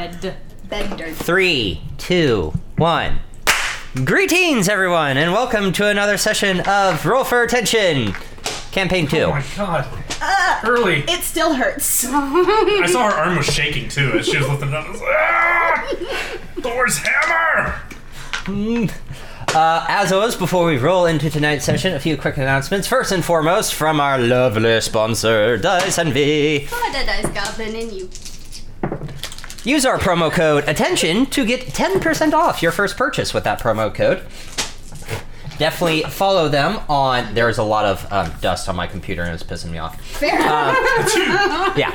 Bend. Bender. Three, two, one. Greetings, everyone, and welcome to another session of Roll for Attention, Campaign Two. Oh my god. Early. It still hurts. I saw her arm was shaking too as she was lifting it up. I was like, "Ah! Thor's hammer! Uh, as always, before we roll into tonight's session, a few quick announcements. First and foremost, from our lovely sponsor, Dice Envy. What a dice goblin in you. Use our promo code ATTENTION to get 10% off your first purchase with that promo code. Definitely follow them on. There's a lot of um, dust on my computer and it's pissing me off. Fair. Yeah.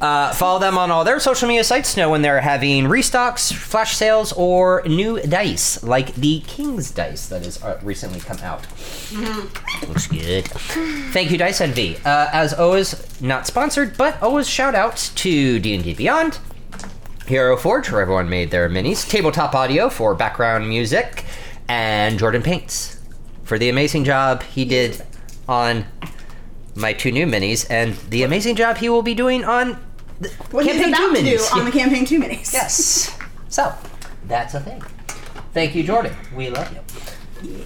Uh, follow them on all their social media sites to know when they're having restocks, flash sales, or new dice, like the King's Dice that has uh, recently come out. Looks good. Thank you, Dice Envy. Uh, as always, not sponsored, but always shout outs to D&D Beyond, Hero Forge, where everyone made their minis, Tabletop Audio for background music, and Jordan Paints for the amazing job he did on my two new minis and the amazing job he will be doing on the What he's campaign about two to do minis. on the campaign two minis. yes. So, that's a thing. Thank you, Jordan. We love you.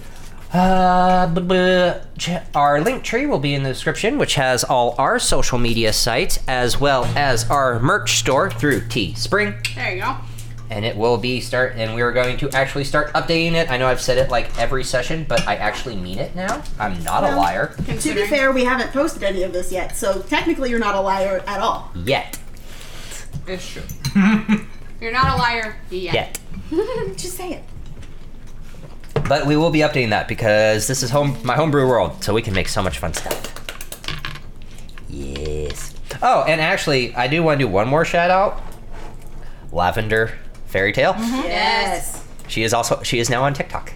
Uh, b- b- ch- our link tree will be in the description, which has all our social media sites as well as our merch store through T Spring There you go. and it will be start and we are going to actually start updating it i know i've said it like every session but i actually mean it now i'm not a liar To be fair, we haven't posted any of this yet, so technically you're not a liar at all. yet It's true. You're not a liar yet. yet Just say it. but we will be updating that because this is home my homebrew world so we can make so much fun stuff yes oh and actually i do want to do one more shout out lavender fairy tale Yes. she is also she is now on tiktok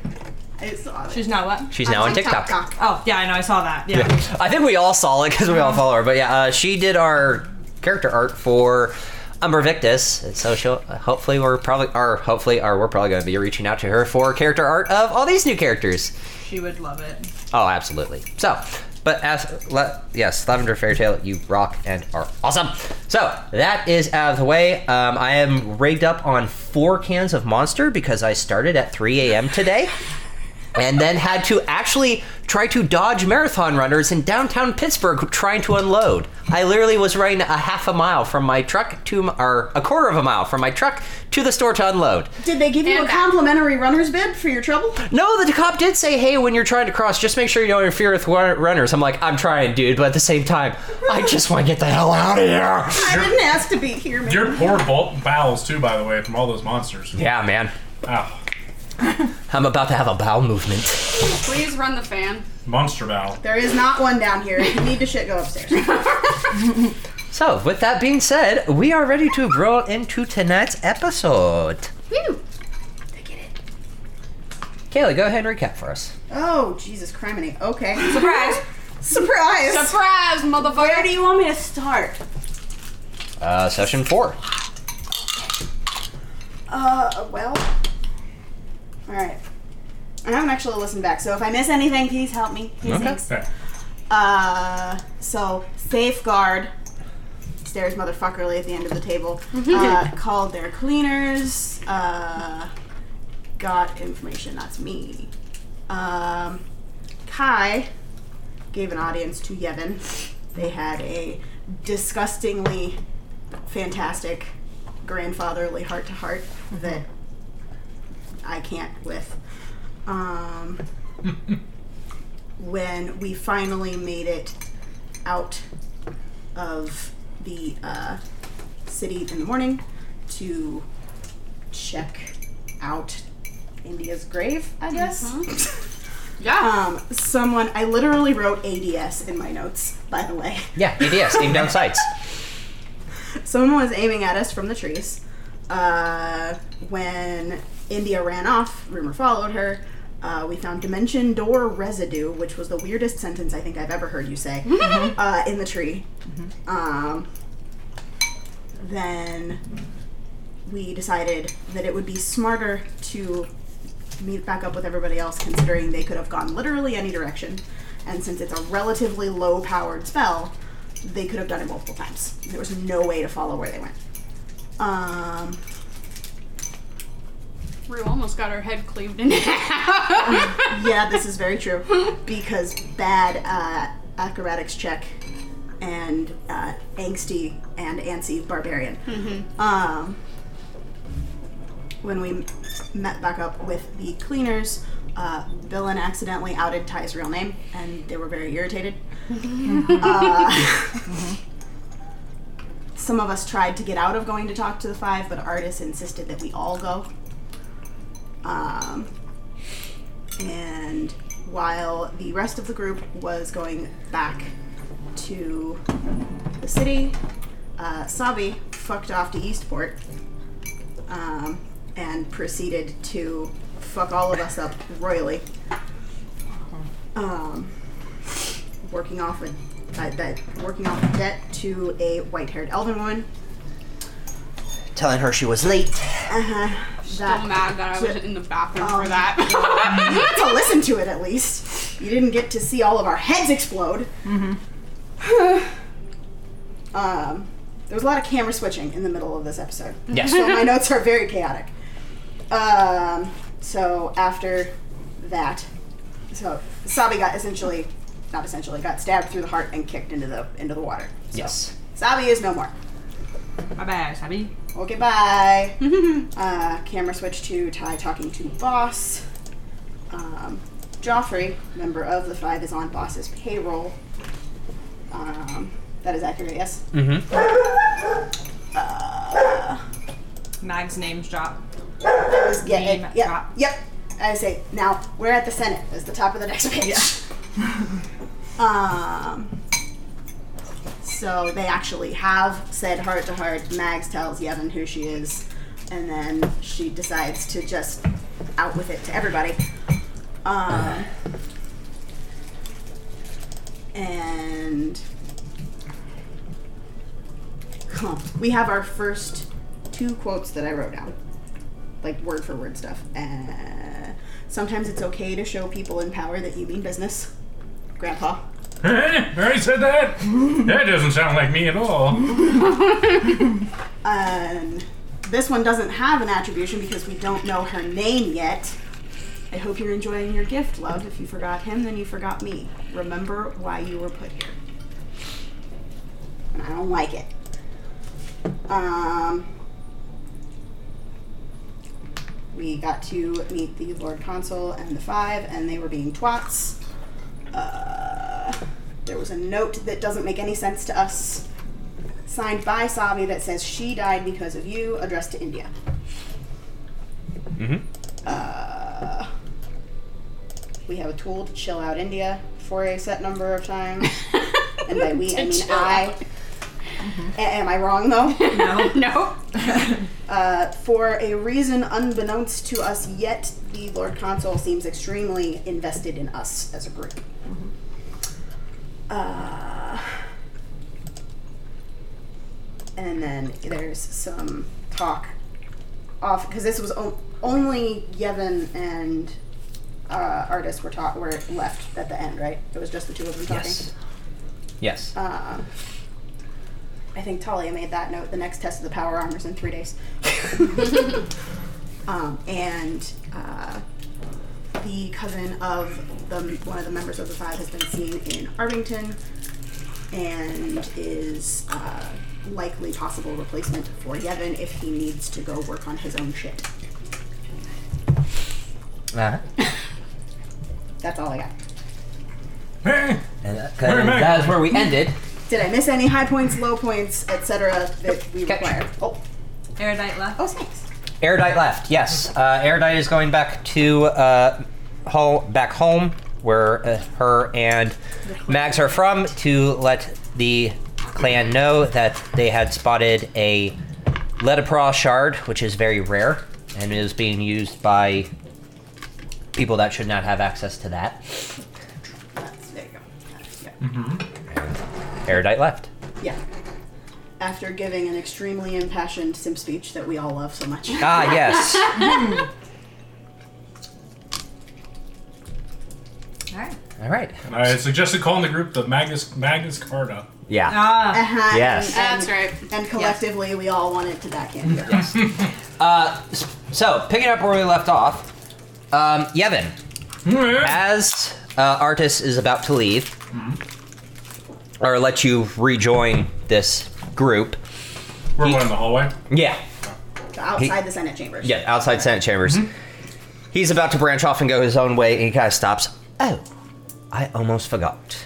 I saw it. She's not what? she's now on tiktok, Oh, yeah, I know. I saw that. Yeah. I think we all saw it because we all follow her. But yeah, uh, she did our character art for Umber Victus, and so she'll uh, hopefully we're probably or hopefully or we're probably going to be reaching out to her for character art of all these new characters. She would love it. Oh, absolutely. So, but as le, yes, Lavender Fairy Tale, you rock and are awesome. So that is out of the way. Um, I am raved up on four cans of Monster because I started at 3 a.m. today. And then had to actually try to dodge marathon runners in downtown Pittsburgh trying to unload. I literally was running a half a mile from my truck to, m- or a quarter of a mile from my truck to the store to unload. Did they give you And a back. complimentary runner's bid for your trouble? No, the cop did say, "Hey, when you're trying to cross, just make sure you don't interfere with wa- runners." I'm like, "I'm trying, dude," but at the same time, I just want to get the hell out of here. I didn't ask to be here, man. Your poor bol- bowels too, by the way, from all those monsters. Yeah, man, Ow. I'm about to have a bowel movement. Please run the fan. Monster bowel. There is not one down here. If you need to shit, go upstairs. So, with that being said, we are ready to roll into tonight's episode. Whew. Kayla, go ahead and recap for us. Oh, Jesus criminy. Okay. Surprise! Surprise! Surprise, Where motherfucker! do you want me to start? Uh, session four. Uh, well. Alright. I haven't actually listened back, so if I miss anything, please help me. Please, thanks. Okay. Uh, so, safeguard. Stairs motherfuckerly at the end of the table. Uh, called their cleaners. Uh, got information, that's me. Um, Kai gave an audience to Yevon. They had a disgustingly fantastic grandfatherly heart to heart that I can't with. Um, when we finally made it out of the uh, city in the morning to check out India's grave, I guess. Yeah. Um, someone, I literally wrote ADS in my notes, by the way. Yeah, ADS, aim down sights. Someone was aiming at us from the trees. Uh, when India ran off, rumor followed her. Uh, we found dimension door residue, which was the weirdest sentence I think I've ever heard you say, uh, in the tree. Um, then we decided that it would be smarter to meet back up with everybody else, considering they could have gone literally any direction. And since it's a relatively low powered spell, they could have done it multiple times. There was no way to follow where they went. Um, got her head cleaved in half. yeah, this is very true. Because bad uh, acrobatics check and uh, angsty and antsy barbarian. Um, when we m- met back up with the cleaners, uh, Villain accidentally outed Ty's real name, and they were very irritated. uh, some of us tried to get out of going to talk to the five, but Artis insisted that we all go. Um, and while the rest of the group was going back to the city, uh, Sabi fucked off to Eastport um, and proceeded to fuck all of us up royally. Um, working off a uh, that working off a debt to a white-haired elven woman. Telling her she was late. so That mad that I was Shit. in the bathroom Oh. for that. you got to listen to it at least. You didn't get to see all of our heads explode. um, there was a lot of camera switching in the middle of this episode. Yes. So my notes are very chaotic. Um, so after that, so Sabi got essentially, not essentially, got stabbed through the heart and kicked into the into the water. So Yes. Sabi is no more. Bye bye, Sabby. Okay, bye. uh, camera switch to Ty talking to Boss. Um, Joffrey, member of the Five, is on Boss's payroll. Um, that is accurate, yes? Mm-hmm. Mag's name's drop. Yes, yeah, Name it- yep, drop. yep. I say, now we're at the Senate. That's the top of the next page. um, so they actually have said heart to heart. Mags tells Yevon who she is, and then she decides to just out with it to everybody. Um, and Huh. we have our first two quotes that I wrote down like word for word stuff. Uh, sometimes it's okay to show people in power that you mean business. Grandpa. Eh, Mary said that? That doesn't sound like me at all. Um, this one doesn't have an attribution because we don't know her name yet. I hope you're enjoying your gift, love. If you forgot him, then you forgot me. Remember why you were put here. And I don't like it. Um, we got to meet the Lord Consul and the Five, and they were being twats. Uh, there was a note that doesn't make any sense to us signed by Savi that says she died because of you, addressed to India. Mm-hmm. Uh, we have a tool to chill out India for a set number of times. And by we, I To mean chill I. A- am I wrong though? No. no. Uh, for a reason unbeknownst to us yet, the Lord Consul seems extremely invested in us as a group. Uh, and then there's some talk off because this was o- only Yevon and uh, Artis were taught were left at the end, right? It was just the two of them talking. Yes. Yes. Um, I think Talia made that note. The next test of the power armors in three days. um, and uh, the cousin of the one of the members of the five has been seen in Arvington and is uh, likely possible replacement for Yevon if he needs to go work on his own shit. Uh-huh. That's all I got. Eh, And that- Mary Mag. that is where we ended. Did I miss any high points, low points, etc. that we Catch. require? Oh, Erudite left. oh, snakes. Erudite left. Yes, uh, Erudite is going back to uh, home, back home where uh, her and Mags are from to let the clan know that they had spotted a Ledipra shard, which is very rare and is being used by people that should not have access to that. That's, there you go. Yeah. Erudite left. Yeah. After giving an extremely impassioned simp speech that we all love so much. Ah, yes. Alright. All right. I suggested calling the group the Magnus Magnus Carta. Yeah. Ah. Uh-huh, Yes. and- That's and- right. And collectively, we all wanted to backhand. her. Uh, s- So, picking up where we left off, um, Yevon, as uh, Artis is about to leave, or let you rejoin this group, We're going in the hallway. yeah, outside the Senate chambers. yeah, outside Senate chambers, he's about to branch off and go his own way, and he kind of stops. Oh, I almost forgot.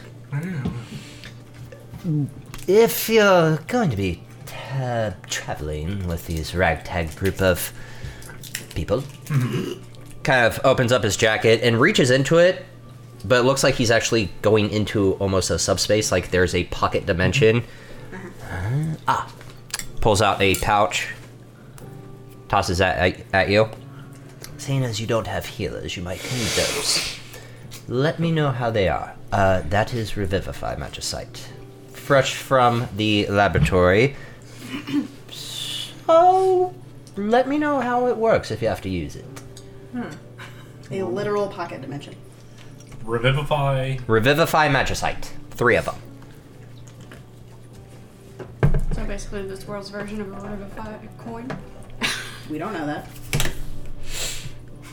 If you're going to be uh, traveling with these ragtag group of people, kind of opens up his jacket and reaches into it, but it looks like he's actually going into almost a subspace, like there's a pocket dimension. Uh, ah, pulls out a pouch, tosses that at, at you. Seeing as you don't have healers, you might need those. Let me know how they are. Uh, that is Revivify Magicite. Fresh from the laboratory. so, let me know how it works if you have to use it. A literal pocket dimension. Revivify. Revivify Magicite. Three of them. So basically, this world's version of a Revivify coin. We don't know that.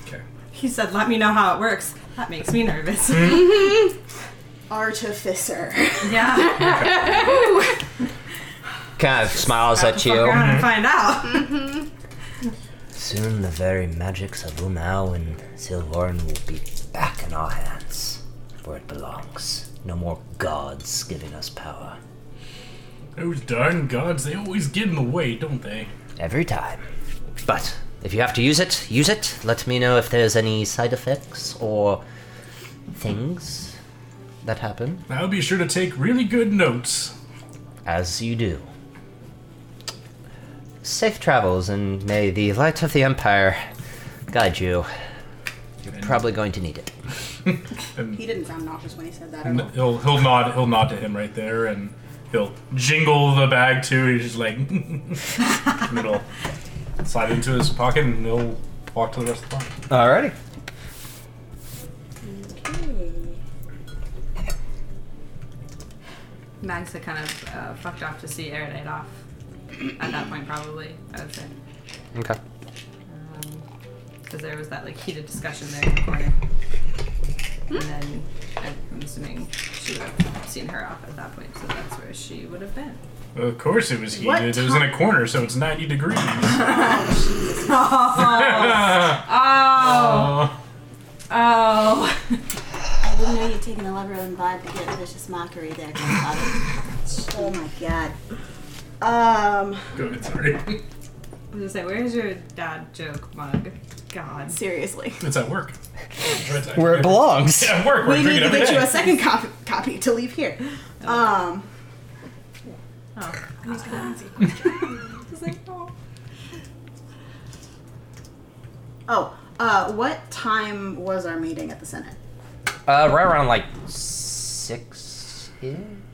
Okay. He said, "Let me know how it works." That makes me nervous. Artificer. yeah. Kind of smiles at Fuck you. around and find out. Soon the very magics of Umau and Silvorin will be back in our hands, where it belongs. No more gods giving us power. Those darn gods, they always get in the way, don't they? Every time. But if you have to use it, use it. Let me know if there's any side effects or things that happen. I'll be sure to take really good notes. As you do. Safe travels, and may the light of the Empire guide you. You're probably going to need it. He didn't sound nauseous when he said that at And all. he'll he'll nod he'll nod to him right there, and he'll jingle the bag too. He's just like, and it'll slide into his pocket, and he'll walk to the rest of the party. Alrighty. Mags had kind of uh, fucked off to see Aerodate off at that point, probably. I would say Okay. because Um, there was that like heated discussion there in the corner, and then I'm assuming she would have seen her off at that point, so that's where she would have been. Of course, it was heated. What It was in a corner, so it's ninety degrees. Oh, Uh, oh. I didn't know you'd taken a lever and vibe to get vicious mockery there, grandfather. oh my god. Um, Good, sorry. I was gonna say, where's your dad joke mug? God. seriously. It's at work. It's at- Where it belongs. Yeah, at work. We're We need drinking to every get you day. a second copy, copy to leave here. Um, Oh. It's like, oh. oh, uh, what time was our meeting at the Senate? Uh, right around like six.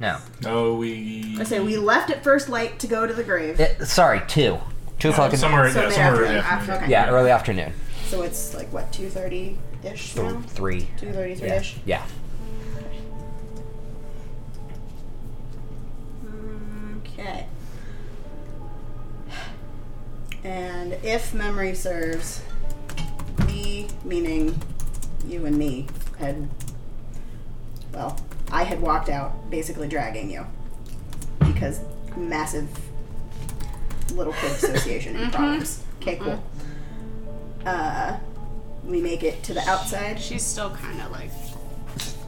No. No, we. I say we Mm-hmm. left at first light to go to the grave. Eh, sorry, two. Two o'clock. in- Somewhere, So yeah, mid somewhere. afternoon, yeah. after- okay. Yeah, early afternoon. So it's like what, two thirty ish Th- now? Three. Two thirty three Yeah. ish. yeah. Okay. And if memory serves, we, meaning you and me, had, well, I had walked out basically dragging you because massive little kid association problems. Okay, cool. Uh, we make it to the outside. She's still kind of like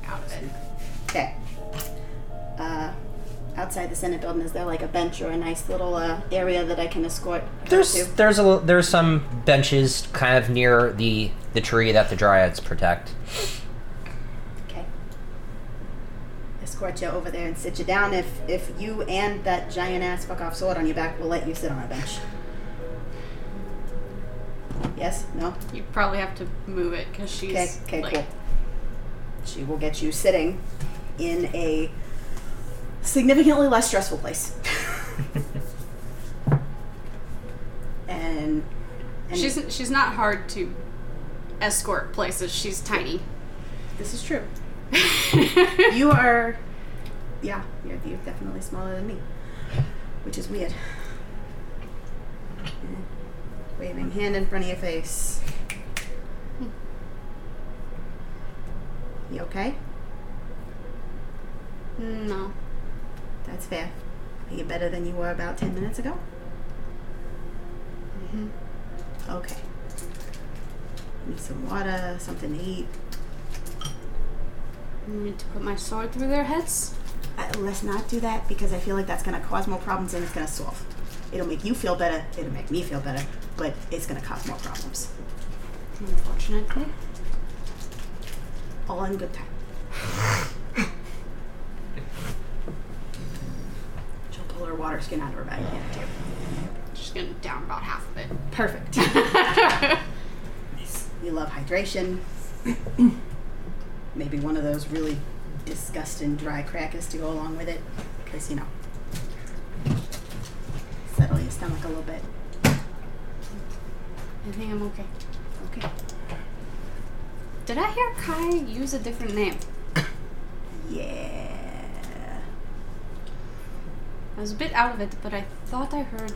out of it. Okay. Uh, outside the Senate building, is there like a bench or a nice little uh, area that I can escort? her There's to? there's a li- there's some benches kind of near the the tree that the dryads protect. Okay. Escort you over there and sit you down. If if you and that giant ass fuck off sword on your back, we'll let you sit on a bench. Yes? No? You probably have to move it because she's Okay, okay, like, cool. She will get you sitting in a significantly less stressful place. and, and she's she's not hard to escort places. She's tiny. this is true. You are, yeah, you're, you're definitely smaller than me, which is weird. Waving hand in front of your face. Hmm. You okay? No. That's fair. Are you better than you were about 10 minutes ago? Mm-hmm. Okay. Need some water, something to eat. You need to put my sword through their heads? I, Uh, let's not do that because I feel like that's going to cause more problems than it's going to solve. It'll make you feel better, it'll make me feel better, but it's going to cause more problems. Unfortunately. All in good time. She'll pull her water skin out of her bag and hand it to you. Just gonna down about half of it. Perfect. You love hydration. Maybe one of those really disgusting dry crackers to go along with it, because you know, settle your stomach a little bit. I think I'm okay. Okay. Did I hear Kai use a different name? Yeah. I was a bit out of it, but I thought I heard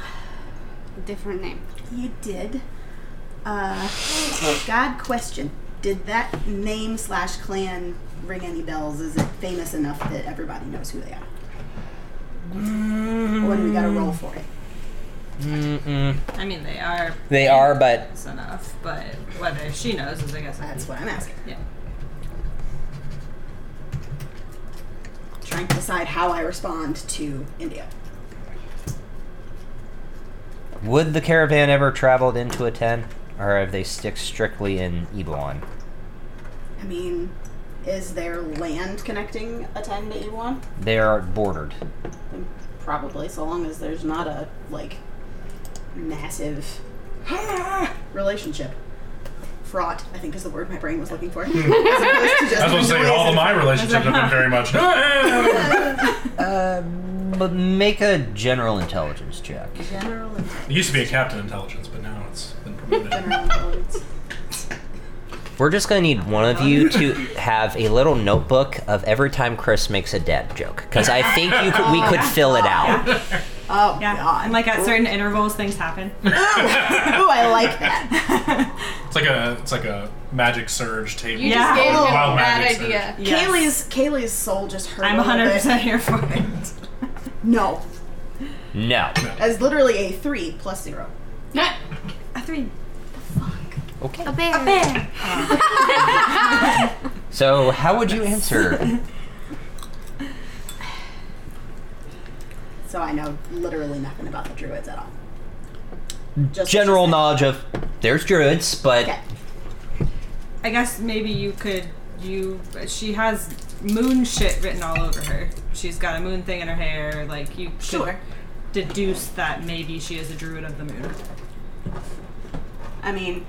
a different name. You did. Uh, God question. Did that name slash clan ring any bells? Is it famous enough that everybody knows who they are? Or What do we got to roll for it? Mm-mm. I mean, they are They are, but it's enough, but whether she knows is, I guess, I That's that's what I'm asking. yeah. Trying to decide how I respond to India. would the caravan ever traveled into a ten, or have they stick strictly in Eblon? I mean, is there land connecting a 10 to E1? They are bordered. Probably, so long as there's not a, like, massive relationship. Fraught, I think is the word my brain was looking for. As opposed Hmm. to just I was going to say, all of my relationships have been very much. But make a general intelligence check. general intelligence. it used to be a captain intelligence, but now it's been promoted. General intelligence. We're just gonna need one of you to have a little notebook of every time Chris makes a dad joke, because I think you could, we could fill it out. Oh, Yeah, God. and like at certain intervals, things happen. Ooh, I like that. It's like a it's like a magic surge table. You Yeah. just gave him a Wild bad magic idea. Yes. Kaylee's Kaylee's soul just hurt. I'm a little 100 percent bit. here for it. No, No. as literally a three plus zero. A three. Okay. bear. A bear. So how would you answer? So I know literally nothing about the druids at all. Just General knowledge of there's druids, but Okay. I guess maybe you could. You. She has moon shit written all over her. She's got a moon thing in her hair. Like you. Could Sure. Deduce that maybe she is a druid of the moon. I mean,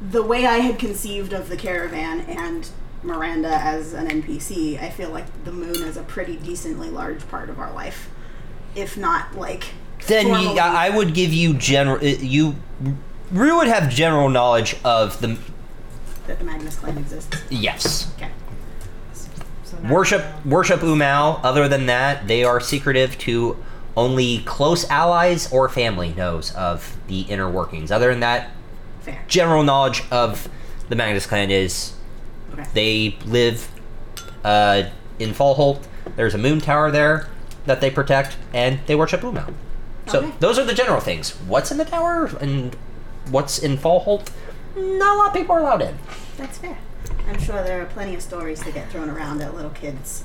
the way I had conceived of the caravan and Miranda as an NPC, I feel like the moon is a pretty decently large part of our life, if not like. then you, formally- I I would give you general. uh, You Rue would have general knowledge of the that the Magnus clan exists. yes. Okay. So now- Worship worship Umau. Other than that, they are secretive to only close allies or family knows of the inner workings. Other than that, Fair. general knowledge of the Magnus clan is Okay. they live uh, in Fallholt. There's a moon tower there that they protect, and they worship Umau. So Okay. those are the general things. What's in the tower and what's in Fallholt? Not a lot of people are allowed in. That's fair. I'm sure there are plenty of stories that get thrown around at little kids,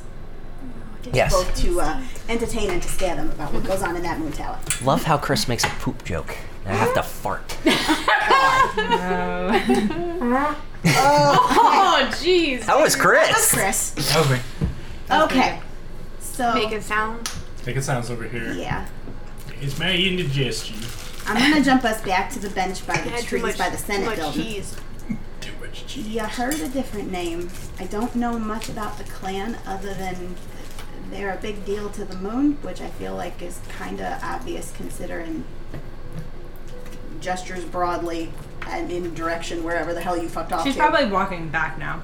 Yes. both to uh, entertain and to scare them about what goes on in that moon tower. Love how Chris makes a poop joke. I have to fart. Oh, jeez. That was Chris. Chris. That was me. Okay. So Make a sound. Take it sounds over here. yeah, It's my indigestion. I'm gonna jump us back to the bench by the trees by the Senate much building. cheese. Too much cheese. You heard a different name. I don't know much about the clan other than they're a big deal to the moon, which I feel like is kind of obvious considering gestures broadly and in direction wherever the hell you fucked off. She's to. probably walking back now.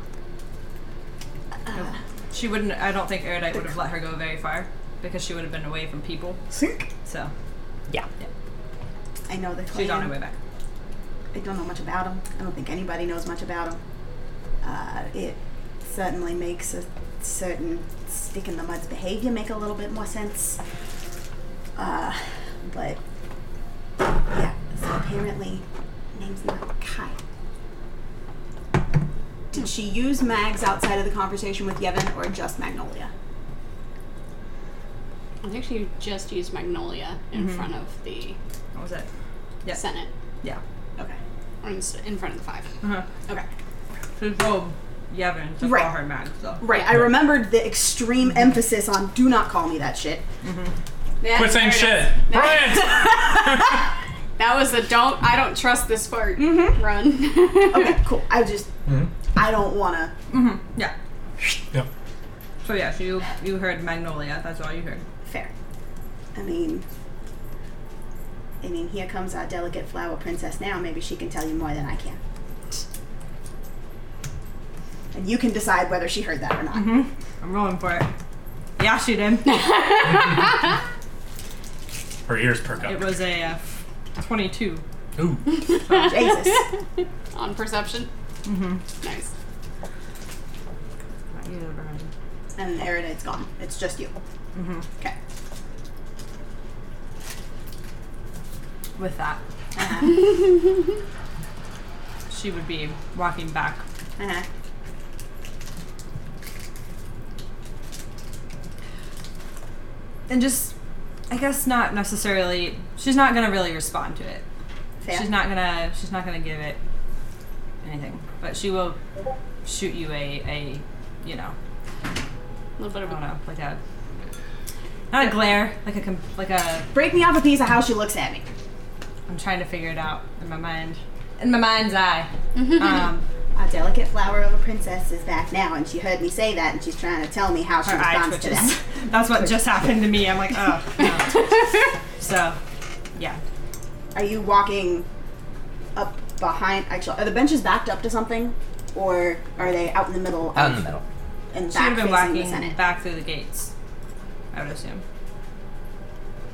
Uh. she wouldn't. I don't think Erudite would have let her go Oh, very far because she would have been away from people. Sink. So Yeah. I know the clan. She's on her way back. I don't know much about him. I don't think anybody knows much about him. Uh, it certainly makes a certain stick in the mud's behavior make a little bit more sense. Uh, but yeah, so apparently name's not Kai. Did she use Mags outside of the conversation with Yevon or just Magnolia? I think she just used Magnolia in front of the What was it? Yeah. Senate, Yeah. Okay. or in, s- in front of the five. Uh-huh. Okay. She told Yevon to Right. call her Mags, though. Right, I remembered the extreme emphasis on do not call me that shit. Yeah, Quit saying there it shit. is. Brian! That, that was the don't. I don't trust this part. Run. Okay, cool. I just, I don't want to Mm-hmm. Yeah. Yep. So yeah, so you you heard Magnolia. That's all you heard. Fair. I mean, I mean, here comes our delicate flower princess now. Maybe she can tell you more than I can. And you can decide whether she heard that or not. Mm-hmm. I'm rolling for it. Yeah, she did. Her ears perk it up. was a uh, 22. Ooh. Jesus. On perception. Mm-hmm. Nice. And Erida's gone. It's just you. Mm-hmm. Okay. With that, Uh-huh. she would be walking back. uh-huh. And just, I guess not necessarily. She's not gonna really respond to it. Fair. She's not gonna. She's not gonna give it anything. But she will shoot you a a, you know, A little bit I of don't a know, like a not a glare, like a com- like a. Break me off a piece of how she looks at me. I'm trying to figure it out in my mind. In my mind's eye. um, Our delicate flower of a princess is back now, and she heard me say that, and she's trying to tell me how she her eye responds to twitches. that. That's what just happened to me. I'm like, oh. No. so, yeah. Are you walking up behind? Actually, are the benches backed up to something, or are they out in the middle? Out in of- the middle. and She would have back been facing the walking Senate. back through the gates. I would assume.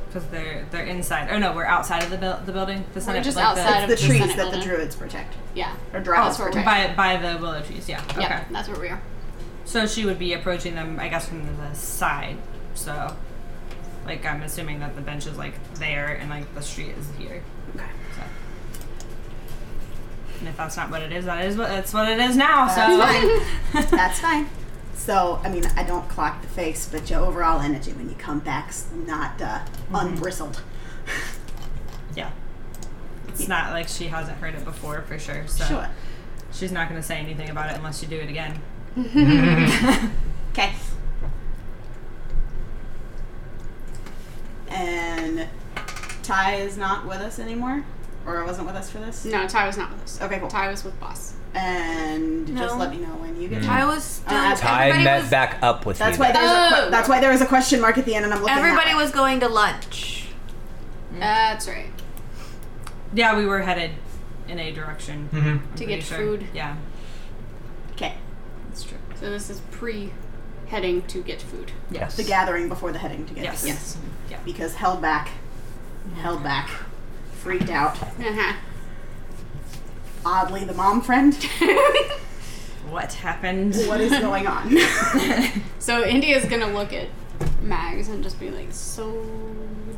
Because they're they're inside. Oh no, we're outside of the buil- the building. The Senate, just like outside the of trees Senate that building. the druids protect yeah. or dragons that's where the, protect. by by the willow trees. Yeah. Okay. Yeah, that's where we are. So she would be approaching them, I guess, from the side. So, like, I'm assuming that the bench is like there, and like the street is here. Okay. So. And if that's not what it is, that is what that's what it is now. so That's fine. That's fine. So, I mean, I don't clock the face, but your overall energy when you come back's not uh, unbristled. yeah, it's not like she hasn't heard it before for sure. So Sure. she's not going to say anything about it unless you do it again. Okay. And Ty is not with us anymore, or wasn't with us for this. No, Ty was not with us. Okay, cool. Ty was with boss. And just No. let me know when you get. I was Oh, Uh, that's- done. Ty Everybody met was, back up with That's you. why there's a que- Oh. that's why there was a question mark at the end, and I'm looking. that everybody way. was going to lunch. That's right. Yeah, we were headed in a direction I'm Mm-hmm. To pretty get sure. food. Yeah, okay. that's true. So this is pre heading to get food. Yes. The gathering before the heading to get Yes. food. Yes. Yeah. because held back, held back, freaked out. Uh-huh. Oddly, the mom friend. What happened? What is going on? So India's gonna look at Mags and just be like, so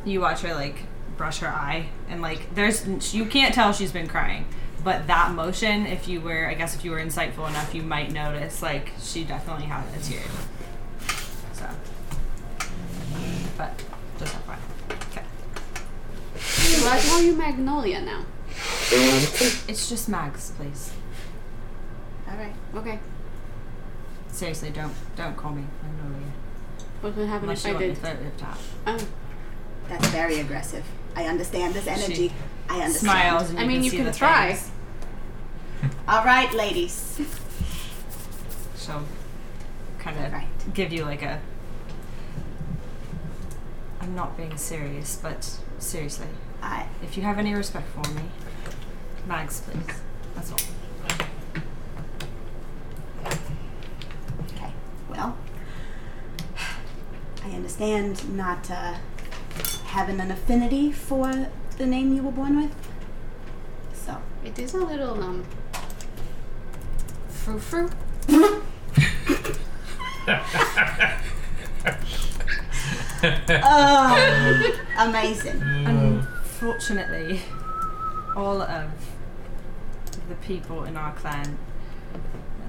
you watch her like brush her eye and like there's you can't tell she's been crying but that motion if you were i guess if you were insightful enough you might notice like she definitely had a tear so but just have fun okay I call you Magnolia now. it's just mags please All right. Okay. seriously don't don't call me magnolia What would happen unless you if I want me did? to flirt with that Oh, That's very aggressive. I understand this energy. She I understand. smiles and I mean, you see can the try. things. All right, ladies. she'll kind of Right. give you like a I'm not being serious, but seriously, I if you have any respect for me, Mags, please. That's all. okay. Well, I understand not uh, having an affinity for the name you were born with. So. It is a little um. Frou frou. Um, amazing. Fortunately, all of the people in our clan,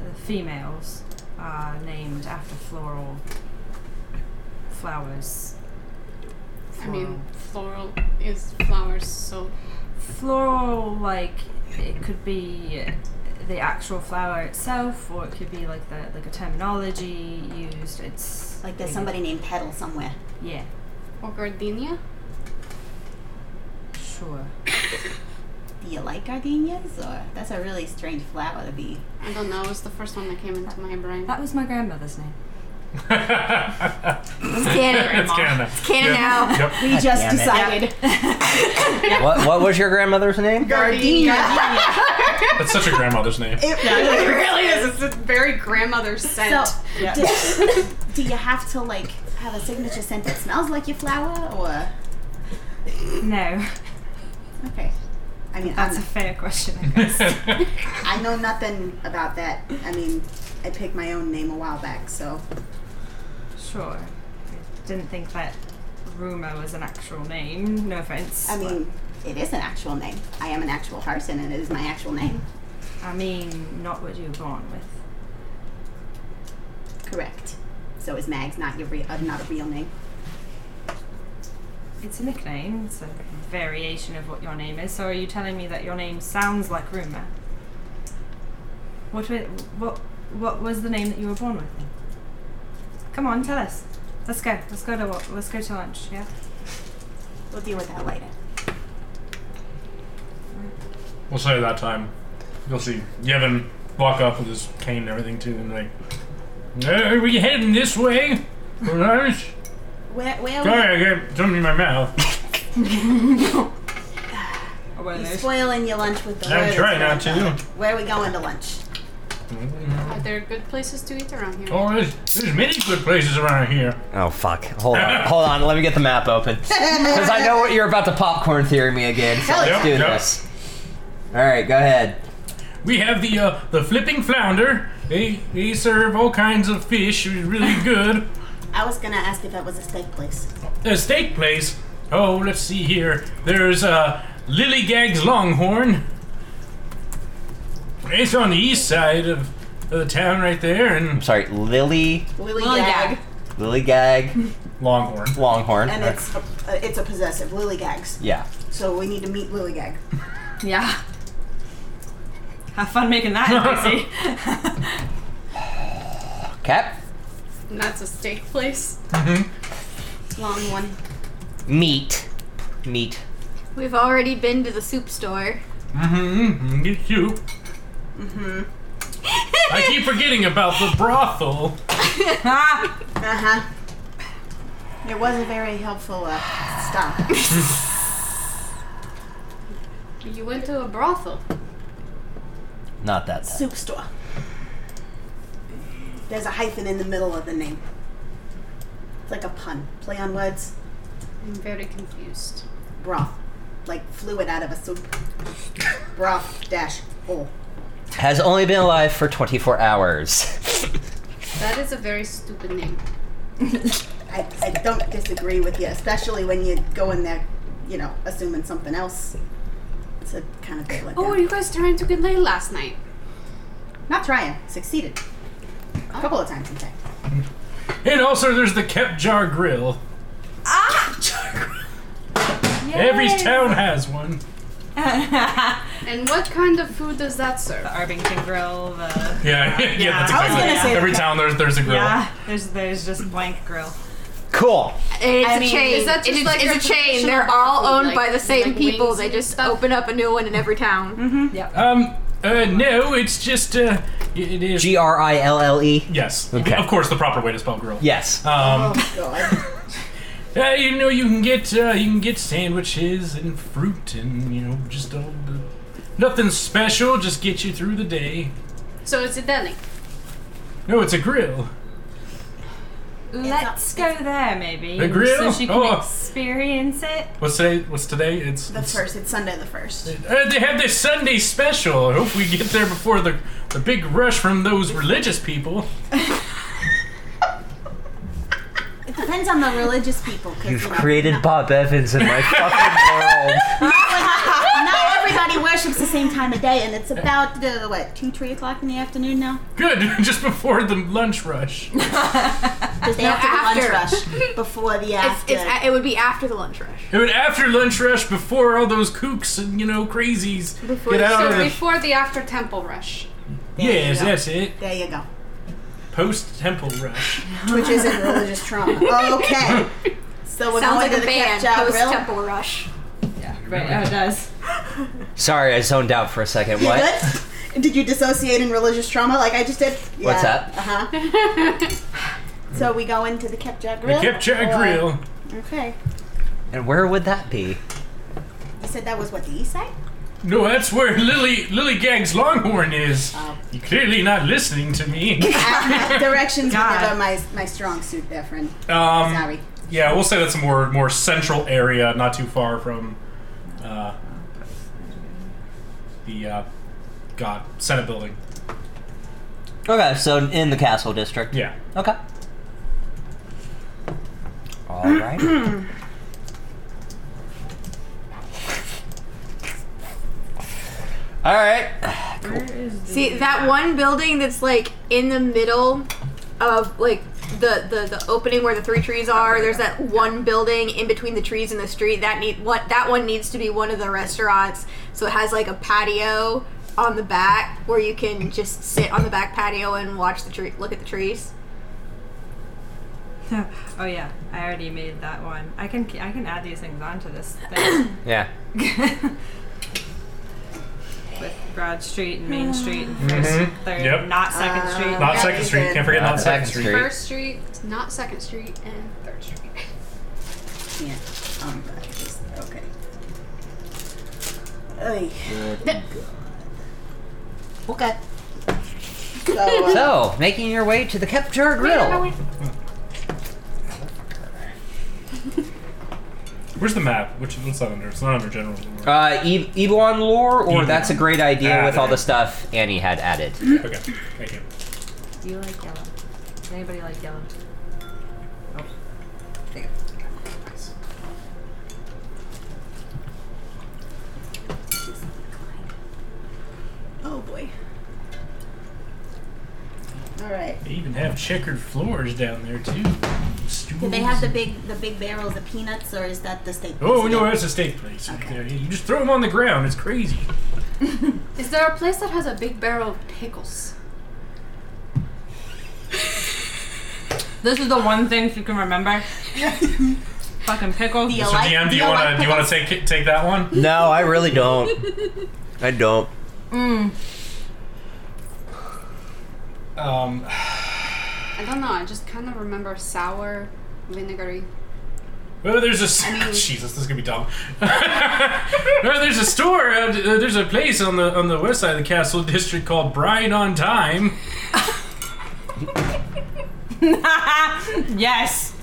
the females, are named after floral flowers. I mean, floral is flowers, so floral, like it could be the actual flower itself, or it could be like the like a terminology used. It's Like there's somebody named Petal somewhere. Yeah, or gardenia. sure. Do you like gardenias? Or that's a really strange flower to be. I don't know. It's the first one that came into my brain. That was my grandmother's name. Canon. It's canon. It's Canon now. We just damn it. decided. What, what was your grandmother's name? Gardenia. That's such a grandmother's name. It really really is. It's a very grandmother So, scent. do, do you have to like have a signature scent that smells like your flower, or No, okay? I mean, that's a I'm, fair question. I guess. I know nothing about that. I mean, I picked my own name a while back, so Sure. I didn't think that rumor was an actual name. No offense. I mean, it is an actual name. I am an actual person, and it is my actual name. but- I mean, not what you were born with. Correct. So is Mags not your re- uh, not a real name? It's a nickname. It's a variation of what your name is. So are you telling me that your name sounds like rumor? What wa- what what was the name that you were born with? Then? Come on, tell us. Let's go. Let's go to what? Let's go to lunch. Yeah. We'll deal with that later. We'll say that time. You'll see Yevon walk up with his cane and everything too, and like, "Are we heading this way?" Sorry, Where where are I got something in my mouth. Or one of we those- spoiling your lunch with the I'm words, trying right? not to. Where are we going to lunch? Are there good places to eat around here? Oh, there's, there's many good places around here. Oh fuck! Hold on, hold on. Let me get the map open because I know what you're about to popcorn theory me again. So Hell let's yeah. do Yep, yep. this. All right, go ahead. We have the uh, the flipping flounder. They they serve all kinds of fish. It's really good. I was gonna ask if that was a steak place. The steak place. Oh, let's see here. There's uh, Lilygag's Longhorn. It's on the east side of of the town, right there, and Sorry, Lily, Lily, Lily Gag. Gag. Lily Gag, Longhorn. Longhorn. And it's a, uh, it's a possessive, Lily Gags. yeah. So we need to meet Lily Gag. Yeah. Have fun making that noisy. Cap, And that's a steak place. Long one. meat, meat. We've already been to the soup store. Mm-hmm. Get you. I keep forgetting about the brothel. Ah, Uh huh. It was a very helpful uh, stop. You went to a brothel. Not that. Bad. Soup store. There's a hyphen in the middle of the name. It's like a pun. Play on words. I'm very confused. Broth. Like fluid out of a soup. Broth dash oil. Has only been alive for 24 hours. That is a very stupid name. I, I don't disagree with you, especially when you go in there, you know, assuming something else. It's a kind of bit like Oh, were you guys trying to get laid last night? Not trying. Succeeded. A couple of times, in fact. And also, there's the Kept Jar Grill. Ah! Every town has one. And what kind of food does that serve? Arbington Grill. The Yeah, yeah, that's I was exactly. gonna say Every town there's there's a grill. yeah, there's there's just blank grill. cool. It's I a mean, chain. is that just It like is- a it's a chain. traditional They're all food, owned like- by the same like people. wings They and just stuff? Mm-hmm. open up a new one in every town. Um, uh, no, it's just uh, it it is. G R I L L E. yes, Okay. of course, the proper way to spell grill. Yes. Um, Oh, God. uh, you know, you can get uh, you can get sandwiches and fruit and you know just all the, nothing special. Just get you through the day. So it's a deli. No, it's a grill. Let's go there, maybe, The grill? so she can Oh. experience it. What's today? What's today? It's The first. It's Sunday the first. Uh, they have their Sunday special. I hope we get there before the the big rush from those religious people. It depends on the religious people. 'cause, You've you know, created Bob Evans in my fucking world. Not everybody worships the same time of day, and it's about uh, what two, three o'clock in the afternoon now. Good, just before the lunch rush. Because they have to do lunch rush before the It's, after. it's, a- it would be after the lunch rush. It would after lunch rush, before all those kooks and you know crazies get out of So the. before the after temple rush. Yes, that's it. there you go. Post temple rush. Which isn't religious trauma. Okay. So we're going Sounds like to a the band Capjaw post Grill. temple rush. Right, oh, it does. Sorry, I zoned out for a second. You What? good? Did you dissociate in religious trauma like I just did? What's Yeah. that? Uh huh. so we go into the Capjaw The Grill. Kipchak or- grill. Okay. And where would that be? You said that was what the east side. No, that's where Lily Lily Gag's Longhorn is. You're clearly not listening to me. Directions were God. never my my strong suit, there, friend. Um, Sorry. Yeah, we'll say that's a more more central area, not too far from uh, the uh, God Senate building. Okay, so in the castle district. Yeah. Okay. All right. All right. See that one building that's like in the middle of like the, the the opening where the three trees are. There's that one building in between the trees and the street. That need what that one needs to be one of the restaurants. So it has like a patio on the back where you can just sit on the back patio and watch the tree, look at the trees. oh yeah, I already made that one. I can I can add these things onto this thing Yeah. with Broad Street and Main Street and 1st Third, Mm-hmm. Yep. not Second Street. Not Yeah, Second you Street. did. Can't forget Not not Second Uh, Second Street. Street. First Street, not Second Street, and Third Street. Yeah. Um, but it's- okay. Oy. Okay. So, uh, So, making your way to the Kepjar Grill. Where's the map? Which one's not under? It's not under general. Lore. Uh, E- Evelon lore, or Evelon. that's a great idea Add with all it. the stuff Annie had added. okay. Thank you. Do you like yellow? Does anybody like yellow? Oh. There you oh boy. All right. They even have checkered floors down there too. Do Stools. they have the big the big barrels of peanuts, or is that the steak? Oh no, that's a steak place. Okay. You just throw them on the ground. It's crazy. Is there a place that has a big barrel of pickles? go. This is the one thing she can remember. Fucking pickles. The So like- DM, do you you want to like do you want to take take that one? No, I really don't. I don't. Um, I don't know. I just kind of remember sour, vinegary. Oh, there's a s- Jesus. This is gonna be dumb. no, there's a store. Uh, d- uh, there's a place on the on the west side of the castle district called Brine on Time. yes.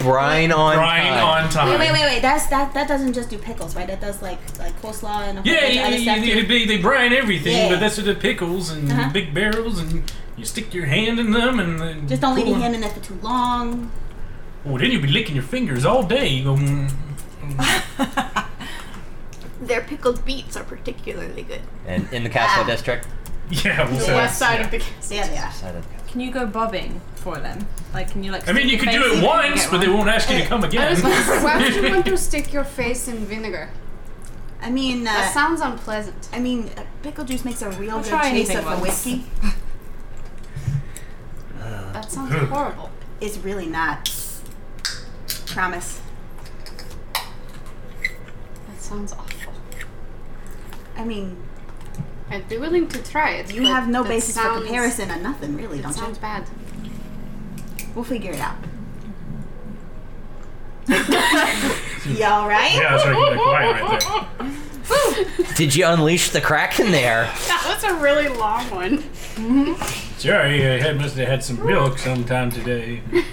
Brine on Brine time. on Time. Wait, wait, wait, wait. That's that. That doesn't just do pickles, right? That does like like coleslaw and a whole Yeah, bunch of yeah, other yeah, stuff yeah, too. they, they brine everything, Yeah. but that's with the pickles and Uh-huh. big barrels, and you stick your hand in them, and, and Just don't leave pull your hand them. in there for too long. Oh, then you'll be licking your fingers all day. You go, mm, mm. Their pickled beets are particularly good. And in the castle Ah. district. yeah, we'll say that's- yeah. the. Yeah, yeah. Side of the castle. Can you go bobbing for them? Like, can you like? I mean, stick you your could face do in it and once, get but they one? won't ask you to come I again. was gonna say, why would you want to stick your face in vinegar? I mean, That uh, sounds unpleasant. I mean, uh, pickle juice makes a real I'll good try chase anything up a once. whiskey. That sounds hmm. horrible. It's really not. Promise. That sounds awful. I mean, I'd be willing to try it. you but have no that basis for sounds- comparison on nothing, really, don't you? Sounds bad. We'll figure it out. you all right? yeah, that's right. You're quiet right there. Did you unleash the crack in there? That was a really long one. Sorry, I had, must have had some milk sometime today.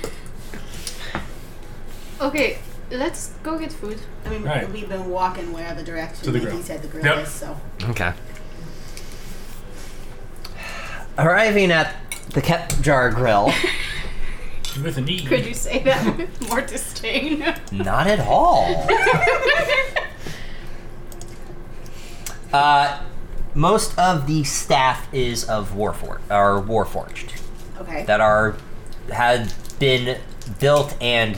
Okay, let's go get food. I mean, Right. we've been walking where the direction To the that grill. he said the grill Yep. is, so. Okay. Arriving at the Kept Jar Grill, With an E. Could you say that with more disdain? not at all. Uh, most of the staff is of Warfor or Warforged Okay. that are had been built and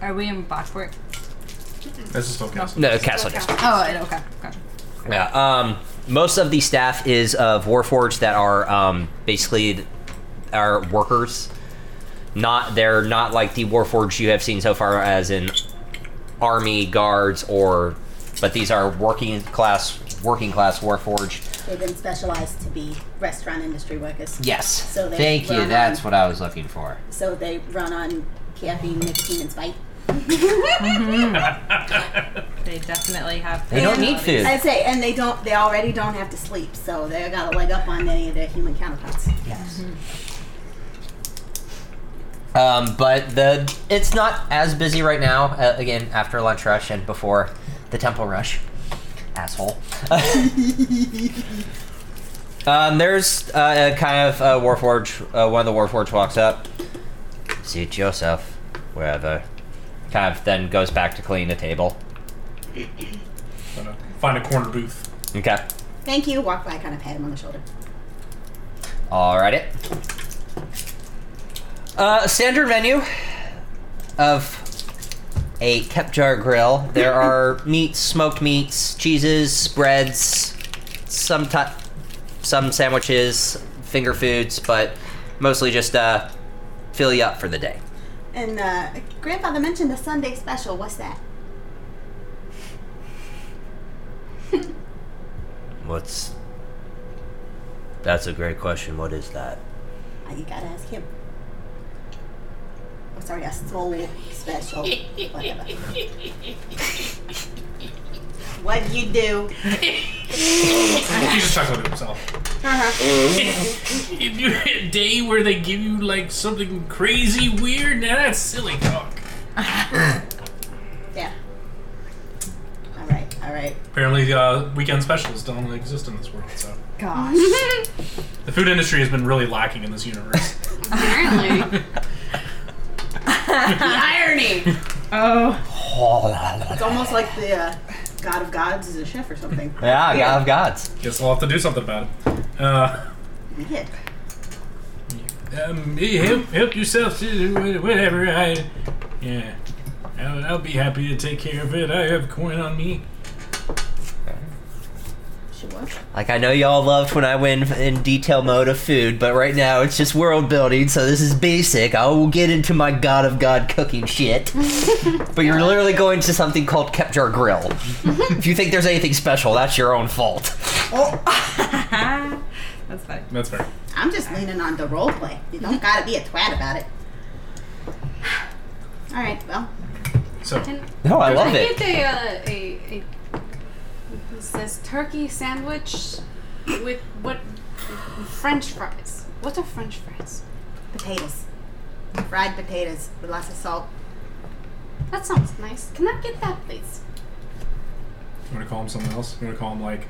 Are we in Blackport? That's a spellcasting. no castle. Castle. Oh, it- okay. Gotcha. Yeah. Um, most of the staff is of Warforged that are um, basically are workers. Not they're not like the Warforged you have seen so far, as in army guards or, but these are working class working class Warforged. They've been specialized to be restaurant industry workers. Yes. So they Thank you. run That's on- what I was looking for. So they run on caffeine, nicotine, and spite. They definitely have. They don't need personalities. food. I'd say, and they don't. They already don't have to sleep, so they got a leg up on any of their human counterparts. Yes. Mm-hmm. Um, but the it's not as busy right now. Uh, again, after lunch rush and before the temple rush, asshole. um, there's uh, a kind of uh, warforge. Uh, one of the warforge walks up, seat yourself wherever. Kind of then goes back to clean the table. Find a- uh, Find a corner booth. Okay. Thank you. Walk by, kind of pat him on the shoulder. Alrighty. Uh, standard menu of a kept jar grill. There are meats, smoked meats, cheeses, spreads, some ti some sandwiches, finger foods, but mostly just uh, fill you up for the day. And uh, grandfather mentioned a Sunday special. What's that? What's? That's a great question. What is that? Uh, you gotta ask him. I'm sorry, a soul special. Whatever. what you do? He's just chuckling to himself. Uh-huh. if you had a day where they give you like something crazy weird, now that's silly talk. Yeah. All right. All right. Apparently, uh, weekend specials don't really exist in this world, so. Gosh. The food industry has been really lacking in this universe. Apparently. the irony. Oh. It's almost like the uh, god of gods is a chef or something. Yeah, God of gods. Guess I'll have to do something about it. Uh, Yeah. um, eh, help, help yourself, to wh- whatever. I, yeah, I'll, I'll be happy to take care of it. I have coin on me. Sure. Like I know y'all loved when I went in detail mode of food, but right now it's just world building, so this is basic. I will get into my god of god cooking shit. but you're literally going to something called Kepjar Grill. if you think there's anything special, that's your own fault. That's funny. That's fair. I'm just leaning on the role play. You don't Mm-hmm. gotta be a twat about it. All right. Well, So, No, I love I it. get a, uh, a, a it says turkey sandwich with what French fries. What are French fries? potatoes, fried potatoes with lots of salt. That sounds nice. Can I get that, please? you want to call him something else? You want to call him like?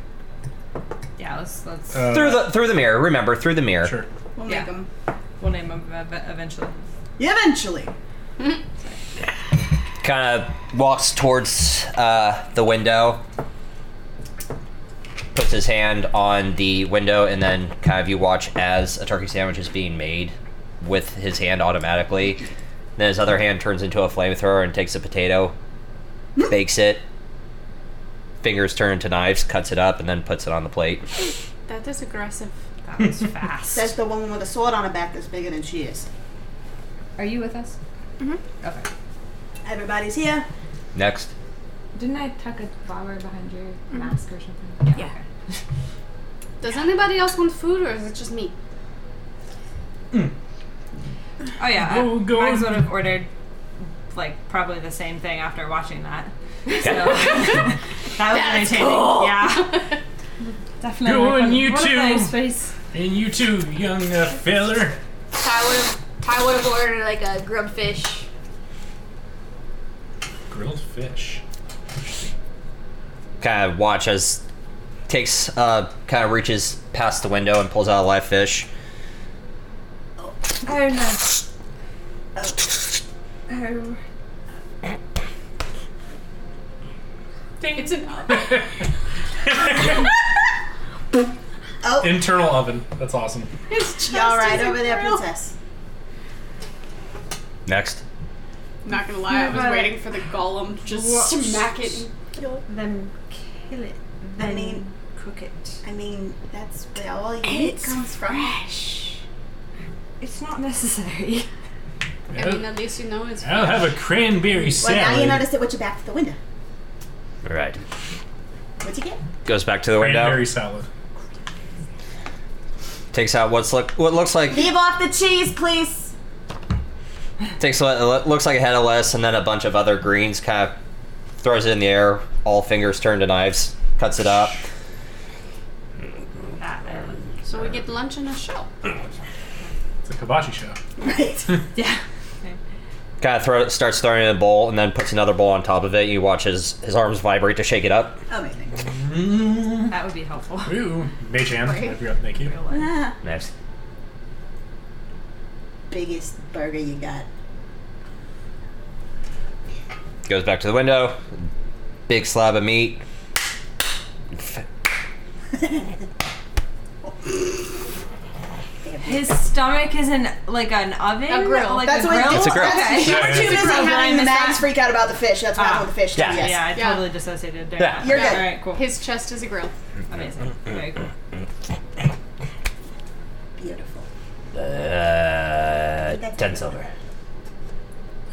Yeah. Let's let's. Uh, Through the through the mirror, remember, through the mirror. Sure. We'll Yeah. make them we'll name them ev- eventually. eventually. Kinda walks towards uh, the window. Puts his hand on the window and then kind of you watch as a turkey sandwich is being made with his hand automatically. Then his other hand turns into a flamethrower and takes a potato, bakes it, fingers turn into knives, cuts it up, and then puts it on the plate. That is aggressive. That was fast. Says the woman with a sword on her back that's bigger than she is. Are you with us? Mm-hmm. Okay. Everybody's here. Next. Didn't I tuck a flower behind your mask or something? Mm-hmm. Yeah. Does anybody else want food, or is it just me? Oh yeah. Go- go Mags on. would have ordered like probably the same thing after watching that. So Okay. Ah, that was entertaining. Yeah. Definitely. Go work on YouTube. What a nice face. And you too, young uh, feller. Ty would have Ty would have ordered like a grub fish. Grilled fish. kind of watch as takes uh kind of reaches past the window and pulls out a live fish. I don't know. Oh. It's an Internal oven. That's awesome. Y'all right over there, princess. Next. not gonna lie, I was But- waiting for the golem to just What? smack it. Then kill it. Then mean- cook it. I mean, that's where all your meat comes from. It's not necessary. I mean, at least you know it's. I'll have a cranberry Well, salad. now you notice it with your back to the window. All right. What'd you get? Goes back to the window. Cranberry salad. Takes out what's look what looks like Leave off the cheese, please. takes what lo- looks like a head of lettuce and then a bunch of other greens. Kind of throws it in the air. All fingers turned to knives. Cuts it up. That I would- So we get lunch and a show. It's a kibashi show. Right. Yeah. Kind of throw, starts throwing it in a bowl and then puts another bowl on top of it. You watch his his arms vibrate to shake it up. Amazing. That would be helpful. Ooh, Mei Chan. I forgot. Thank you. Ah, Next. biggest burger you got. Goes back to the window. Big slab of meat. F- His stomach is in like an oven. A grill. Like That's a what grill. It's a grill. That's, Okay. You were Yeah, yeah, too yeah. busy Grill, did I having the miss mags that? freak out about the fish. That's not Ah, what the fish yeah. do. Yes. Yeah, I Yeah. totally dissociated. There. Yeah. You're All good. right. Cool. His chest is a grill. Amazing. Very cool. Ah. Beautiful. Uh, ten silver.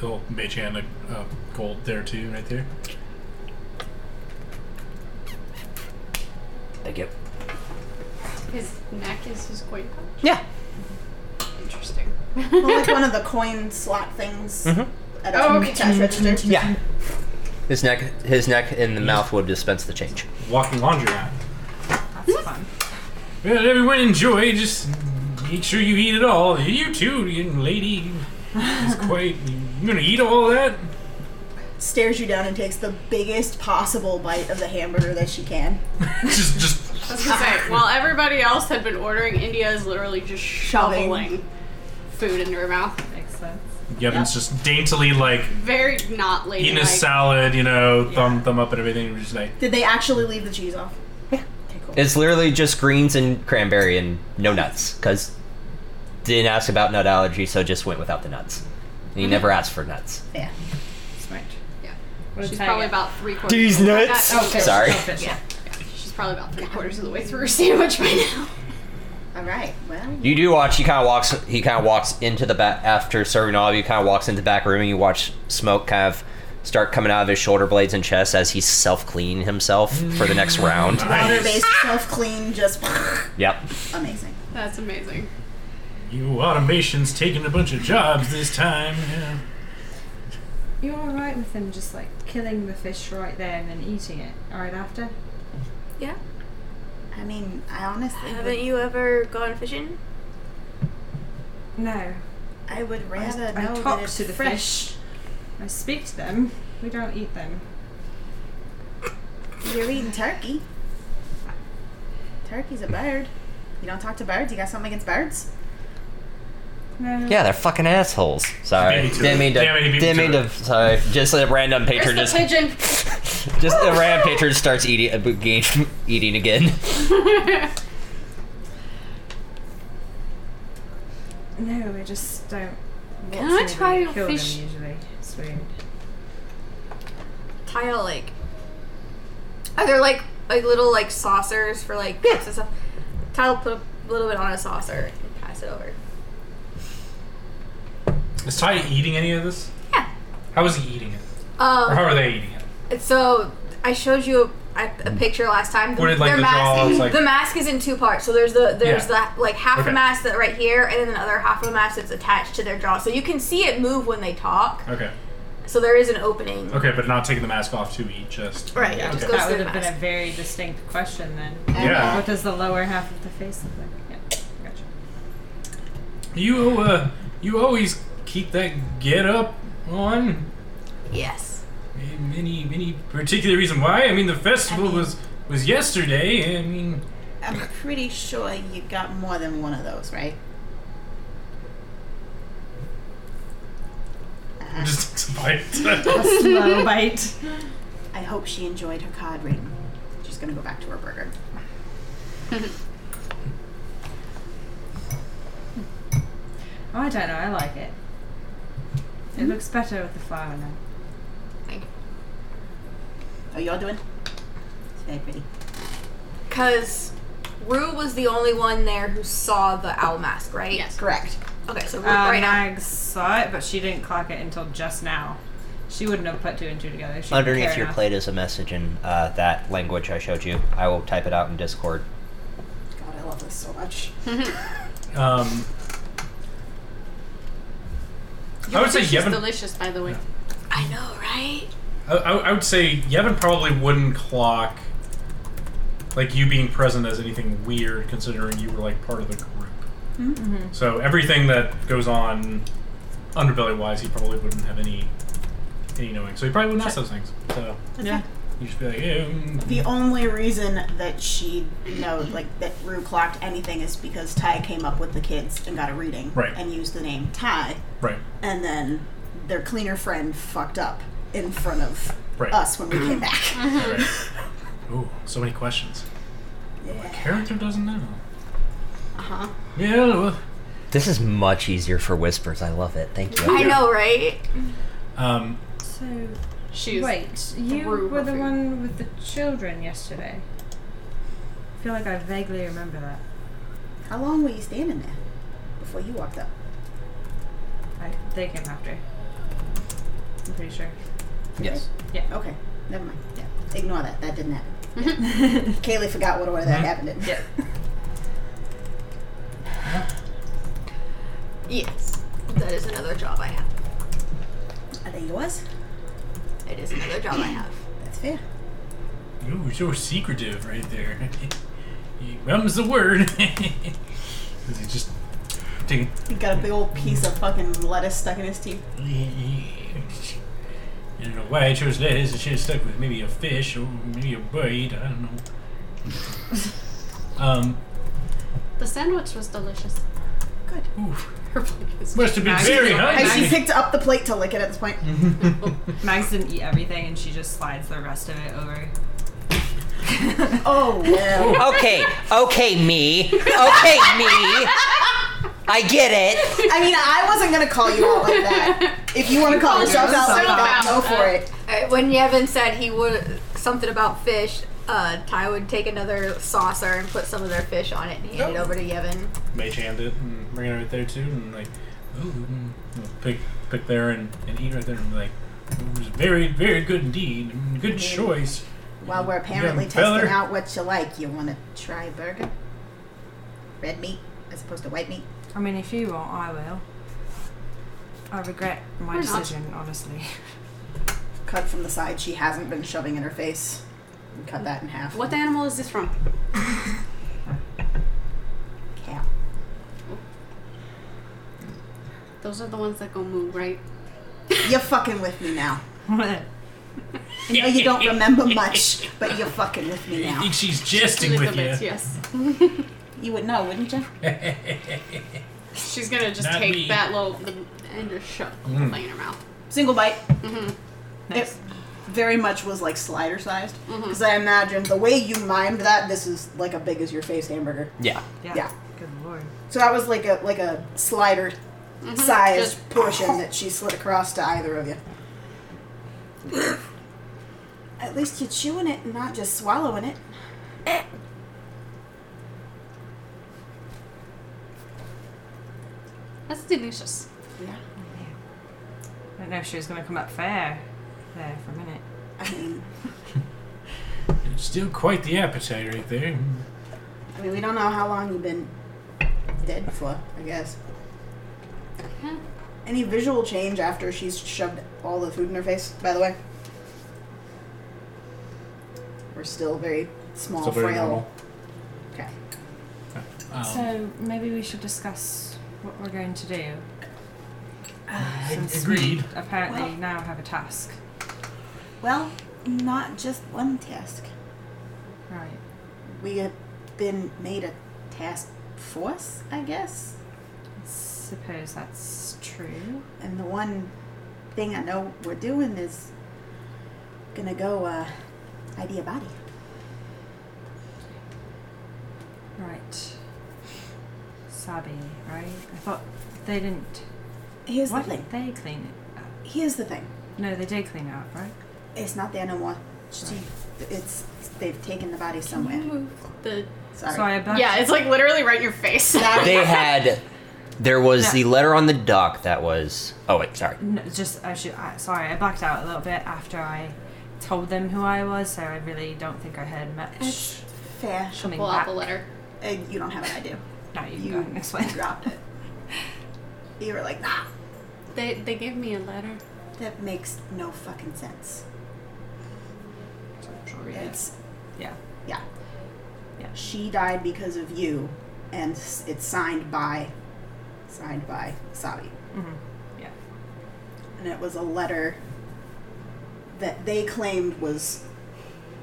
Oh, Mei Chan, a, a gold there too, right there. Thank you. His neck is his coin pouch. Yeah. Interesting. Well, like one of the coin slot things at a Oh, okay. cash register. Yeah. His neck, his neck, and the mouth will dispense the change. Walking laundry mat. That's fun. Well, everyone enjoy. Just make sure you eat it all. You too, you lady. It's quite. You gonna eat all that? Stares you down and takes the biggest possible bite of the hamburger that she can. just, just. I was gonna say, while everybody else had been ordering, India is literally just Shoving. shoveling food into her mouth. Makes sense. Yevin's just daintily like Very not eating ladylike. his salad. You know, thumb thumb up and everything. We're just like, Did they actually leave the cheese off? Yeah. Okay, cool. It's literally just greens and cranberry and no nuts, because didn't ask about nut allergy, so just went without the nuts. He never asked for nuts. yeah. Smart. Yeah. What She's probably about three quarters. These nuts! Uh, Okay. Sorry. Yeah. She's probably about three quarters of the way through her sandwich by now. All right. Well, You do watch. He kind of walks. He kind of walks into the back after serving all of you. Kind of walks into the back room, and you watch smoke kind of start coming out of his shoulder blades and chest as he's self cleaning himself for the next round. water-based self-clean, just Yep. amazing. That's amazing. you automation's taking a bunch of jobs this time. Yeah. You're all right with them just like killing the fish right there and then eating it right after. Yeah. I mean, I honestly, would- Haven't you ever gone fishing? No. I would I, rather I know that talk Uh, it's to the fresh. fish. I speak to them. We don't eat them. You're eating turkey. Turkey's a bird. You don't talk to birds. You got something against birds? No. Yeah, they're fucking assholes. Sorry. Damn you to Didn't it. mean to. Damn you to Didn't it. mean to. Sorry. Just a random patron There's just. the pigeon. Just a random patron starts eating. uh, Game, eating again. No, we just don't. Can I try a kill fish? Them usually. It's weird. Tile like are there like like little like saucers for like cups and stuff? Tile put a little bit on a saucer and pass it over. Is Ty eating any of this? Yeah. How is he eating it? Or how Um, are they eating it? so I showed you a, I- a picture last time. Mm. What did, like, Their the mask, jaws, like- the mask is in two parts. So there's the there's Yeah. the like half Okay. a mask that right here, and then the other half of the mask that's attached to their jaw. So you can see it move when they talk. Okay. So there is an opening. Okay, but not taking the mask off to eat, just. Right. Yeah, it just okay. goes That through would the have been a mask. very distinct question then. Yeah. What does the lower half of the face look like? Yeah, gotcha. You, uh, you always keep that get up on. Yes. Any, any particular reason why? I mean, the festival was was yesterday. I mean, I'm pretty sure you got more than one of those, right? just bite. A slow bite. I hope she enjoyed her card ring. She's gonna go back to her burger. Oh, I don't know. I like it. It looks better with the flower now. Are y'all doing? It's very pretty. Because Rue was the only one there who saw the owl mask, right? Yes. Correct. Okay, so Rue Uh, right now. Mag saw it, but she didn't clock it until just now. She wouldn't have put two and two together. She didn't Underneath care your enough. plate is a message in uh, that language I showed you. I will type it out in Discord. God, I love this so much. Um, I would say She's Yevon. delicious, by the way. I know, right? I, I I would say Yevon probably wouldn't clock like you being present as anything weird, considering you were like part of the group. So everything that goes on underbelly wise, he probably wouldn't have any any knowing. So he probably wouldn't ask those things. So Yeah. you just be like, eh, mm, The only reason that she knows, like, that Rue clocked anything is because Ty came up with the kids and got a reading Right. and used the name Ty, right, and then their cleaner friend fucked up in front of Right. us when we came back. right. Ooh, so many questions. My character doesn't know. Uh Uh-huh. huh. Yeah. well, This is much easier for whispers. I love it. Thank you. I know, right? Um, So She is. wait, you through were her the food. one with the children yesterday. I feel like I vaguely remember that. How long were you standing there before you walked up? I, they came after. I'm pretty sure. Yes. Okay, never mind. Yeah, ignore that. That didn't happen. Kaylee forgot what order that happened in. Yeah. Yes. That is another job I have. I think it was. It is another job I have. That's fair. Ooh, so secretive right there. He mum's the word. Is he just taking? He got a big old piece of fucking lettuce stuck in his teeth. I don't know why I chose lettuce. I should have stuck with maybe a fish or maybe a bite. I don't know. um, The sandwich was delicious. Good. oof. Her plate is. must have been Nice. very Hey, she hungry. picked up the plate to lick it at this point. Mags didn't eat everything, and she just slides the rest of it over. Oh well. Okay, okay, me. Okay, me. I get it. I mean, I wasn't gonna call you out like that. If you want to call yourself out like that, go for it. Alright, Uh, when Yevon said he would something about fish, uh, Ty would take another saucer and put some of their fish on it and hand it over to Yevon. Mage hand it and bring it right there too, and like, ooh, mm, pick pick there and, and eat right there, and be like, it was very very good indeed. Mm, Good choice. While we're apparently Young testing feller. out what you like, you want to try burger? Red meat as opposed to white meat. I mean, if you won't, I will. I regret my We're not. decision, honestly. Cut from the side. She hasn't been shoving in her face. We Cut that in half. What animal is this from? Cow. Those are the ones that go moo, right? You're fucking with me now. I I know you don't remember much, but you're fucking with me I now. think she's jesting with you. Elizabeth, yes. You would know, wouldn't you? She's gonna just Not take me. Mm. that little the, and just shove the plate in her mouth. Single bite. It very much was like slider sized. Because I imagine the way you mimed that, this is like a big as your face hamburger. Yeah. Yeah. Good lord. So that was like a like a slider sized Just- portion that she slid across to either of you. At least you're chewing it and not just swallowing it. That's delicious. Yeah. I don't know if she was going to come up fair there for a minute. I mean, Still quite the appetite right there. I mean, we don't know how long you've been dead for. I guess. Any visual change after she's shoved all the food in her face? By the way, we're still very small, Still very Oh, frail. normal. Okay. Um, So maybe we should discuss what we're going to do. Since agreed. We apparently Well- now have a task. Well, not just one task. Right. We have been made a task force, I guess. Suppose that's true. And the one thing I know we're doing is gonna go uh, idea body. Right. Sabi, right? I thought they didn't. Here's Why the thing. didn't they clean it up? Here's the thing. No, they did clean it up, right? It's not there no more. She, it's they've taken the body somewhere. Move the. Sorry. So I about Yeah, it's like literally right in your face. Sorry. They had. There was No. the letter on the dock that was. Oh wait, sorry. No, just I should. I, sorry, I blacked out a little bit after I told them who I was, so I really don't think I heard much. Fair. Coming Pull out back. the letter. Uh, you don't have an idea. No, you, You go ahead and explain. dropped it. You were like, ah, They they gave me a letter. that makes no fucking sense. She'll read it. It's Yeah. yeah. Yeah. She died because of you, and s- it's signed by, signed by Sabi. hmm Yeah. and it was a letter that they claimed was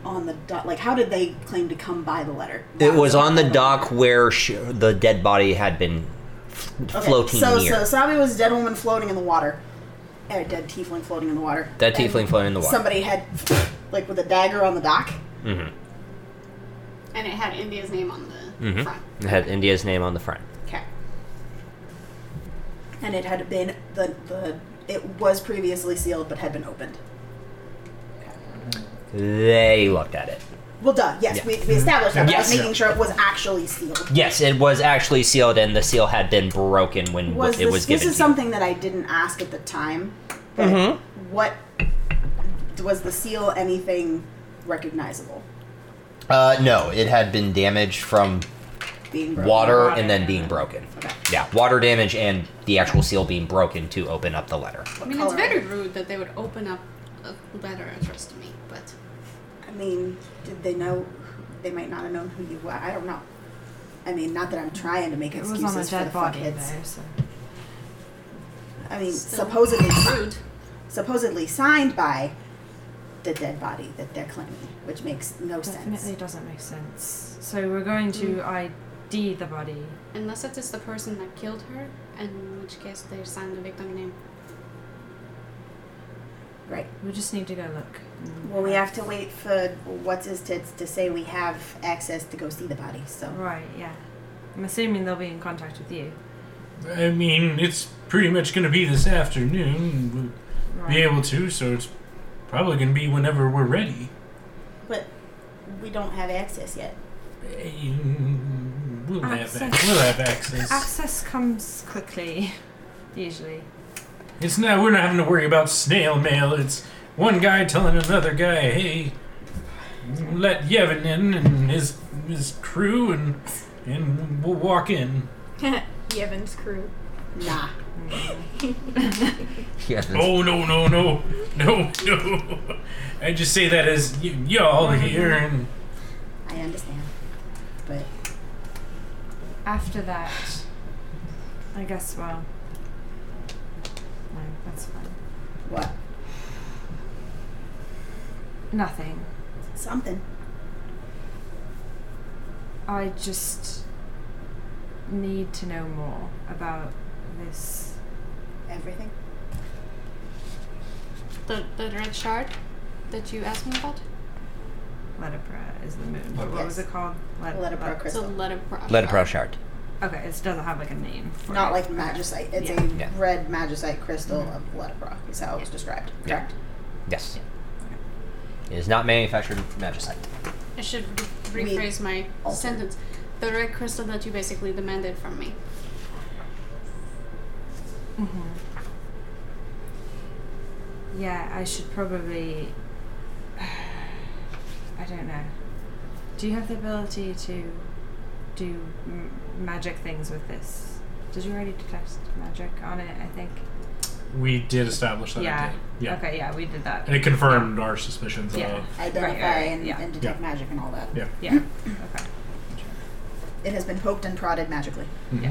on the dock. Like, how did they claim to come by the letter? It was on the dock where sh the dead body had been f- Okay, floating So, near. so Sabi was a dead woman floating in the water, a dead tiefling floating in the water. Dead And tiefling floating in the water. Somebody had, like, with a dagger on the dock. Mhm. And it had India's name on the Mm-hmm. Mhm. front. It had India's name on the front. Okay. And it had been the the it was previously sealed but had been opened. They looked at it. Well, duh. Yes, Yeah. we, we established that. but I was Yes. Mm-hmm. making sure it was actually sealed. Yes, it was actually sealed, and the seal had been broken when w- was it this, was this given. is to you. something that I didn't ask at the time. but Mm-hmm. What was the seal? Anything recognizable? Uh, no, it had been damaged from Being broken? water Water. and then being broken. Okay. Yeah, water damage and the actual seal being broken to open up the letter. I mean, Color. it's very rude that they would open up a letter addressed to me, but I mean, did they know? who- They might not have known who you were. I don't know. I mean, not that I'm trying to make It excuses was on a for the dead body, fuckheads. though. So. I mean, still supposedly, rude. supposedly signed by the dead body that they're claiming, which makes no Definitely sense. Mm. doesn't make sense. So we're going to ID the body. Unless it is the person that killed her, in which case they sign the victim name. Right. We just need to go look. Well, we have to wait for what's his tits to say we have access to go see the body. So Right, yeah. I'm assuming they'll be in contact with you. I mean, it's pretty much going to be this afternoon. We'll be Right. able to, so it's probably going to be whenever we're ready. But we don't have access yet. Um, We'll have, ac- Access. we'll have access. Access comes quickly, usually. It's not. We're not having to worry about snail mail. It's one guy telling another guy, "Hey, let Yevon in and his his crew, and and we'll walk in." Yevin's crew. Nah. Yeah, Oh no no no no no! I just say that as y- y'all Mm-hmm. here, and I understand. But After that, I guess, well. No, that's fine. what? Nothing. Something. I just need to know more about this. Everything. The, the red shard that you asked me about? Letterpra is the moon. But what was Yes. it called? Let- Letterpro let- It's a crystal. letter pro- Letter pro shard. Okay, it doesn't have like a name. For Not it. like magicite. It's Yeah. a Yeah. red magicite crystal of letterpro. Is how it was described. Yeah. Correct. Yes. It is not manufactured magicite. I should re- We- rephrase my Alter. sentence. The red crystal that you basically demanded from me. Mm-hmm. Yeah, I should probably. I don't know. Do you have the ability to do m- magic things with this? Did you already detect magic on it? I think. we did establish that. it Yeah. did. Yeah. Okay, yeah, we did that. And it confirmed our suspicions Yeah. of. Identify Right, right, and, yeah. and detect Yeah. magic and all that. Yeah. Yeah. Okay. It has been poked and prodded magically. Mm-hmm.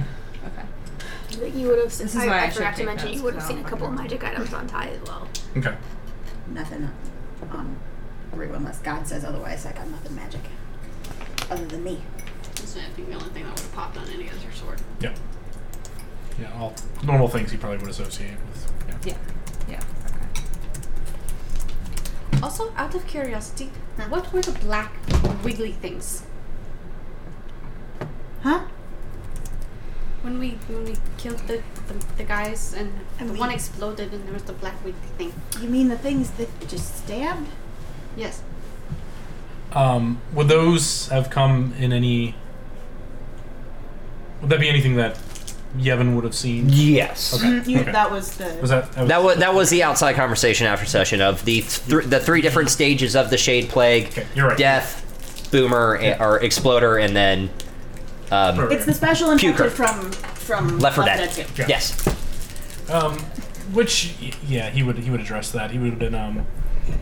Okay. That you would have. This is why I should forgot to take mention notes, you would have 'cause I seen a don't couple of fucking magic items on Ty as well. mm-hmm. Okay. Nothing on Rue unless God says otherwise. I got nothing magic. Other than me. That's, I think, the only thing that would have popped on any other sword. Yeah. Yeah. All normal things he probably would associate with. Yeah. Yeah. Yeah. Okay. Also, out of curiosity, Hmm. what were the black wiggly things Huh? when we when we killed the the, the guys and And the we- one exploded and there was the black wiggly thing? You mean the things that just stabbed? Yes. Um, would those have come in any? Would that be anything that Yevon would have seen? Yes. Okay. Mm, You, okay. That was the. was that. That was that was the outside conversation after session of the th- the three different stages of the shade plague: Okay, you're right. death, boomer, a- or exploder, and then um, it's the special infected Puker. from from left for Left dead. Dead 2. Yeah. Yes. Um, which y- yeah, he would he would address that. He would have been um,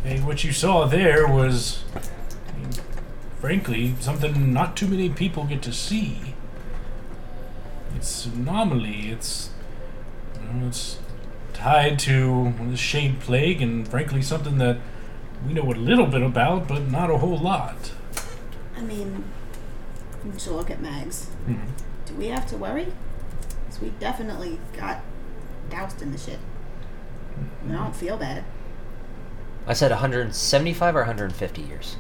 hey, what you saw there was, I mean, frankly, something not too many people get to see. It's an anomaly. It's you know, it's tied to the shade plague, and frankly, something that we know a little bit about, but not a whole lot. I mean, to look at Mags. Mhm. Do we have to worry? Because we definitely got doused in the shit. And I don't feel bad. I said 175 or 150 years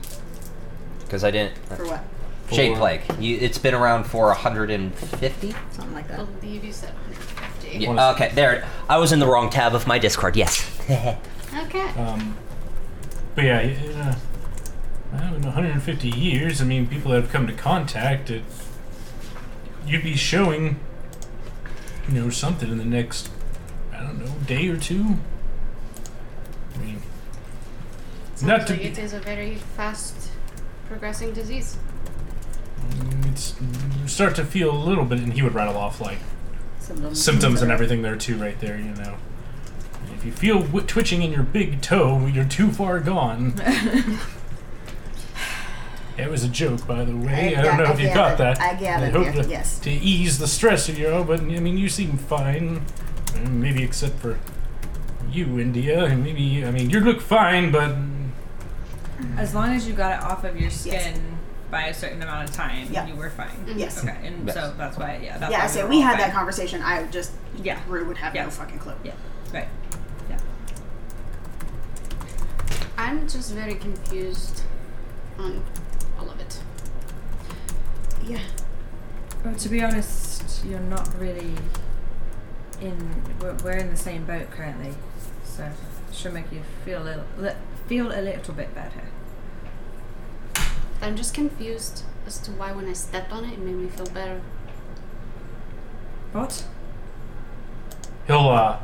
because I didn't uh, For what? shade For- plague. You, it's been around for 150. Something like I that. believe you said 150. Yeah, okay, there. I was in the wrong tab of my Discord. Yes. Okay. Um, but yeah, it, uh, well, in 150 years, I mean, people that have come to contact it, you'd be showing, you know, something in the next, I don't know, day or two. I mean, not Sounds to like be- it is a very fast progressing disease. it's you start to feel a little bit, and he would rattle off like Symptoms. symptoms and everything there too, right there, you know. If you feel w- twitching in your big toe, you're too far gone. it was a joke, by the way. I I, don't got- know I if you gathered- got that. I gathered, hope yeah, to, yes. To ease the stress of your, oh, but I mean, you seem fine. Uh, Maybe except for you, India. and Maybe I mean, you look fine, but As long as you got it off of your skin Yes. by a certain amount of time, Yeah. Mm-hmm. you were fine. Yes. Okay. And Yes. so that's why, yeah. That's Yeah, why I say were we all had fine. that conversation. I just Yeah. Rue would have Yeah. no fucking clue. Yeah. Right. I'm just very confused on all of it. Yeah. Well, to be honest, you're not really in. We're, we're in the same boat currently, so should make you feel a little, li- feel a little bit better. I'm just confused as to why when I stepped on it, it made me feel better. What? he'll uh,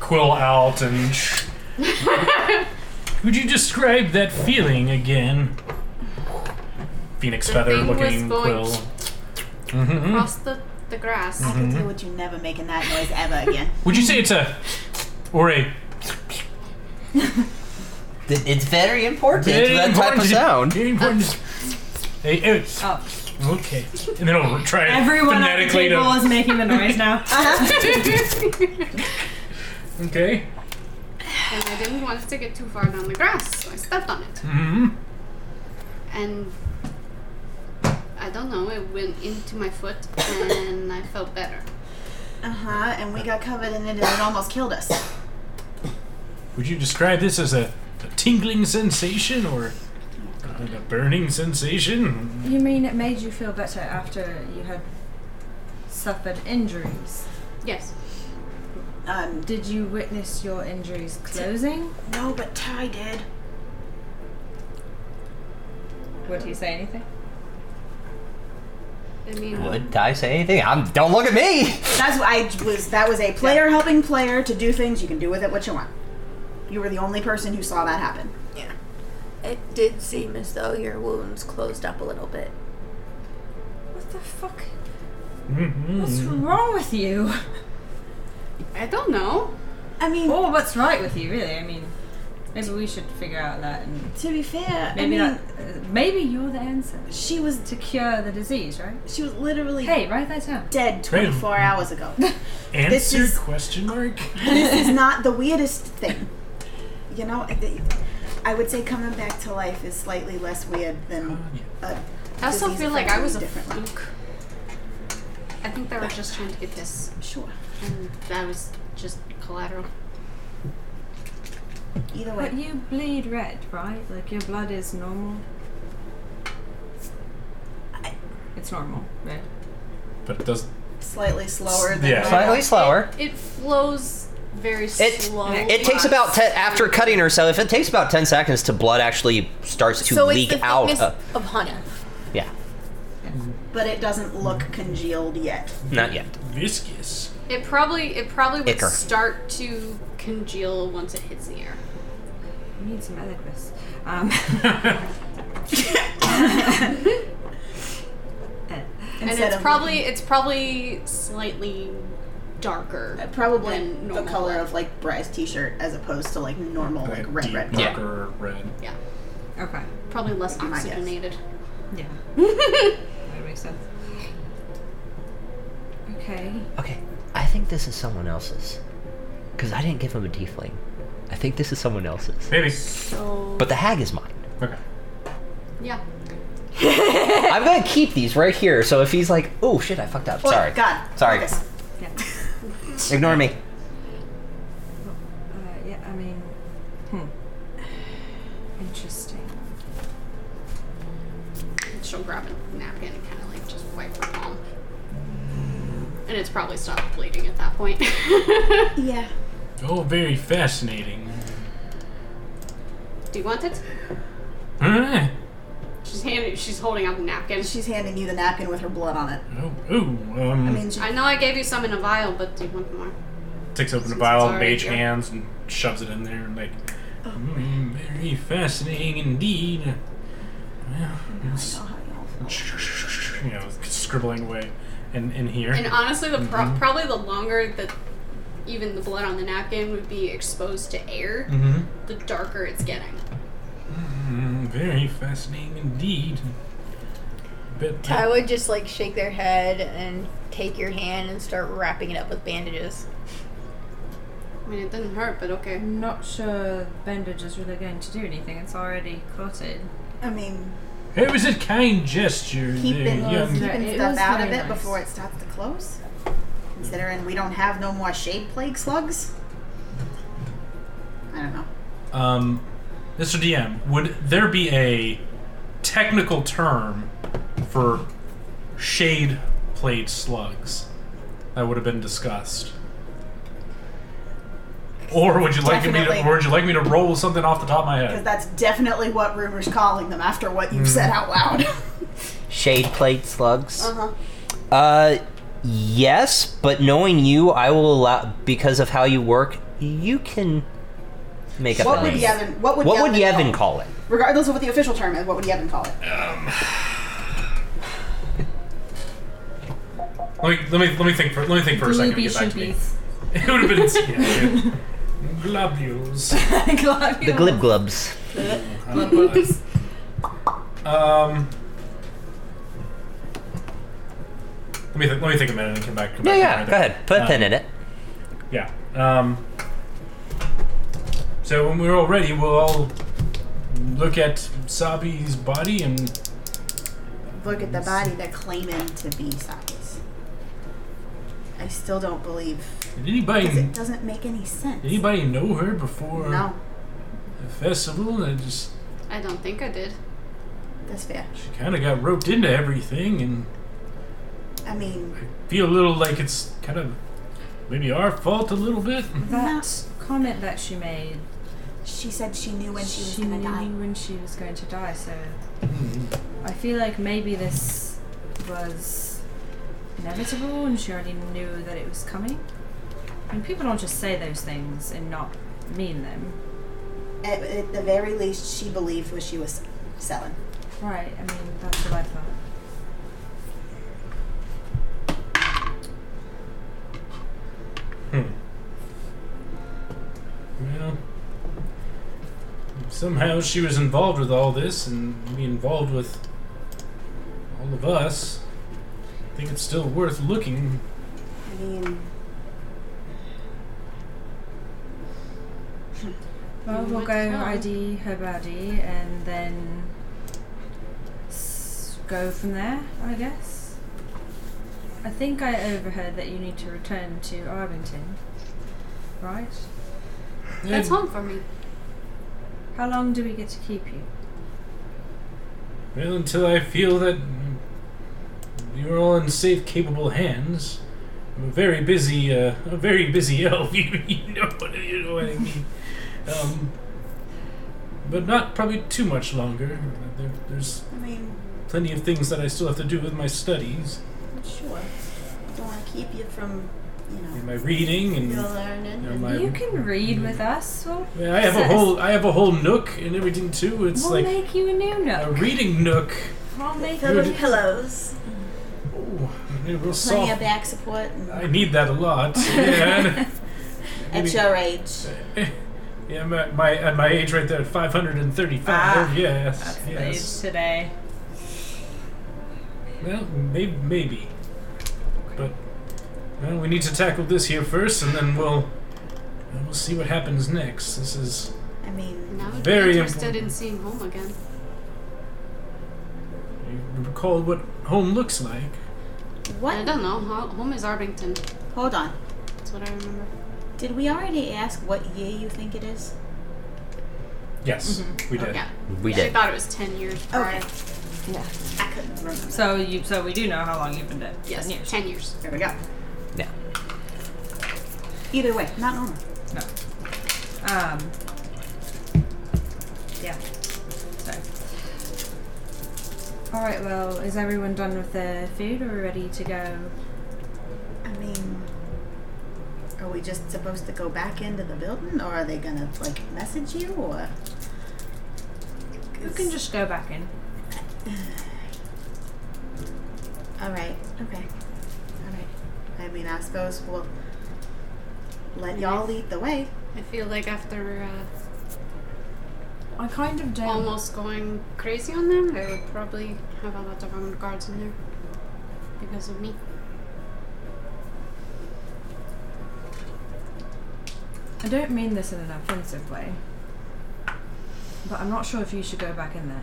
quill out and. Could you describe that feeling again? Phoenix The feather thing was looking going quill. hmm Across the, the grass. Mm-hmm. I can deal with you never making that noise ever again. Would you say it's a or a It's very important. very that type of important- sound. very important- a- it's- Oh, okay. And then I'll try everyone at the phonetically to- table is making the noise now. Okay. and I didn't want to get too far down the grass, so I stepped on it. hmm And I don't know, it went into my foot and I felt better. Uh huh. And we got covered in it, and it almost killed us. Would you describe this as a, a tingling sensation or uh, a burning sensation? you mean it made you feel better after you had suffered injuries? Yes. Um, Did you witness your injuries closing? no, but Ty did. Would he say anything? I mean, Would I say anything? I'm, don't look at me. That's what I was. That was a player helping player to do things. You can do with it what you want. You were the only person who saw that happen. It did seem as though your wounds closed up a little bit. What the fuck? Mhm. Mm-hmm. What's wrong with you? I don't know. I mean, Or what's right with you, really? I mean, maybe we should figure out that, and to be fair, I maybe mean, that, uh, maybe you're the answer she was to cure the disease, right? she was literally Hey, write that down. dead 24 hours ago. This Answer is- question mark. It's not the weirdest thing. You know, I think- I would say coming back to life is slightly less weird than a I also disease feel like I was a affecting you differently. fluke. I think they were just trying to get this, Sure. and that was just collateral. Either But way, you bleed red, right? Like your blood is normal. It's normal, red. But it doesn't. slightly slower than Yeah. normal. Slightly slower. It flows very It- slowly. It takes about ten after cutting herself. It takes about ten seconds to blood actually starts to so leak it's the out. thickness of- of honey. yeah, but it doesn't look congealed yet. not yet. Viscous. It probably it probably would Icker. start to congeal once it hits the air. You need some Eliquis. Um, and Instead it's of probably it's probably slightly darker. Probably Than the normal color red. of like Bri's t-shirt as opposed to like normal like red deep red. Yeah. darker red. Yeah, okay. probably less my guess. oxygenated. Yeah. that makes sense. Okay. Okay, I think this is someone else's, because I didn't give him a tiefling. I think this is someone else's. Maybe. So But the hag is mine. Okay. yeah, I'm gonna keep these right here. So if he's like, "Oh shit, I fucked up," Oh, sorry, God. sorry, Focus. Yeah. ignore me. Uh, yeah. I mean, hmm. Interesting. she'll grab a napkin and kind of like just wipe her palm. And it's probably stopped bleeding at that point. Yeah. Oh, very fascinating. Do you want it? Alright. She's handing, she's holding up a napkin. She's handing you the napkin with her blood on it. Hmm. Oh, ooh, um, I mean, she, I know I gave you some in a vial, but do you want more? takes open a it's vial of already mage here. hands and shoves it in there and like, Oh. "Mm, very fascinating indeed. Well, it's- oh, y'all. you know, scribbling away in, in here. And honestly, the pro- Mm-hmm. probably the longer that even the blood on the napkin would be exposed to air, mm-hmm. the darker it's getting. Mm, very fascinating indeed. Bet that- I would just like shake their head and take your hand and start wrapping it up with bandages. I mean, it didn't hurt, but okay. I'm not sure bandage is really going to do anything. It's already clotted. I mean, it was a kind gesture. keeping, there, young- very- keeping it stuff was out of very it nice. before it starts to close. Considering we don't have no more shade plague slugs. I don't know. Um, Mr. DM, would there be a technical term for shade played slugs that would have been discussed? Or would you like me to, Definitely. or would you like me to roll something off the top of my Because head? that's definitely what rumors calling them after what you've said Hmm. out loud. Shade plate slugs. Uh-huh. Uh, yes, but knowing you, I will allow because of how you work, you can make up what a would name. Yevon? What would what would Yevon Yevon call? call it? Regardless of what the official term is, what would Yevon call it? Let me let me let me think for let me think for a second to get back to me. It would have been yeah, yeah. globules. The glib glubs. Um, let me th- let me think a minute and come back. Come Yeah, yeah. back Go to my- ahead. Put a Uh, pin in it. Yeah. Um, so when we're all ready, we'll all look at Sabi's body and Look at the body they're claiming to be Saki's. I still don't believe did anybody because it doesn't make any sense. did anybody know her before No, the festival? I just I don't think I did. that's fair. she kind of got roped into everything, and I mean, I feel a little like it's kind of maybe our fault a little bit. That comment that she made, she said she knew when she was she gonna knew die. when she was going to die, so Mm-hmm. I feel like maybe this was inevitable and she already knew that it was coming. And people don't just say those things and not mean them. At, at the very least, she believed what she was selling. Right, I mean, that's what I thought. Hmm. somehow she was involved with all this and be involved with all of us. I think it's still worth looking. I mean, Well, we'll would go tell. ID her body and then s- go from there, I guess. I think I overheard that you need to return to Arlington, right? that's home for me. How long do we get to keep you? Well, until I feel that you're all in safe, capable hands. I'm a very busy, uh, a very busy elf. You, you know what you know what I mean. Um, but not probably too much longer. There, there's I mean, plenty of things that I still have to do with my studies, sure. Don't want to keep you from, you and know, my reading, and your you learning. know, my. you can read with us. We'll, Yeah, I have a Says- whole, I have a whole nook and everything too. It's we'll like make you a new a nook. reading nook. We'll make Filled you with pillows. Ooh, real Plenty of soft. back support. and- I need that a lot. Yeah. At your age. Yeah, my, my at my age right there, at 535. Ah, yes, That's the age yes. today. Well, maybe, maybe, but well, we need to tackle this here first, and then we'll and we'll see what happens next. This is I mean, Now I'd Very be interested important. in seeing home again. you recall what home looks like. I what? don't know. Ho- Home is Ardington. Hold on. That's what I remember. Did we already ask what year you think it is? Yes, Mm-hmm. we did. Yeah. We She did. thought it was 10 years prior. Okay. I couldn't remember. So you, so we do know how long you've been dead. Yes, 10 years. 10 years. There we go. Yeah. Either way, not normal. No. Um. Yeah. So. All right. Well, is everyone done with their food or ready to go? I mean, are we just supposed to go back into the building, or are they gonna like message you, or? You can just go back in. All right. Okay. All right. I mean, I suppose we'll let y'all lead the way. I feel like after uh, I kind of don't. almost going crazy on them, I would probably have a lot of armed guards in there because of me. I don't mean this in an offensive way, but I'm not sure if you should go back in there.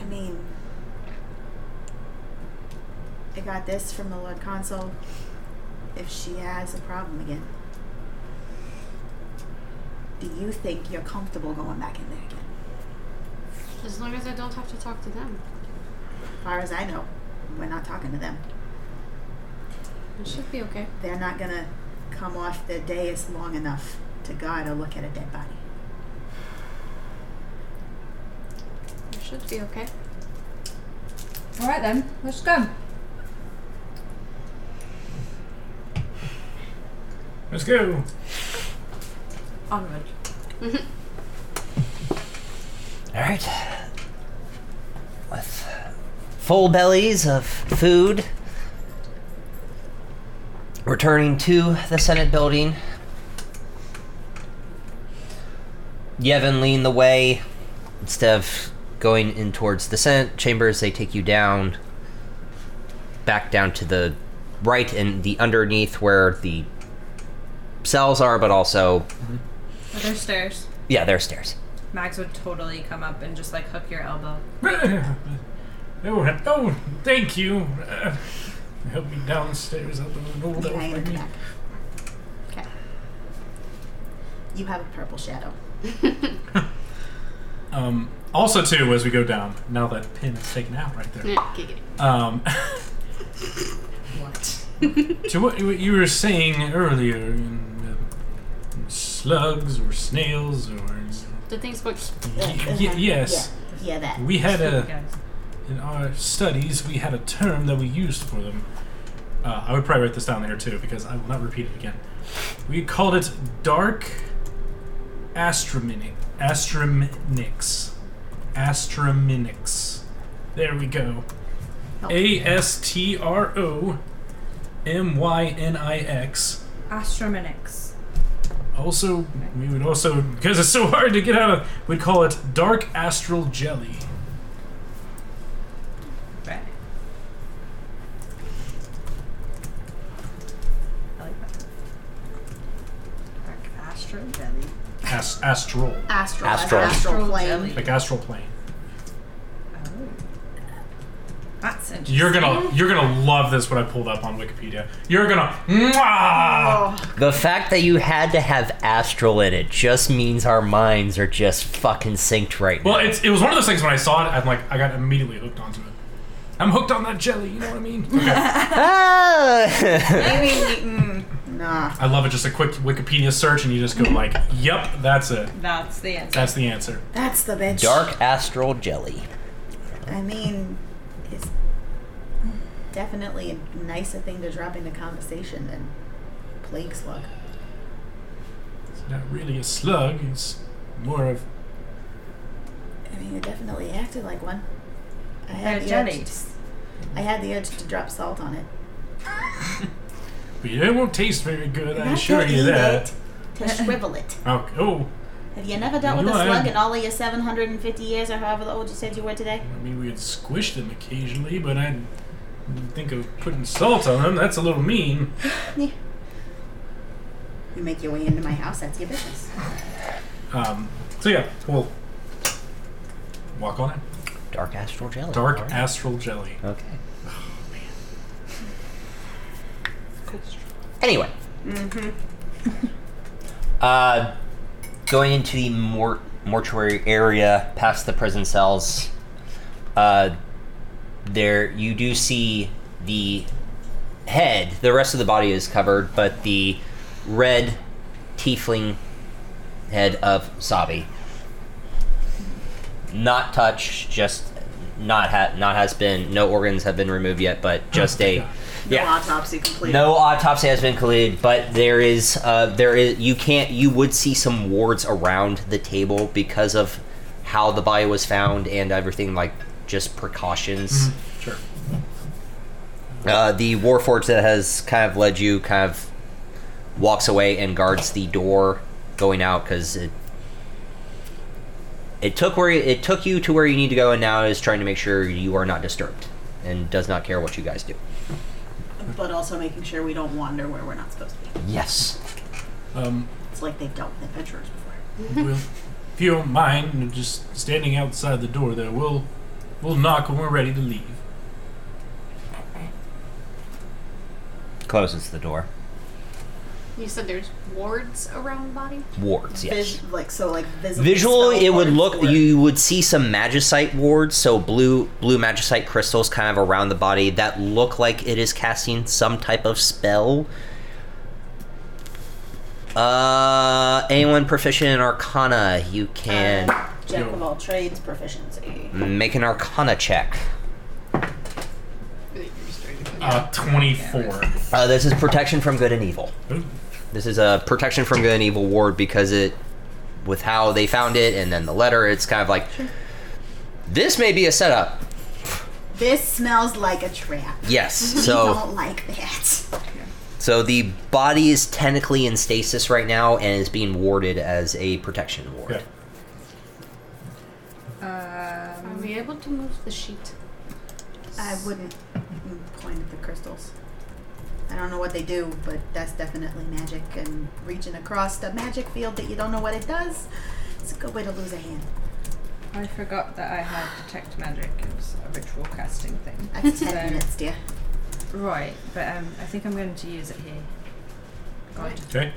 I mean, I got this from the Lord Consul. If she has a problem again, do you think you're comfortable going back in there again? As long as I don't have to talk to them. As far as I know, we're not talking to them. It should be okay. They're not gonna come off their dais long enough to guard or look at a dead body. It should be okay. All right then. Let's go. Let's go. Onward. All right. With full bellies of food, returning to the Senate building. Yevon lean the way. Instead of going in towards the Senate chambers, they take you down, back down to the right and the underneath where the cells are, but also, Are there stairs? yeah, there are stairs. Mags would totally come up and just like hook your elbow. oh, oh, thank you. Uh, help me downstairs. I don't know what Okay, else I I am need. back. Okay. You have a purple shadow. Um, also, too, as we go down, now that pin is taken out right there. Yeah, kick it. Mm. Um, what? to what what you were saying earlier, in, uh, slugs or snails or The things but y- y- yes, Yeah, that. we had a Guys. in our studies, we had a term that we used for them. Uh, I would probably write this down there too because I will not repeat it again. We called it dark astrominic, astrominics, astrominics. There we go. A S T R O M Y N I X. Astrominics. Also, we would also because it's so hard to get out of. We'd call it dark astral jelly. Right. I like that. Dark astro jelly. As- astral, Astral. Astral. Astral plane. jelly. like astral plane. Oh. That's interesting. You're gonna you're gonna love this. What I pulled up on Wikipedia. You're gonna. Mwah! Oh. The fact that you had to have astral in it just means our minds are just fucking synced right Well, now. it's, it was one of those things when I saw it, I'm like, I got immediately hooked onto it. I'm hooked on that jelly. You know what I mean? Okay. Ah! Maybe we- mm, nah. I love it. Just a quick Wikipedia search, and you just go like, "Yep, that's it. That's the answer. That's the answer." That's the bitch. Dark astral jelly. I mean, it's definitely a nicer thing to drop into conversation than plague slug. It's not really a slug. It's more of I mean, it definitely acted like one. I They're had, the urge, jellies. I had the urge to drop salt on it. But it won't taste very good, I Not assure to you eat that. it, to shrivel it. Oh, oh, Have you never dealt with You a slug are- in all of your 750 years or however old you said you were today? I mean, we could squish them occasionally, but I didn't think of putting salt on them. That's a little mean. You make your way into my house, that's your business. Um, so, yeah, we'll walk on it. Dark astral jelly. Dark All right. astral jelly. Okay. Anyway. Uh, going into the mor- mortuary area, past the prison cells, uh, there you do see the head. The rest of the body is covered, but the red tiefling head of Sabi not touched, just not ha- not has been. No organs have been removed yet, but just a God. yeah. autopsy complete. No autopsy has been completed, but there is uh, there is you can't you would see some wards around the table because of how the body was found and everything like just precautions. Sure. Uh, the warforged that has kind of led you kind of walks away and guards the door going out because it it took where it took you to where you need to go and now is trying to make sure you are not disturbed and does not care what you guys do. But also making sure we don't wander where we're not supposed to be. Yes. Um, It's like they've dealt with adventurers before. we'll, if you don't mind just standing outside the door there, we'll, we'll knock when we're ready to leave. Closes the door. You said there's wards around the body? Wards, yes. Vis- like so, like visible. Visually, spell it would cards look or- you would see some magicite wards, so blue blue magicite crystals kind of around the body that look like it is casting some type of spell. Uh, anyone proficient in Arcana, you can uh, Jack of all trades proficiency. make an Arcana check. Uh, 24. Uh, this is protection from good and evil. Ooh. This is a protection from good and evil ward because it, with how they found it and then the letter, it's kind of like this may be a setup. This smells like a trap. Yes, We so. don't like that. So the body is technically in stasis right now and is being warded as a protection ward. Yeah. Um, Are we able to move the sheet? I wouldn't point at the crystals. I don't know what they do, but that's definitely magic. And reaching across the magic field that you don't know what it does, it's a good way to lose a hand. I forgot that I had detect magic. It was a ritual casting thing. That's So- ten minutes, dear. Right, but um, I think I'm going to use it here. God. Okay.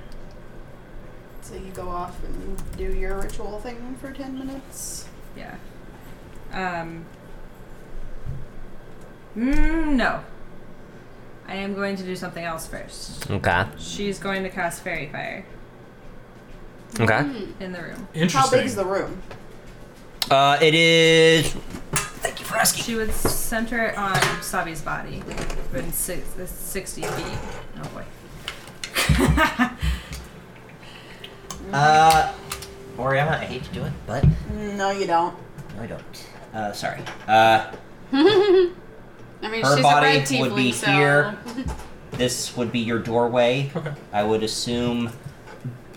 So you go off and you do your ritual thing for 10 minutes. Yeah. Um. Mm, no. I am going to do something else first. Okay. She's going to cast Fairy Fire Hmm. Okay. in the room. How Interesting. big is the room? Uh, it is. She would center it on Sabi's body within six, uh, 60 feet. Oh boy. Uh, Oriana, I hate to do it, but No, you don't. no, I don't. Uh, sorry. Uh, I mean, her she's a body red tiefling, would be so here. This would be your doorway. Okay. I would assume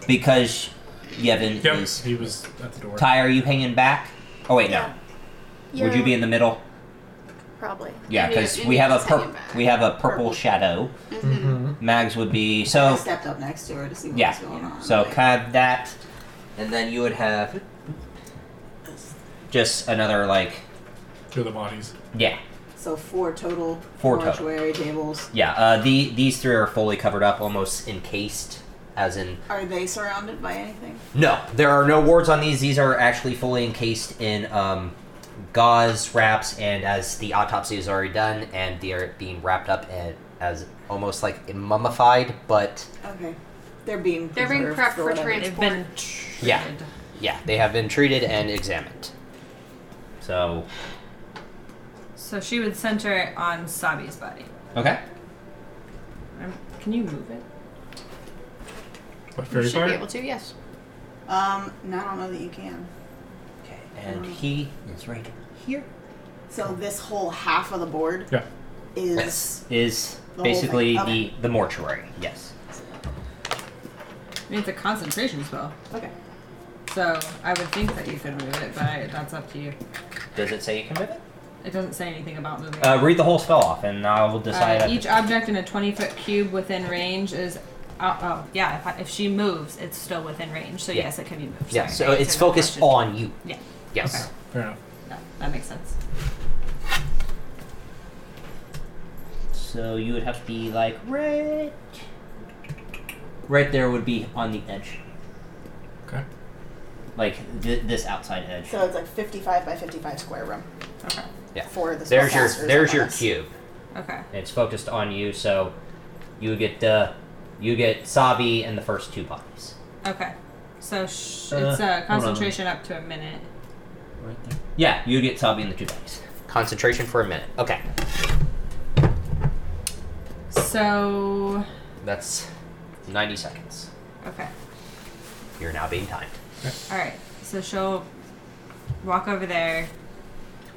because Yevon Yep, is. he was at the door. Ty, are you hanging back? Oh wait, no. Yeah. Would you be in the middle? Probably. Yeah, India- because we have a India's purp hanging back. we have a purple shadow. Mhm. Mags would be I so stepped up next to her to see what Oh. Yeah. was going on. so Like, kind of that, and then you would have just another like Two of the bodies. yeah so four total Four total. mortuary tables. yeah. Uh, the these three are fully covered up, almost encased, as in Are they surrounded by anything? No, there are no wards on these. These are actually fully encased in um, gauze wraps, and as the autopsy is already done, and they are being wrapped up and as almost like mummified, but Okay. They're being They're being preserved prepped for whatever. They've transport. been Yeah. treated. yeah, they have been treated and examined. So So she would center it on Sabi's body. okay, Um, Can you move it? What, You fairy should be fire? able to, yes. Um, no, I don't know that you can. okay, and he is right here. So this whole half of the board Yeah. is Yes, is The whole basically thing, okay. the the mortuary. Yes. I mean, it's a concentration spell. okay. So I would think that you could move it, but I, that's up to you. Does it say you can move it? It doesn't say anything about moving. it. Uh, read the whole spell off, and I will decide. Uh, at the- each object in a 20 foot cube within range is. Oh, oh yeah. If, I, if she moves, it's still within range. So Yeah. yes, it can be moved. yeah, Sorry, I so it's answered the focused question. on you. Yeah. Yes. Okay. Fair enough. No, that makes sense. So you would have to be like right. Right there would be on the edge, Okay. like th- this outside edge. So it's like 55 by 55 square room Okay. for the There's your spellcasters there's your among us. cube. Okay. And it's focused on you, so you get the you get Sabi and the first two bodies. Okay. So sh- Uh, it's a hold on. concentration up to a minute. Right there. Yeah, you get Sabi and the two bodies. Concentration for a minute. Okay, So that's ninety seconds. okay. You're now being timed. All right. So she'll walk over there.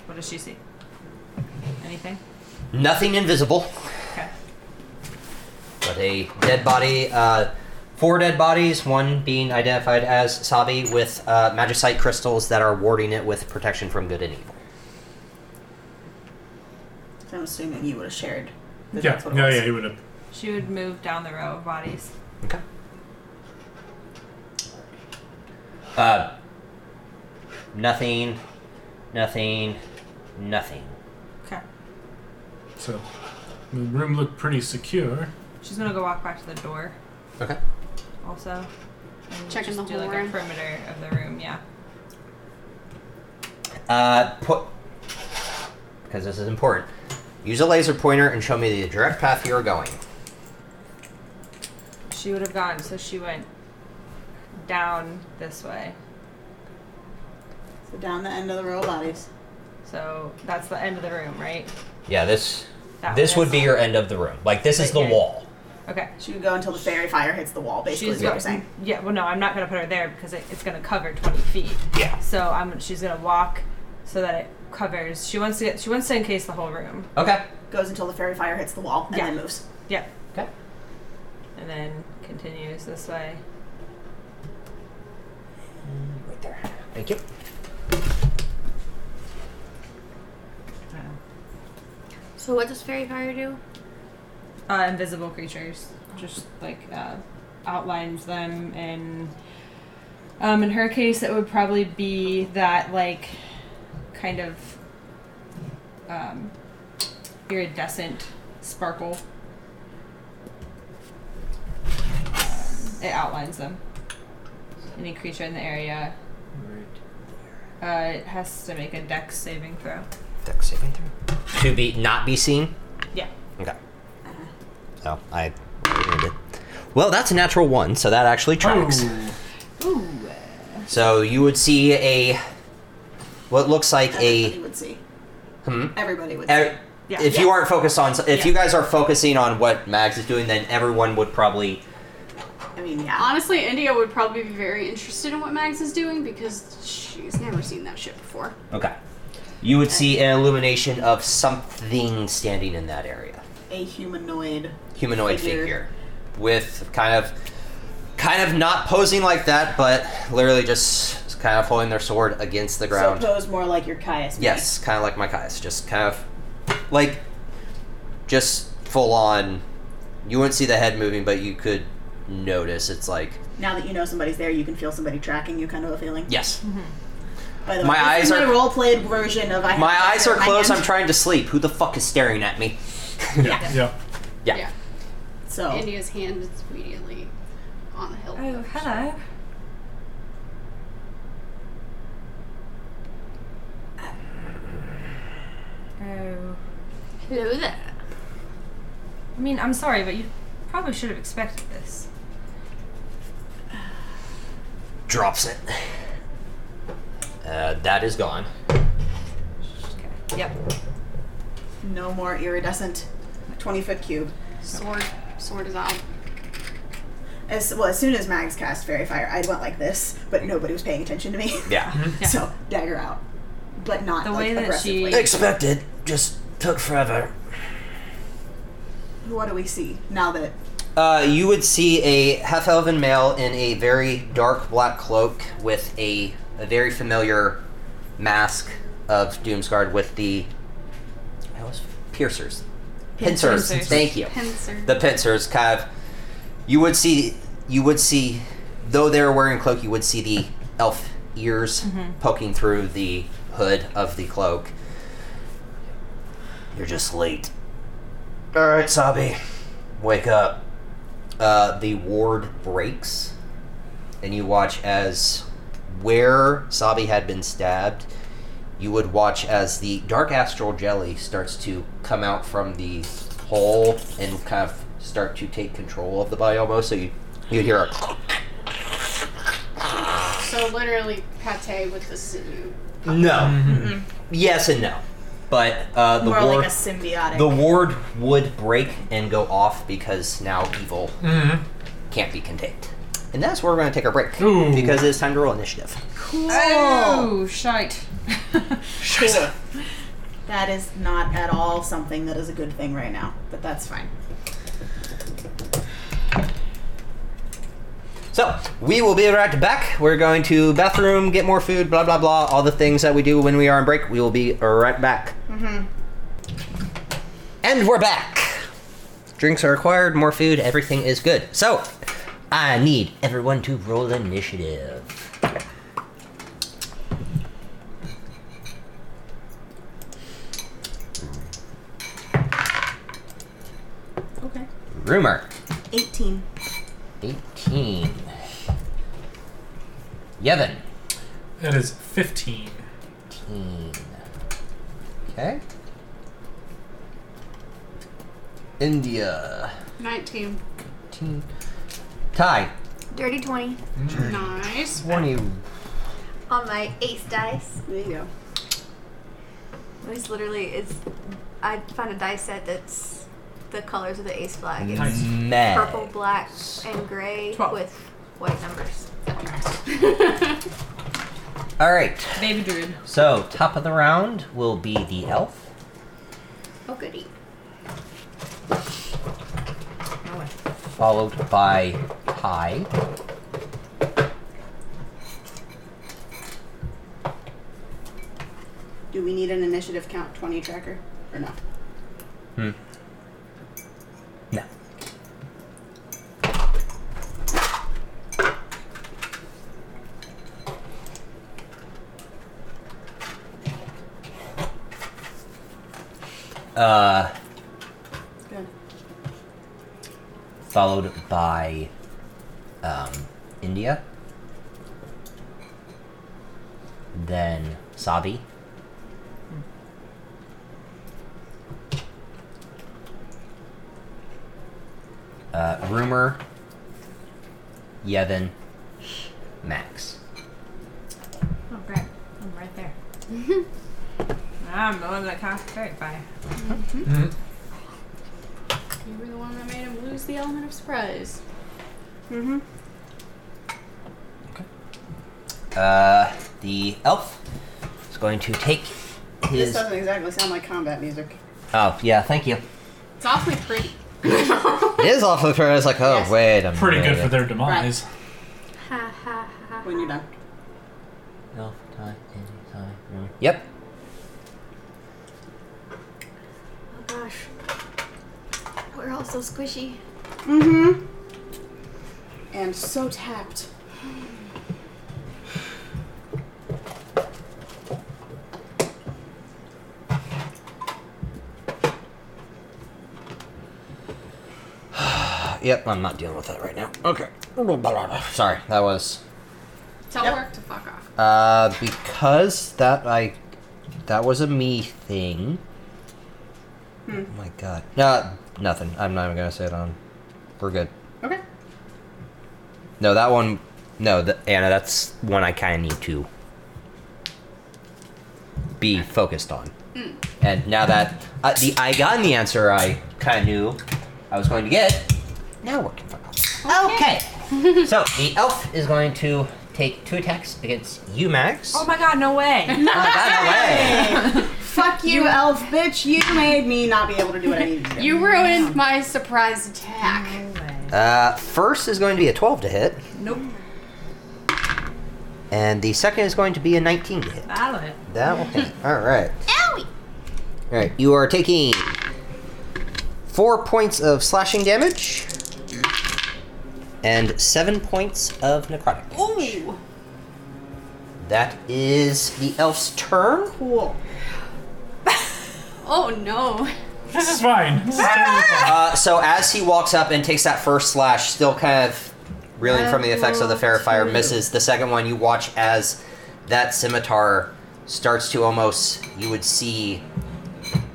What does she see? Anything? Nothing invisible. Okay. but a dead body, uh, four dead bodies, one being identified as Sabi with uh, magicite crystals that are warding it with protection from good and evil. So I'm assuming you would have shared. that Yeah. that's what it Yeah, was. yeah, he would have. She would move down the row of bodies. Okay. Uh, nothing, nothing, nothing. Okay. So the room looked pretty secure. She's gonna go walk back to the door. Okay. Also. And Checking just the do whole like a room. perimeter of the room. Yeah. Uh, put because this is important. Use a laser pointer and show me the direct path you are going. She would have gone. So she went down this way. So down the end of the row of bodies. So that's the end of the room, right? Yeah, this That this one would be is- your end of the room. Like this is Right the here. wall. Okay. She would go until the fairy fire hits the wall, basically, is what you're saying. Yeah, well, no, I'm not going to put her there because it, it's going to cover 20 feet. Yeah. So I'm, she's going to walk so that it covers. She wants to get, she wants to encase the whole room. Okay. Goes until the fairy fire hits the wall and Yeah. then moves. Yeah. Okay. And then continues this way. Right there. Thank you. So what does fairy fire do? Uh, invisible creatures, just like uh, outlines them, and um, in her case, it would probably be that like kind of um, iridescent sparkle. Um, it outlines them. Any creature in the area. Uh, it has to make a dex saving throw. Deck saving throw. To be not be seen. Yeah. Okay. So I. Well, that's a natural one, so that actually tracks. Oh, Ooh. So you would see a what looks like Everybody a. would see. Hmm? Everybody would see. Er- Yeah. if you aren't focused on, if Yeah. you guys are focusing on what Mags is doing, then everyone would probably. I mean, yeah. Honestly, India would probably be very interested in what Mags is doing because she's never seen that shit before. Okay. You would see an illumination of something standing in that area. a humanoid. humanoid Figure. figure with kind of ki kind of not posing like that, but literally just kind of holding their sword against the ground. So pose more like your Caius. might. Yes, kind of like my Kai's. Just kind of like just full on. You wouldn't see the head moving, but you could notice. It's like Now that you know somebody's there, you can feel somebody tracking you, kind of a feeling. yes, Mm-hmm. By the way, My this eyes is my are- role played version of I. have my my eyes are closed. I'm hand. trying to sleep. Who the fuck is staring at me? Yeah. yeah. Yeah. Yeah. So Oh. India's hand is immediately on the hill. Oh, hello. Oh. Hello there. I mean, I'm sorry, but you probably should have expected this. Drops it. Uh, that is gone. Okay. Yep. no more iridescent twenty foot cube. Sword, sword is out. As well, as soon as Mags cast Fairy Fire, I went like this, but nobody was paying attention to me. Yeah. so dagger out, but not The like, way that she- aggressively. Expected. Just took forever. What do we see now that Uh, you would see a half elven male in a very dark black cloak with a, a very familiar mask of Doomsguard with the. I was piercers. Pincers. Pincers. Thank you. Pincer. Oh! The pincers kind of. You would see. You would see. Though they were wearing cloak, you would see the elf ears poking through the hood of the cloak. You're just late. All right, Sabi, wake up. Uh, the ward breaks, and you watch as where Sabi had been stabbed. You would watch as the dark astral jelly starts to come out from the hole and kind of start to take control of the body almost. So you you'd hear a So literally pate with the sinew. no, Mm-hmm. yes and no, but uh, the more ward like a symbiotic? the ward would break and go off because now evil Mm. Mm-hmm. can't be contained. And that's where we're going to take our break Ooh. because it's time to roll initiative. Oh, shite. Cool. That is not at all something that is a good thing right now, but that's fine. So we will be right back. We're going to bathroom, get more food, blah blah blah, all the things that we do when we are on break. We will be right back. Mm-hmm. And we're back. Drinks are acquired, more food, everything is good. So I need everyone to roll initiative. Okay. Rumor. 18. 18. Yevon. That is 15. 18. Okay. India. 19. 18. Ty. Dirty 20 Hmm. Nice. 20. on my ace dice. There you go. It's literally, it's, I found a dice set that's the colors of the ace flag. It's Nice. Meg. purple, black, and gray Twelve. with white numbers. All right. Baby Druid. So, top of the round will be the elf. Oh, goody. followed by high. Do we need an initiative count 20 tracker or no? No. Uh, Good. followed by um, India, then Sabi. Uh, Rumor, Yevon, Max. Oh, great. I'm right there. I'm the one that cast Fairy Fire. You were the one that made him lose the element of surprise. Uh, the elf is going to take This his. doesn't exactly sound like combat music. Oh, yeah, thank you. It's awfully pretty. It is awful for us, like, oh, wait a Pretty minute. good for their demise. when you're done. Elf, time, in, time, room. Yep. Oh gosh. We're all so squishy. Mm-hmm. And so tapped. Yep, I'm not dealing with that right now. Okay. Sorry, that was Tell work to fuck off. uh because that I that was a me thing. Oh my god. No, nothing. I'm not even gonna say it on. We're good. Okay. No, that one. No, the, Anna, that's one I kind of need to be focused on. And now that uh, the I got the answer I kind of knew I was going to get, now we're confirmed. Okay. so the elf is going to take two attacks against you, Max. Oh my god, no way. Oh, by the way. Fuck you, elf bitch. You made me not be able to do what I needed to do. You ruined my surprise attack. Uh, first is going to be a 12 to hit, Nope. and the second is going to be a 19 to hit. That'll hit. That will hit. All right. All right. You are taking four points of slashing damage and seven points of necrotic. Ooh. That is the elf's turn. Cool. Oh no. This is fine. This is totally fine. Uh, so as he walks up and takes that first slash, still kind of reeling from the effects of the fair fire, misses the second one. You watch as that scimitar starts to almost, you would see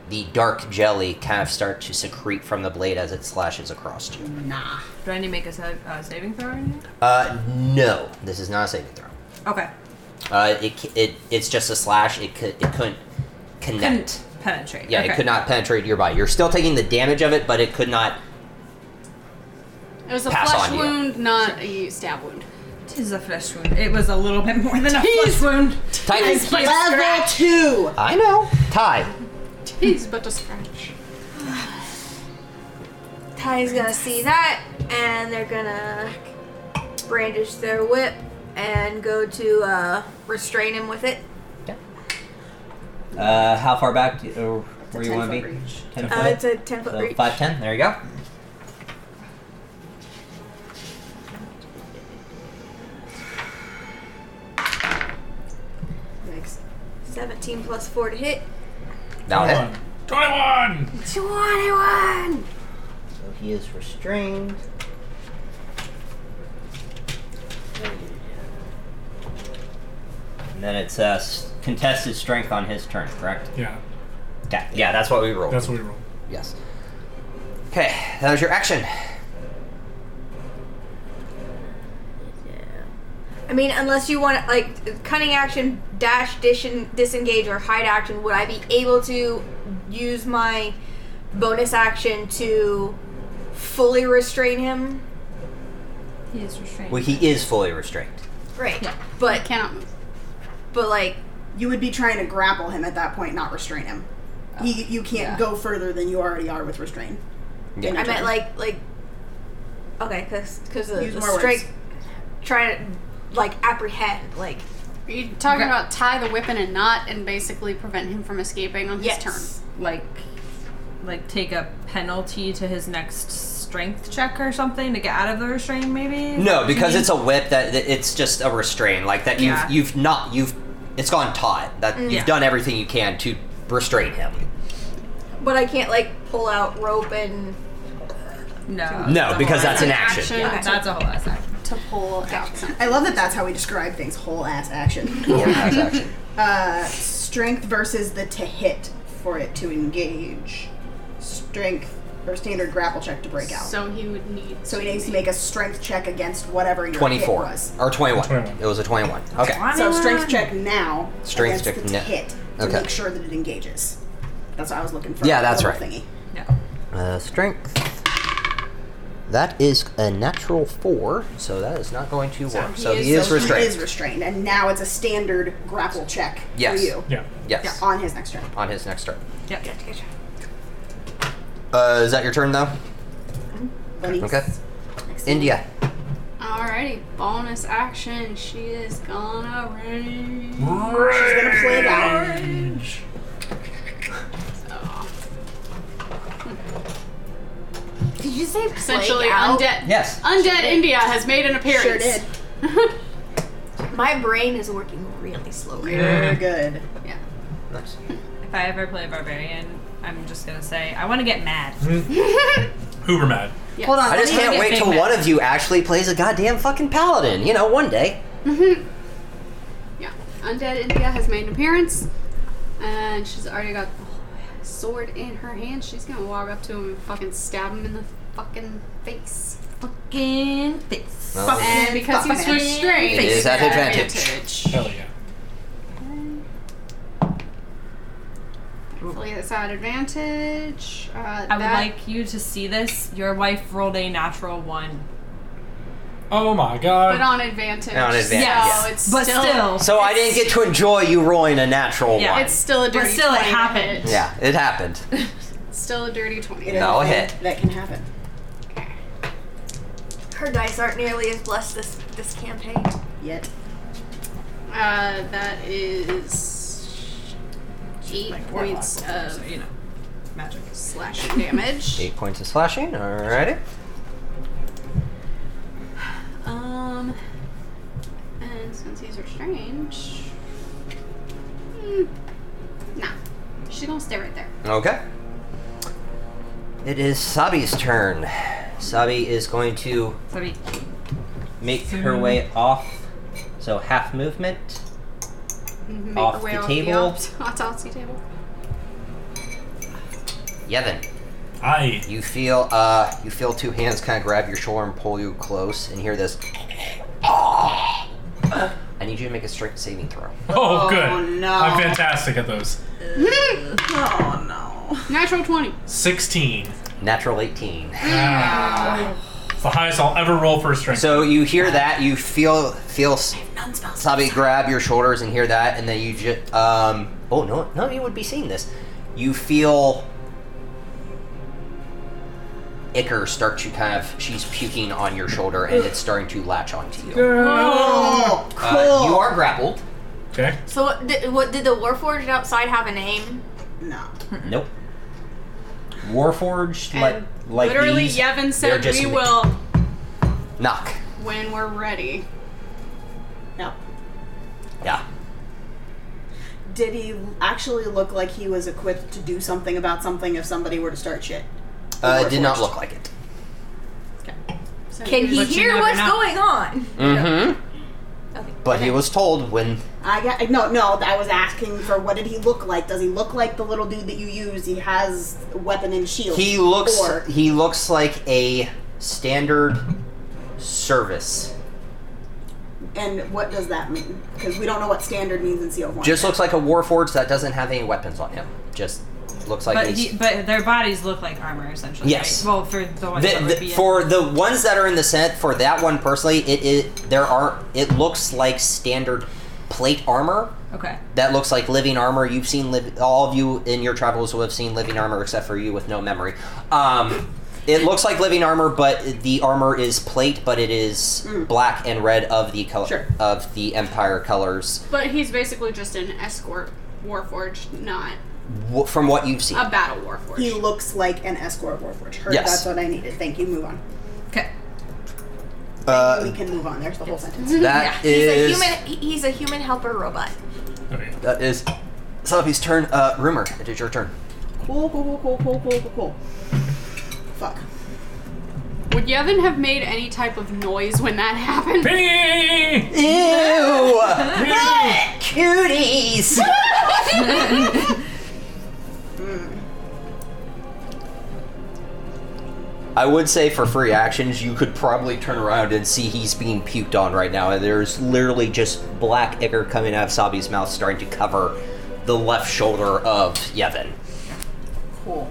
the dark jelly kind of start to secrete from the blade as it slashes across you. Nah. Do I need to make a sa- uh, saving throw or anything? Uh, no, this is not a saving throw. Okay. Uh, it, c- it it's just a slash. It could it couldn't connect. Penetrate. yeah, it Okay. could not penetrate your body. You're still taking the damage of it, but it could not. It was a Pass flesh on you. wound, not a stab wound. Tis a flesh wound. It was a little bit more than a flesh wound. Titan, Level two. I know. Tie. Jeez, but a scratch. Ty's gonna see that, and they're gonna brandish their whip and go to uh, restrain him with it. Uh, how far back do you, or where you want to be? Ten Uh, it's a 10 foot reach. five ten. There you go. Yikes. 17 plus 4 to hit. Now Twenty-one. hit. Twenty-one. 21! So he is restrained. And then it's uh, s- contested strength on his turn, correct? Yeah, Yeah, yeah, that's what we rolled. that's what we roll. yes. Okay, that was your action. I mean, unless you want to, like, cunning action, dash, dis- disengage, or hide action, would I be able to use my bonus action to fully restrain him? He is restrained. Well, he is fully restrained. Right. I But, cannot move. but like, You would be trying to grapple him at that point, not restrain him. Oh, He, you can't go further than you already are with restrain. Yeah. I meant like like okay, cause cause the, Use the more words. strike try to like apprehend like Are you talking about tie the whip in a knot and basically prevent him from escaping on his Yes. turn? like like take a penalty to his next strength check or something to get out of the restraint maybe No, because it's a whip that that it's just a restraint, like that. You've Yeah. you've not you've it's gone taut. That you've Yeah. done everything you can to restrain him. but I can't like pull out rope and no No, whole because that's ass an action. action. Yeah, that's a whole ass action To pull out something. I love that that's how we describe things whole ass action. Yeah, that's action. uh, strength versus the to hit for it to engage. Strength or standard grapple check to break out. So, So he would need he needs to make a strength check against whatever your hit Twenty-four was. or twenty-one. 21. It was a twenty-one. Okay. Ah. So strength check now. Strength against check the to now. hit to Okay. make sure that it engages. That's what I was looking for. Yeah, that that's little right. Thingy. no Uh, strength. That is a natural four, so that is not going to work. So he, is, So restrained. He is restrained, and now it's a standard grapple check Yes. for you Yeah. yes. on his next turn. On his next turn. yep Uh, is that your turn though? Bunny. Okay. India. Alrighty, bonus action. She is gonna rage. She's gonna play it out. Did you say Essentially, plague out? undead. Yes. Undead India has made an appearance. Sure did. My brain is working really slowly. Very good. Nice. If I ever play a barbarian, I'm just gonna say I want to get mad. Hoover mad. Hold on. I just me can't get wait big till man. one of you actually plays a goddamn fucking paladin. You know, one day. Yeah. Undead India has made an appearance, and she's already got the sword in her hand. She's gonna walk up to him and fucking stab him in the fucking face. Fucking face. Well, And because he's Fucking restrained, it is at advantage. advantage. Hell yeah. Hopefully, it's at advantage. Uh, I would like you to see this. Your wife rolled a natural one. Oh my but god. on advantage. On advantage, So Yes, Oh, it's but still, still, So I didn't get to enjoy you rolling a natural Yeah, one. it's still a dirty. but still, it 20 to happened. hit. yeah, it happened. Still a dirty twenty. is No, a it thing hit. That can happen. Her dice aren't nearly as blessed this this campaign. Yet. Uh, that is eight points So, of you know, magic. slashing damage. Eight points of slashing. Alrighty. Um, and since he's restrained, mm, nah, she's gonna stay right there. Okay. It is Sabi's turn. Sabi is going to Sorry. make her way off. So half movement. Make Off her the way off table. opt- autopsy table. Yevon, um, I. you feel uh you feel two hands kind of grab your shoulder and pull you close and hear this. I need you to make a strength saving throw. Oh, good. no. I'm fantastic at those. Oh no. Natural twenty. 16. Natural 18. Ah. It's the highest I'll ever roll for a strength. So you hear that, you feel feel Sabi grab your shoulders and hear that, and then you just um oh no no you would be seeing this. You feel Icker start to kind of she's puking on your shoulder and it's starting to latch onto you. Oh, cool. Uh, you are grappled. okay. So what did, what did the Warforged outside have a name? no. Hmm. Nope. Warforged like like Literally, these Yevon they're said just we ma- will knock. when we're ready. No. Yeah. Did he actually look like he was equipped to do something about something if somebody were to start shit? Uh, it did not Warforged. look like it. So Can he But you hear never what's know. going on? Mm-hmm. Okay. But he was told when I got no, no. I was asking for what did he look like? Does he look like the little dude that you use? He has a weapon and shield. He looks. Or, He looks like a standard service. and what does that mean? Because we don't know what standard means in CO1. Just looks like a warforged that doesn't have any weapons on him. Just looks like. But he's- he, but their bodies look like armor essentially. Yes. Right? Well, for the ones that The- would the- be in- for the ones that are in the Senate, for that one personally, it, it there are it looks like standard plate armor okay. that looks like living armor. You've seen liv- all of you in your travels will have seen living armor, except for you with no memory. Um, it looks like living armor, but the armor is plate, but it is Hmm. black and red of the color Sure. of the Empire colors. But he's basically just an escort warforged, not W- from what you've seen, a battle warforged. he looks like an escort warforged. Heard Yes. that's what I needed. Thank you. Move on. Okay. we uh, can move on. There's the whole sentence. that He's a is human. he- He's a human helper robot. Okay. that is Salafi's turn. Uh, rumor, it is your turn. Cool, cool, cool, cool, cool, cool, cool, cool. Fuck. Would Yevon have made any type of noise when that happened? Penny! Ew, cuties. Hmm. I would say for free actions, you could probably turn around and see he's being puked on right now, and there's literally just black ichor coming out of Sabi's mouth, starting to cover the left shoulder of Yevon. Cool.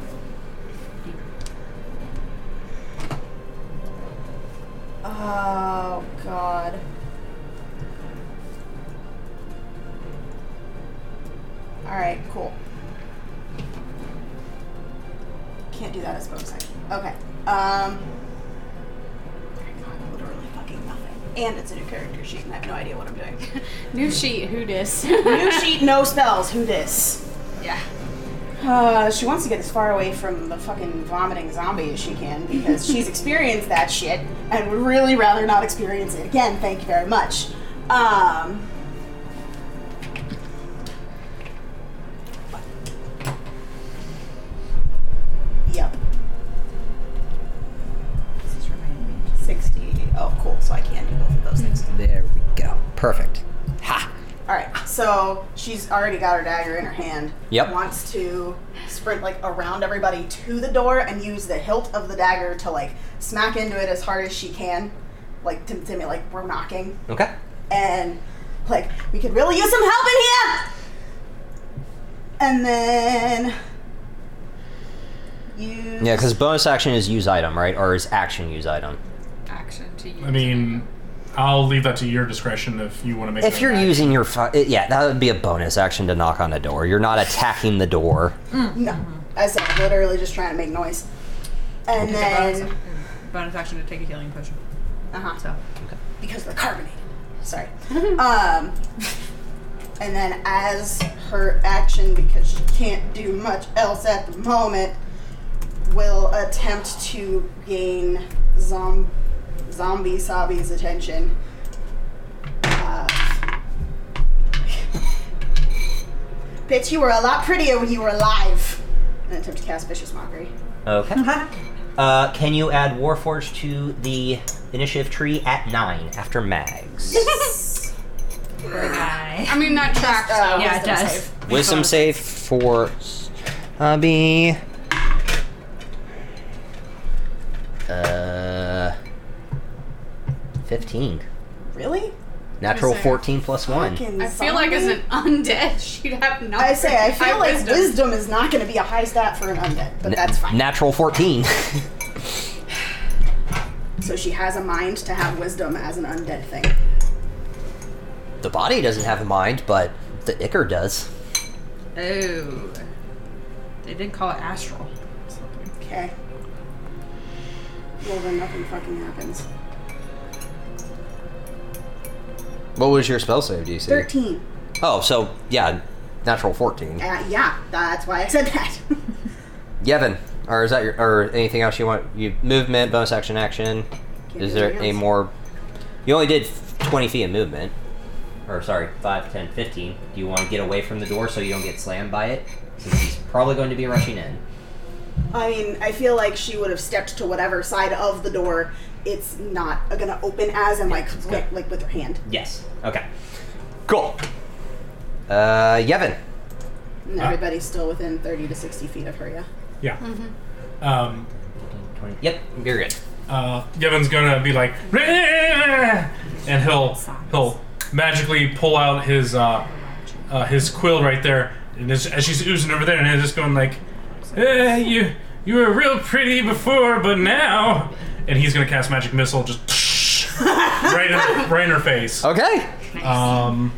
Oh god. Alright, cool. Can't do that as bonus action. Okay. Um I got literally fucking nothing. And it's a new character sheet, and I have no idea what I'm doing. New sheet, who dis? new sheet, no spells. Who dis? Yeah. Uh, she wants to get as far away from the fucking vomiting zombie as she can because she's experienced that shit and would really rather not experience it again. Thank you very much. Um, yep. This is reminding me. 60. Oh, cool. So I can do both of those things. There we go. Perfect. Ha! All right, so she's already got her dagger in her hand. Yep. Wants to sprint like around everybody to the door and use the hilt of the dagger to like smack into it as hard as she can, like to, to me like we're knocking Okay. and like we could really use some help in here. And then you Yeah, because bonus action is use item, right? Or is action use item? action to use. I mean, I'll leave that to your discretion if you want to make. it If an you're action. using your, fu- yeah, that would be a bonus action to knock on the door. You're not attacking the door. no, I said literally just trying to make noise. And then bonus, bonus action to take a healing potion. uh huh. So because they're carbonated. Sorry. um, and then as her action, because she can't do much else at the moment, will attempt to gain zom- zombie Sabi's attention. Uh, Bitch, you were a lot prettier when you were alive. And attempt to cast vicious mockery. Okay. uh, can you add Warforged to the initiative tree at nine after Mags? I mean, that tracks. Uh, yeah, it wisdom does. Wisdom save. save for Abby. Uh, fifteen. Um, Really? Natural What is it? fourteen plus one. Fucking I feel like as zombie? an undead, she'd have nothing. I say I feel have like wisdom. is not going to be a high stat for an undead, but that's fine. Natural fourteen. so she has a mind to have wisdom as an undead thing. the body doesn't have a mind, but the ichor does. Oh. They did call it astral. Okay. Well then, nothing fucking happens. What was your spell save, DC? Thirteen. Oh, so yeah, natural fourteen. Uh, yeah, that's why I said that. Yevon, or is that your, or anything else you want? You movement, bonus action, action. Can't Is do there anything any else. more? You only did twenty feet of movement, or sorry, 5, 10, 15. Do you want to get away from the door so you don't get slammed by it? Since he's probably going to be rushing in. I mean, I feel like she would have stepped to whatever side of the door it's not going to open as, and like it's wi- good. like with her hand. Yes. Okay. Cool. Uh, Yevon. And Uh. everybody's still within thirty to sixty feet of her. Yeah. Yeah. Mm-hmm. Um, Yep, you're good. uh, Yevin's gonna be like, "Rah!" and he'll he'll magically pull out his uh, uh, his quill right there, and as, as she's oozing over there, and he's just going like, eh, "You you were real pretty before, but now," and he's gonna cast magic missile just right in, right in her face. Okay. Um,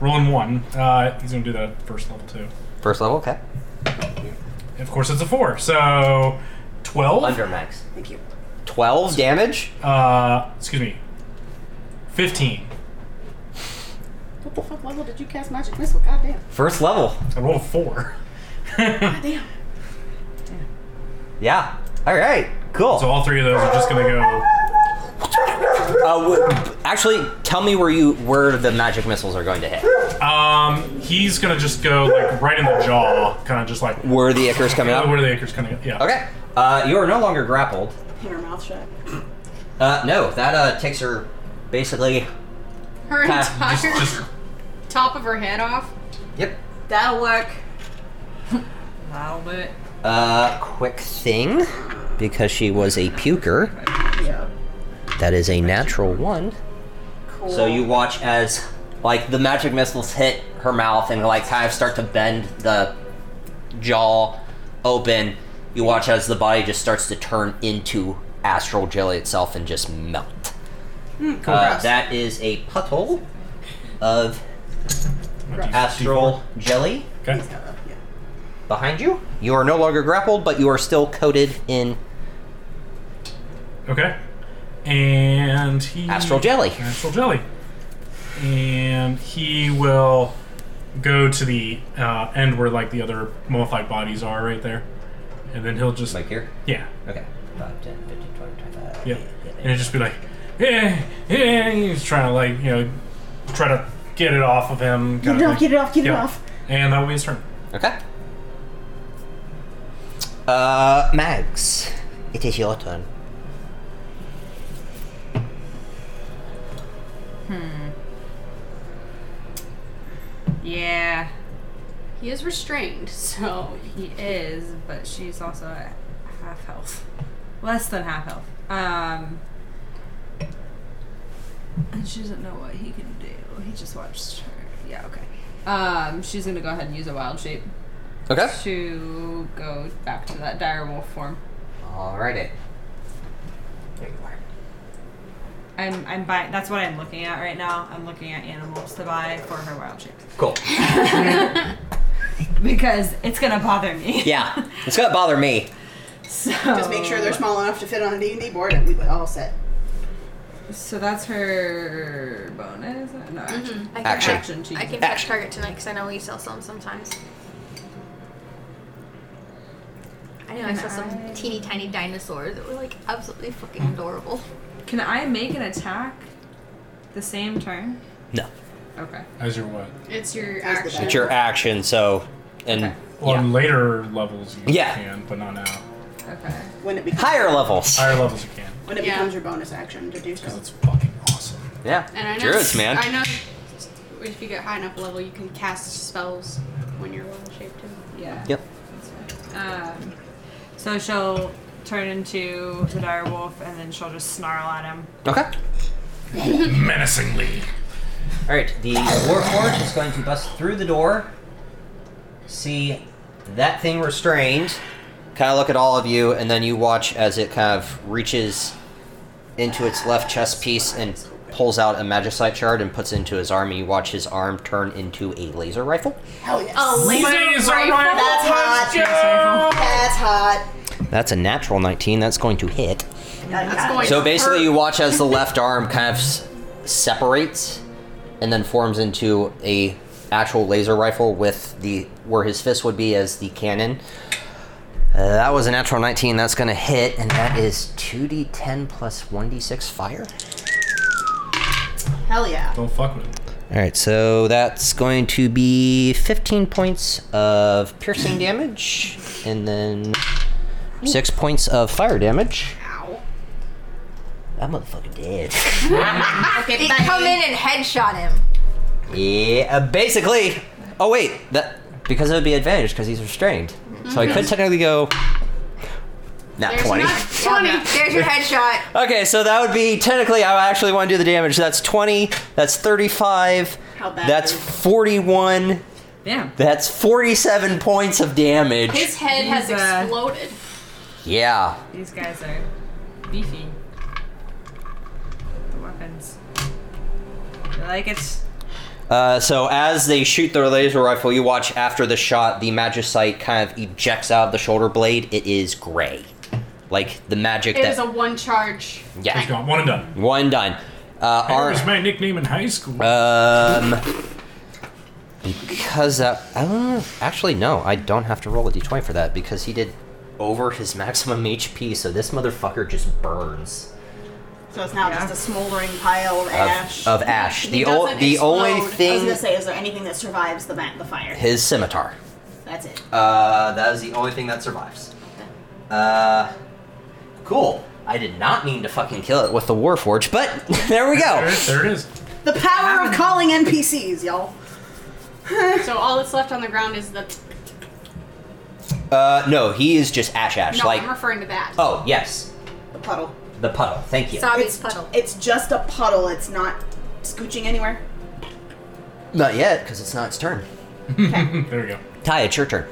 rolling one, uh, he's gonna do that first level too. First level. Okay. Of course, it's a four, so twelve. Under max. Thank you. Twelve damage. Uh, excuse me, fifteen. What the fuck level did you cast magic missile? Goddamn. First level. I rolled a four. Damn. Yeah. All right. Cool. So all three of those are just gonna go. Uh, w- actually, tell me where you where the magic missiles are going to hit. Um, he's gonna just go like right in the jaw, kind of just like where Where the ichor's coming up. are the acres coming? Yeah. Okay. Uh, you are no longer grappled. Hang her mouth shut. Uh, no, that uh, takes her basically. Her Huh, entire Just top of her head off. Yep. That'll work. That'll do it. Uh, quick thing, because she was a puker. Yeah. That is a natural one. Cool. So you watch as like the magic missiles hit her mouth and like kind of start to bend the jaw open. You watch as the body just starts to turn into astral jelly itself and just melt. Uh, that is a puddle of astral jelly Okay. behind you. You are no longer grappled, but you are still coated in Okay. and he Astral jelly. Astral jelly, and he will go to the uh, end where like the other mummified bodies are right there, and then he'll just Like here? yeah Okay. Five, 10, 15, 20, 25. yeah, and it'll just be like yeah yeah. He's trying to like you know try to get it off of him. Get it off, get Yeah. And that will be his turn. Okay. Uh, Mags, it is your turn. Yeah, He is restrained, so he is, but she's also at half health, less than half health. Um, and she doesn't know what he can do. He just watched her. Yeah, okay. Um, she's gonna go ahead and use a wild shape Okay. to go back to that dire wolf form. Alrighty. There you are. I'm, I'm buying. That's what I'm looking at right now. I'm looking at animals to buy for her wild shape Cool. because it's gonna bother me. Yeah, it's gonna bother me. So Just make sure they're small enough to fit on a D&D board and we would all set. So that's her bonus. Uh, Mm-hmm. No, action. I can, Action. Action. She I can fetch Action. target tonight because I know we sell some sometimes. I know I Can saw some I- teeny tiny dinosaurs that were like absolutely fucking adorable. Can I make an attack the same turn? No. Okay. As your what? it's your As the action. It's your action, so. And Okay. On later levels you Yeah. can, but not now. Okay. When it, becomes higher levels. Higher levels you can. when it Yeah. becomes your bonus action to do Because so. it's fucking awesome. Yeah. And I know Druids, man. I know if you get high enough level, you can cast spells when you're level shaped too. Yeah. Yep. Um, so she'll turn into the dire wolf and then she'll just snarl at him. Okay. Menacingly. Alright, the warlord is going to bust through the door, see that thing restrained, kind of look at all of you, and then you watch as it kind of reaches into its left chest piece and pulls out a magicite shard and puts it into his arm, and you watch his arm turn into a laser rifle. Hell yes. A laser, Laser rifle. rifle. That's hot. That's hot. That's a natural 19, that's going to hit. That's going- So basically, you watch as the left arm kind of s- separates and then forms into a actual laser rifle with the where his fist would be as the cannon. Uh, that was a natural 19. That's going to hit, and that is 2d10 plus 1d6 fire. Hell yeah. Don't fuck with it. All right, so that's going to be 15 points of piercing damage, and then six points of fire damage. Ow. That motherfucker dead. They come in and headshot him. Yeah, uh, basically. Oh wait, that because it would be advantage because he's restrained. So I could technically go. Not twenty. Twenty. There's your headshot. Okay, so that would be technically. I actually want to do the damage. That's twenty. That's thirty-five. How bad That's is it? forty-one. Damn. That's forty-seven points of damage. His head has He's, uh, exploded. yeah. These guys are beefy. The weapons. You like it? Uh, so as they shoot their laser rifle, you watch after the shot, the magicite kind of ejects out of the shoulder blade. It is gray, like the magic It that. was a one charge. yeah. He's gone. One and done. One done. Uh, That our, was my nickname in high school. um, because that. Uh, actually, no, I don't have to roll a d20 for that because he did over his maximum HP, so this motherfucker just burns So it's now just a smoldering pile of of ash. of ash. The o- doesn't the only explode. I was thing gonna say, is there anything that survives the ma- the fire? his scimitar. That's it. Uh, that is the only thing that survives. Uh, cool. I did not mean to fucking kill it with the Warforge, but there we there, go. it- there it is. The power of calling NPCs, y'all. So all that's left on the ground is the. Uh, no, he is just ash ash. No, like, I'm referring to that. oh yes, The puddle. the puddle. Thank you. Sabi's puddle. It's just a puddle. It's not scooching anywhere. Not yet, because it's not its turn. There we go. Ty, it's your turn.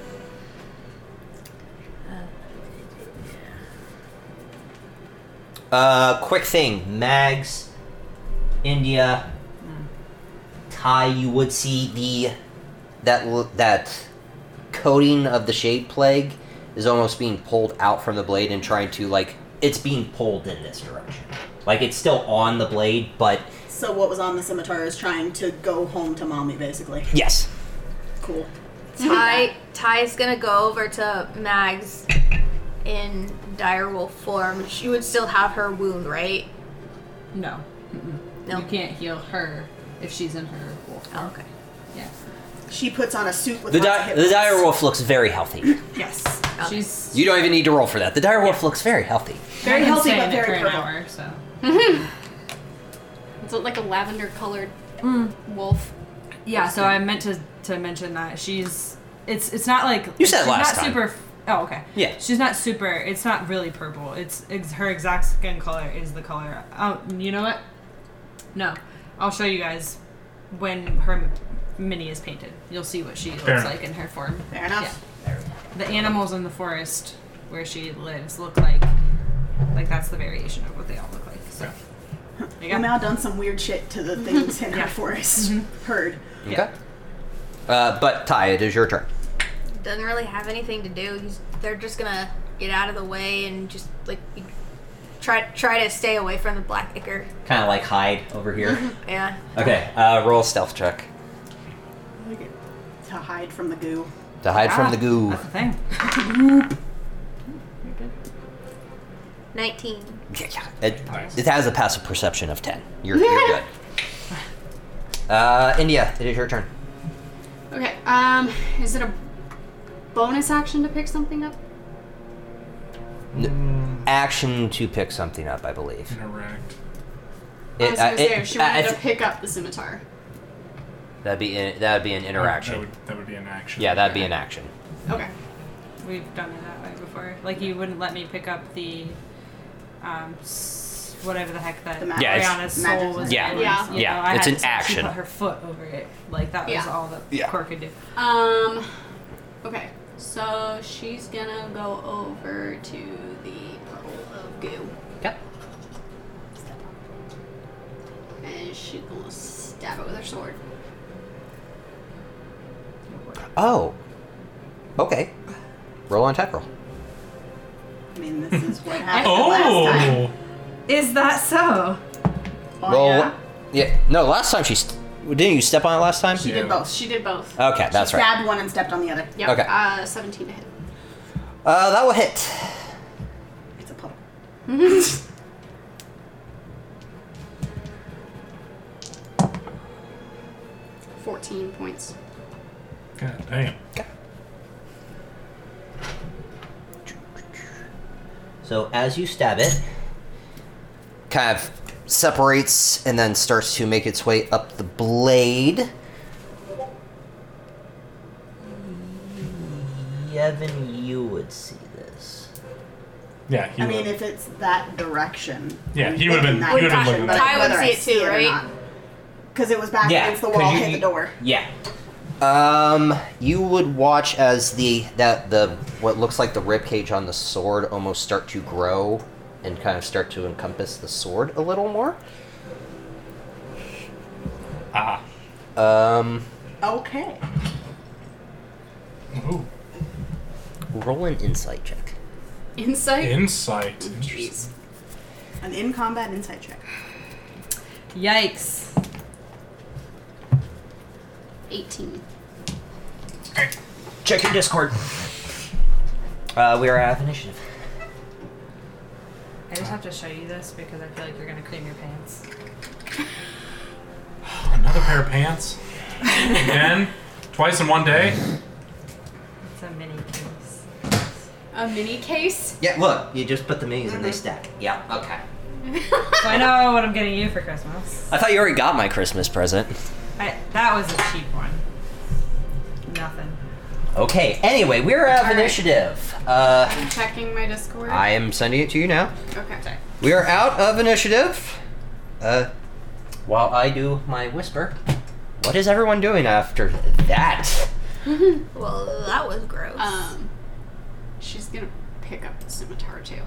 Uh, quick thing, Mags, India, Ty. You would see the that l- that coating of the shade plague is almost being pulled out from the blade and trying to like it's being pulled in this direction. Like it's still on the blade, but So what was on the scimitar is trying to go home to mommy, basically. yes. Cool. Ty Ty's gonna go over to Mags in direwolf form. She would still have her wound, right? No. No. You can't heal her if she's in her wolf. Oh, okay. Yeah. She puts on a suit with The, lots di- of the hip dire wolf looks very healthy. Yes. She's You don't even need to roll for that. The dire wolf looks very healthy. very healthy but for very an purple. hour, so. It's like a lavender colored Hmm. wolf. Yeah, so I meant to, to mention that she's it's it's not like You said it she's last not time. super Oh, okay. Yeah. She's not super. It's not really purple. It's, it's her exact skin color is the color. Oh, you know what? No. I'll show you guys when her mini is painted. You'll see what she looks Fair enough. like in her form. Fair enough. The animals in the forest where she lives look like like that's the variation of what they all look like. So there you go. Well, Mal done some weird shit to Mm-hmm. the things in her forest. Heard. Okay. Uh, but Ty, it is your turn. Doesn't really have anything to do. He's, they're just gonna get out of the way and just like try try to stay away from the black ichor. Kind of like hide over here. Yeah. okay. Uh, roll stealth check Look at- To hide from the goo. to hide Ah, from the goo. That's the thing. 19. Yeah, yeah. It, it has a passive perception of 10. You're, you're good. Uh, India, it is your turn. Okay. Um, is it a bonus action to pick something up? Action to pick something up, I believe. Interact. I was It- uh, gonna say it- if she uh, wanted I to th- pick up the scimitar. that'd be in, that'd be an That interaction. would, that would be an action. Yeah, that'd be an action. Okay. We've done it that way before. Like you wouldn't let me pick up the, um, s- whatever the heck that The ma- Yeah, it's- Brianna's soul magic was. Yeah. in. Yeah. You Yeah, know, I it's had to- an she action. Put her foot over it. Like that was Yeah. all that Yeah. Cor could do. Um. Okay. So she's gonna go over to the puddle of goo, Yep. and she's gonna stab it with her sword. Oh. Okay. Roll on attack roll. I mean, this is what happened last time. Oh! Is that so? Oh, roll. yeah. yeah. No, last time she st- didn't you step on it last time? She did Yeah. both. She She did both. Okay, that's right. stabbed one and stepped on the other. Yep. Uh, Okay. Uh, 17 to hit. Uh, that will hit. It's a puddle. Fourteen points. God damn. So as you stab it, kind of separates and then starts to make its way up the blade. Yevon, you would see this. Yeah, he I mean, would- if it's that direction. Yeah, he would've been- he would've been looking at it. Ty would see it too, right? Because it was back Yeah, against the 'cause wall, you- hit you- the door. Yeah. Um, you would watch as the that the what looks like the rib cage on the sword almost start to grow and kind of start to encompass the sword a little more. Ah. Um, Okay. Ooh. roll an insight check. Insight. Insight. Interesting. Jeez. An in combat insight check. Yikes! 18. Check your Discord. Uh, we are out of initiative. I just have to show you this because I feel like you're gonna cream your pants. Another pair of pants. Again? Twice in one day? It's a mini case. A mini case. Yeah, look, you just put the minis and they stack. Yeah, okay. So I know what I'm getting you for Christmas. I thought you already got my Christmas present. I, that was a cheap one. Nothing. Okay, anyway, we're out of Alright. initiative. Uh, I'm checking my Discord. I am sending it to you now. okay. We are out of initiative. Uh, while I do my whisper, what is everyone doing after that? Well, that was gross. Um, she's gonna pick up the scimitar too.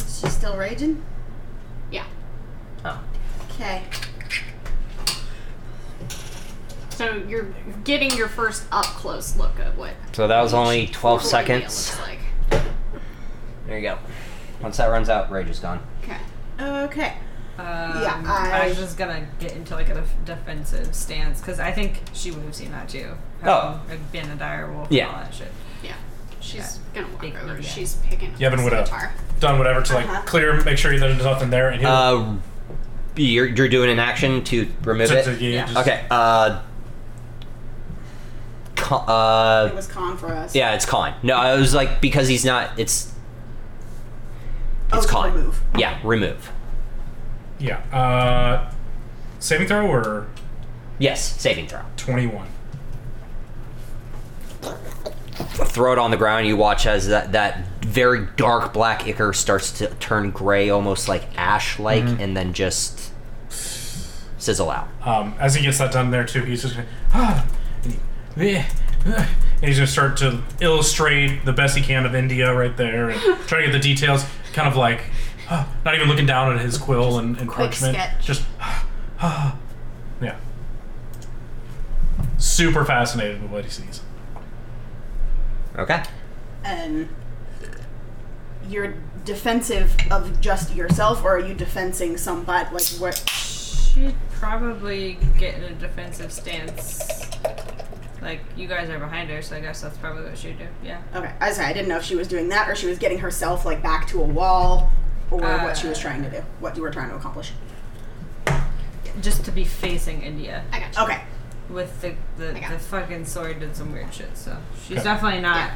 She's still raging? Yeah. Oh. Okay. So you're getting your first up close look at what So that was only 12 Cordelia seconds. looks like. There you go. Once that runs out, rage is gone. Okay. Okay. Um, Yeah, I, I- was just gonna get into like a def- defensive stance because I think she would have seen that too. Oh. having been a dire wolf Yeah. and all that shit. She's gonna walk Big over. media. She's picking up Yevin his would have guitar. done whatever to like Uh-huh. clear, make sure there's nothing there, and he'll Uh, you're, you're doing an action to remove to, it. to, Yeah. yeah, just- Okay. Uh, con, It uh, was con for us. yeah, it's con. No, I was like because he's not. It's Oh, it's so con. remove. Yeah, remove. yeah. Uh, saving throw or Yes, saving throw. twenty-one. Throw it on the ground. You watch as that that very dark black ichor starts to turn gray, almost like ash like, and then just sizzle out. Um, as he gets that done there too, he's just gonna, ah, and, he, bleh, bleh, and he's gonna start to illustrate the best he can of India right there, and try to get the details. Kind of like, ah, not even looking down at his quill and, and quick parchment, sketch. just, ah, ah. yeah. Super fascinated with what he sees. Okay. And um, you're defensive of just yourself, or are you defensing somebody? Like what? She'd probably get in a defensive stance. Like you guys are behind her, so I guess that's probably what she'd do. Yeah. Okay, I was sorry, I didn't know if she was doing that, or she was getting herself like back to a wall, or what Uh, she was trying to do, what you were trying to accomplish. Just to be facing India I got you. Okay. with the the, I got the it. fucking sword did some weird shit. So she's Okay. definitely not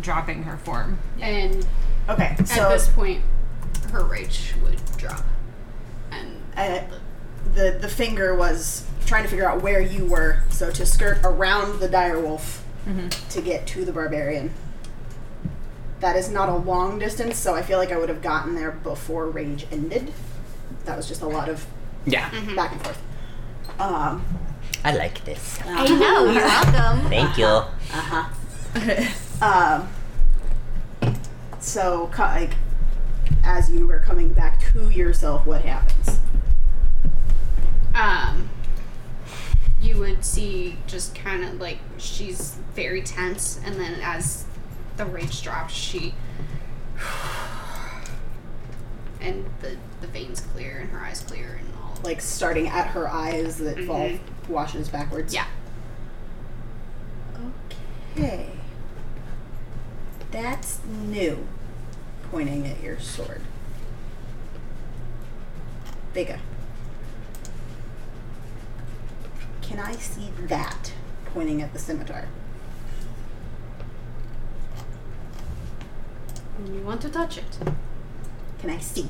dropping her form. Oh. And Okay. So at this point, her rage would drop. And uh, the the finger was trying to figure out where you were, so to skirt around the dire wolf to get to the barbarian. That is not a long distance, so I feel like I would have gotten there before rage ended. That was just a lot of Yeah. back and forth. Um, I like this. I know. You're welcome. Thank you. Um, so, co- like, as you were coming back to yourself, what happens? um, you would see just kind of like she's very tense, and then as the rage drops, she and the the veins clear and her eyes clear and all. Like, starting at her eyes that fall Mhm. washes backwards. yeah, Okay. That's new. Pointing at your sword. Bigga. Can I see that? Pointing at the scimitar. and you want to touch it. Can I see?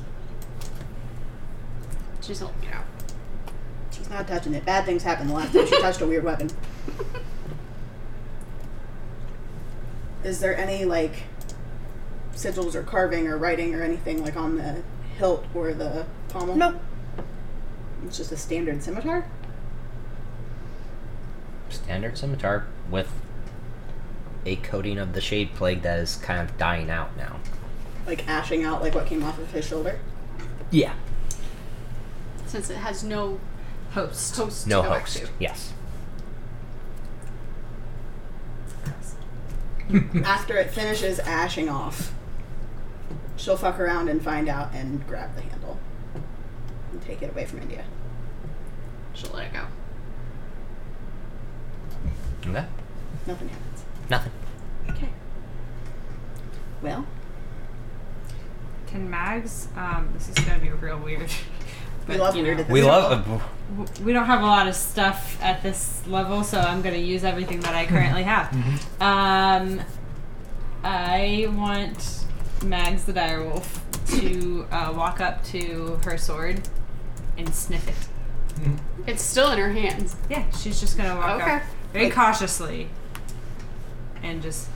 She's holding it out. She's not touching it. Bad things happened the last time she touched a weird weapon. Is there any like sigils or carving or writing or anything like on the hilt or the pommel? Nope. It's just a standard scimitar. Standard scimitar with a coating of the shade plague that is kind of dying out now. like ashing out like what came off of his shoulder. Yeah. Since it has no Host. host, No to go back host. to. Yes. After it finishes ashing off, she'll fuck around and find out and grab the handle and take it away from India. She'll let it go. Okay. Nothing happens. Nothing. Okay. Well, Can Mags? Um, this is gonna be real weird. But, we love you weird know. at this We point. love. uh, w- we don't have a lot of stuff at this level, so I'm going to use everything that I currently have. Um, I want Mags the direwolf to uh, walk up to her sword and sniff it. It's still in her hands. Yeah, she's just going to walk Okay. up very cautiously and just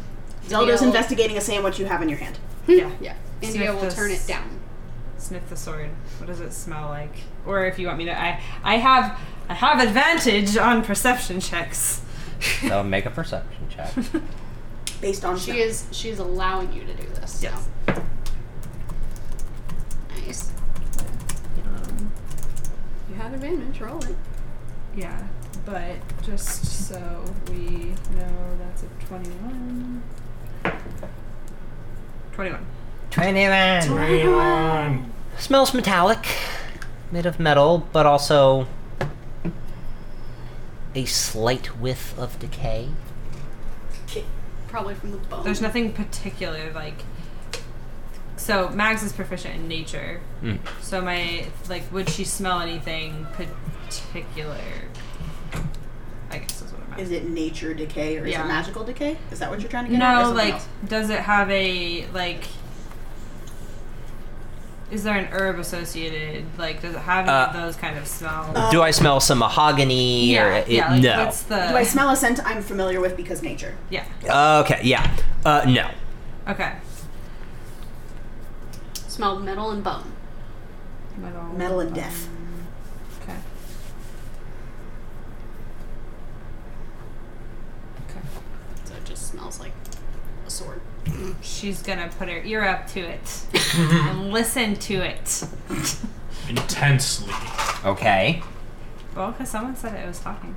Zelda's India will- investigating a sandwich you have in your hand. yeah Yeah. Sniff India will this. turn it down. sniff the sword. What does it smell like? Or if you want me to, I I have I have advantage on perception checks. So make a perception check. Based on She smell. is she is allowing you to do this. Yes. So. Nice. Um, You have advantage, roll it. Yeah, but just so we know, that's a 21. 21. 21. Twenty-one. Smells metallic, made of metal, but also a slight whiff of decay. Probably from the bone. There's nothing particular like. So Mags is proficient in nature. Mm. So my like, would she smell anything particular? I guess that's what I'm asking. Is it nature decay or is Yeah. it magical decay? Is that what you're trying to get? at, or No, something like, else? does it have a like? Is there an herb associated? Like, does it have any of Uh, those kind of smells? Do I smell some mahogany? or yeah, it, yeah. Like, no. What's the? Uh, Do I smell a scent I'm familiar with because nature? yeah. Okay, yeah. Uh, no. Okay. Smelled metal and bone. Metal and death. Okay. So it just smells like a sword. She's gonna put her ear up to it and listen to it. Intensely. Okay. Well, because someone said it was talking.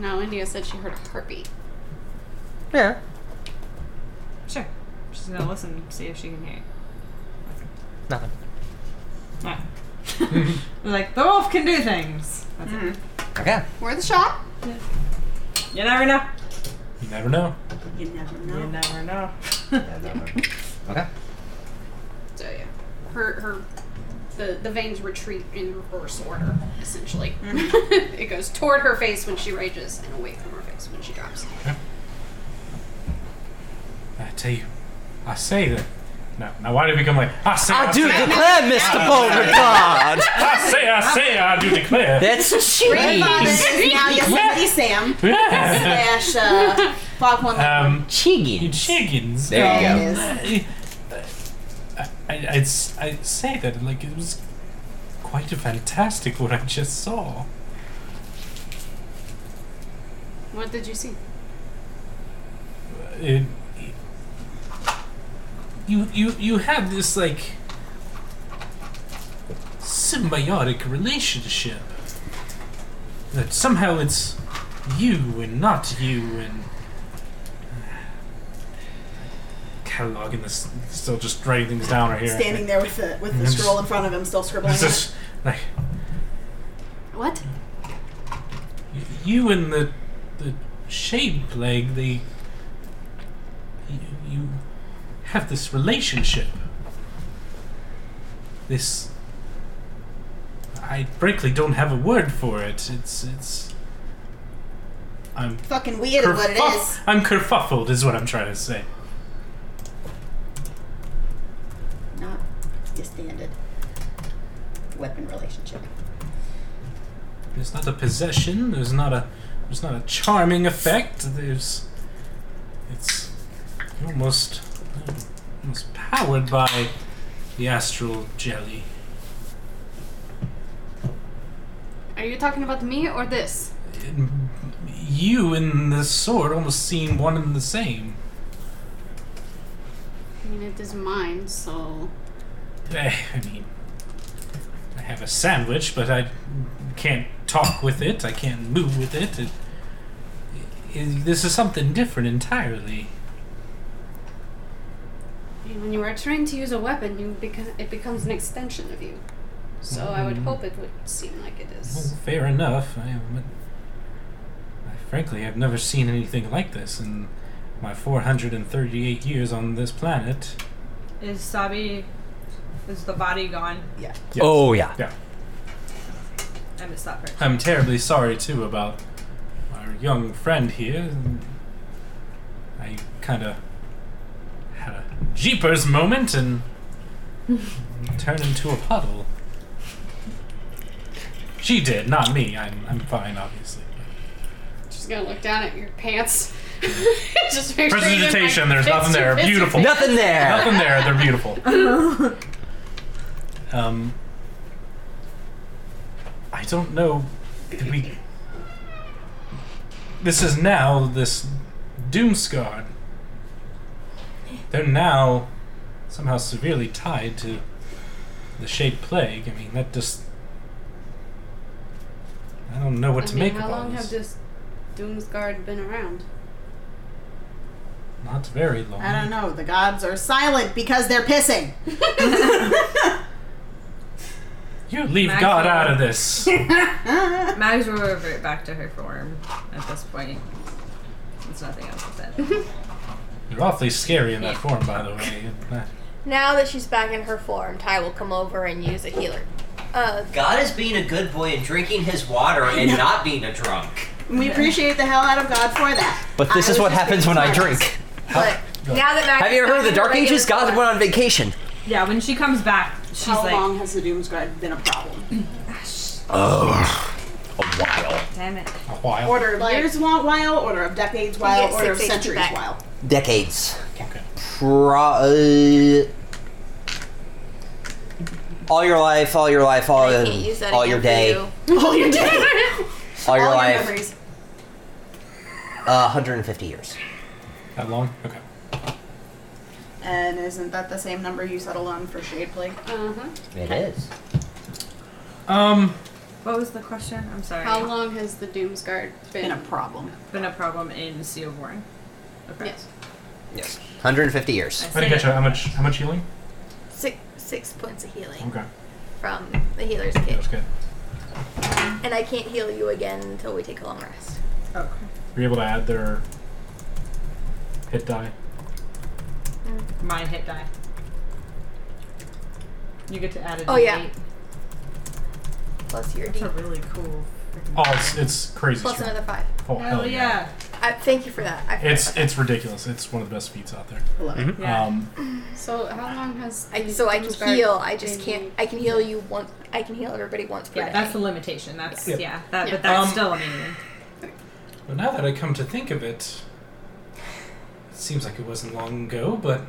No, India said she heard a heartbeat. Yeah. Sure. She's gonna listen, see if she can hear. it. Nothing. Alright. We're like the wolf can do things. That's Mm-hmm. it. Okay. We're at the shop. You never know. You never know. You never You know. never know. Okay. So yeah, her her the the veins retreat in reverse order. Essentially, Mm-hmm. it goes toward her face when she rages and away from her face when she drops. I tell you, I say that. No, now why did it become like I say? I, I do say, declare, Mr. Beauregard! I say, I say, I do declare. That's cheese! now Yosemite Sam Yeah. slash uh, Fog One. um, Chiggins. chickens. There you go. I, I, I'd, s- I'd say that like it was quite fantastic what I just saw. What did you see? Uh, It, you you you have this like symbiotic relationship that somehow it's you and not you and cataloging this still just writing things down right here standing there with the with the Mhm. scroll in front of him, still scribbling. It's just like What? You and the the shade plague, they you, you have this relationship. This I frankly don't have a word for it. It's it's I'm Fucking weird is what it kerfuff- is. I'm kerfuffled is what I'm trying to say. Not distended. Weapon relationship. There's not a possession, there's not a there's not a charming effect, there's it's almost almost powered by the astral jelly. Are you talking about me or this? you and the sword almost seem one and the same. I mean, it is mine, so Eh, I mean, I have a sandwich, but I can't talk with it. I can't move with it. it, it this is something different entirely. when you are trained to use a weapon, you become it becomes an extension of you. So I would hope it would seem like it is. Well, fair enough. I, am- I frankly have never seen anything like this in my 438 years on this planet. Is Sabi? Is the body gone? Oh, yeah. Yeah. I missed that part. I'm terribly sorry too about our young friend here. I kind of had a jeepers moment and turned into a puddle. She did, not me. I'm, I'm fine, obviously. She's gonna look down at your pants. Just make sure you didn't, like, Presentation, there's fix nothing your there. fist- Beautiful. Nothing there! Nothing there. They're beautiful. Um, I don't know. Did we? This is now this Doomsguard. They're now somehow severely tied to the Shade Plague. I mean, that just. I don't know what I to mean, make how of all long this. have this Doomsguard been around? Not very long. I don't know. The gods are silent because they're pissing. You leave Maxwell. God out of this. Mags will revert back to her form at this point. There's nothing else to say. You're awfully scary in that form, by the way. Now that she's back in her form, Ty will come over and use a healer. Uh, God is being a good boy and drinking his water and not being a drunk. And we appreciate the hell out of God for that. But this is what happens when I drink. but now that Max Have you ever heard of the Dark Ages? God God went on vacation. Yeah, when she comes back, she's How like, long has the Doomsguard been a problem? Ugh. A while. damn it. A while. Order of years while, while, order of decades You while, get order of six HP centuries back. while. Decades. Okay. Pro- uh, all your life, all your life, all, I can't use that all again your for day, you. All your day. all your All your life, memories. uh, 150 years. That long? Okay. And isn't that the same number you settled on for Shade Plague? Uh-huh. It is. Um, What was the question? I'm sorry. How long has the Doomsguard been? Been a problem. Been a problem in Sea of Warren. Okay. Yes. Yes. 150 years. I didn't catch how much. How much healing? six six points of healing Okay, from the healer's that kit, was good. and I can't heal you again until we take a long rest. Okay. Were you able to add their hit die? Mine hit die. You get to add a Oh, yeah. D8. Plus your D, That's a really cool. freaking- Oh, it's, it's crazy. plus strong. another five. Oh, Hell yeah. I, thank you for that. I forgot It's about that. it's ridiculous. It's one of the best feats out there. Yeah. Um, So how long has I, the so I can Doomsguard heal. I just been- can't. I can heal you once. I can heal everybody once per yeah, day. that's the limitation. That's, yeah, Yeah. that, Yeah. but that's Um, still amazing. but now that I come to think of it, it seems like it wasn't long ago, but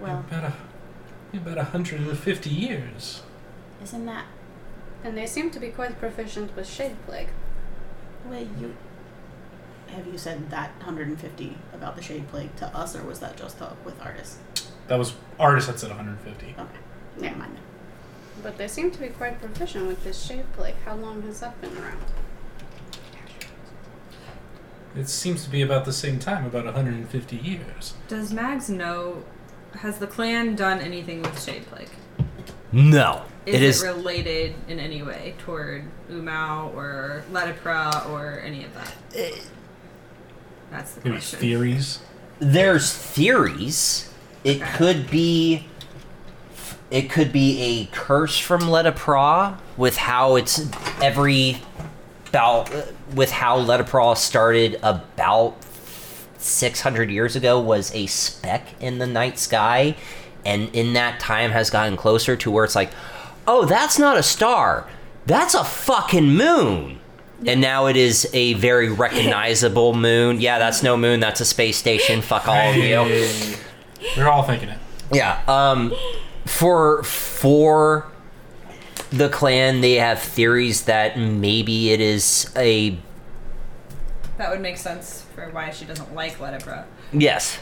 Well, about a about 150 years. isn't that And they seem to be quite proficient with Shade Plague. Well, you have you said that 150 about the shade plague to us, or was that just talk with artists? That was artist that said 150. Okay, never mind. then. But they seem to be quite proficient with this Shade Plague. How long has that been around? It seems to be about the same time, about 150 years. Does Mags know? Has the clan done anything with Shade Plague? No. Is it is. related in any way toward Umau or Letipra or any of that? Uh, That's the Maybe question. theories. there's theories. It could be. It could be a curse from Letapra with how it's every about with how Letapra started about 600 years ago was a speck in the night sky and in that time has gotten closer to where it's like oh that's not a star that's a fucking moon and now it is a very recognizable moon yeah that's no moon that's a space station fuck all of you Hey, We're all thinking it. yeah um for for the clan they have theories that maybe it is a That would make sense for why she doesn't like Letipra. yes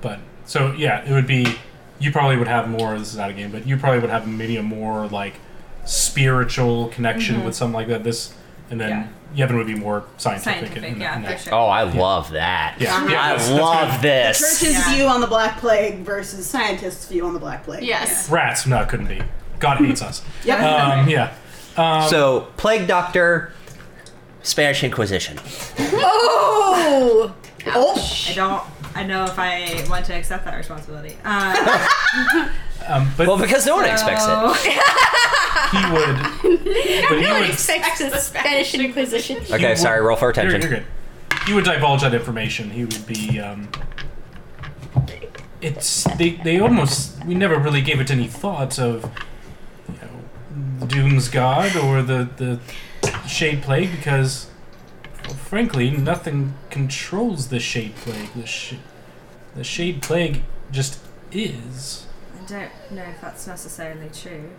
But so yeah, it would be. You probably would have more. This is not a game, but you probably would have maybe a more like spiritual connection Mm-hmm. with something like that. This and then Yevon would be more scientific. Scientific, in that- yeah, in that. for sure. oh i love that Yeah, yeah, i that's- that's love this Church's Yeah. view on the Black Plague versus scientists' view on the Black Plague. Yes. Rats? No, it couldn't be. God hates us. Yep. Um, yeah. Um, So, Plague Doctor, Spanish Inquisition. Oh, I don't. I know if I want to accept that responsibility. Uh, um, but Well, because no one expects it. it. he would. but he would. sex is Spanish Inquisition. Okay, would- sorry, roll for You're, attention. you're good. He would divulge that information. He would be. Um, it's they. They almost. We never really gave it any thought of, you know, the Doom's God or the the Shade Plague because, well, frankly, nothing controls the Shade Plague. The sh- the Shade Plague just is. I don't know if that's necessarily true.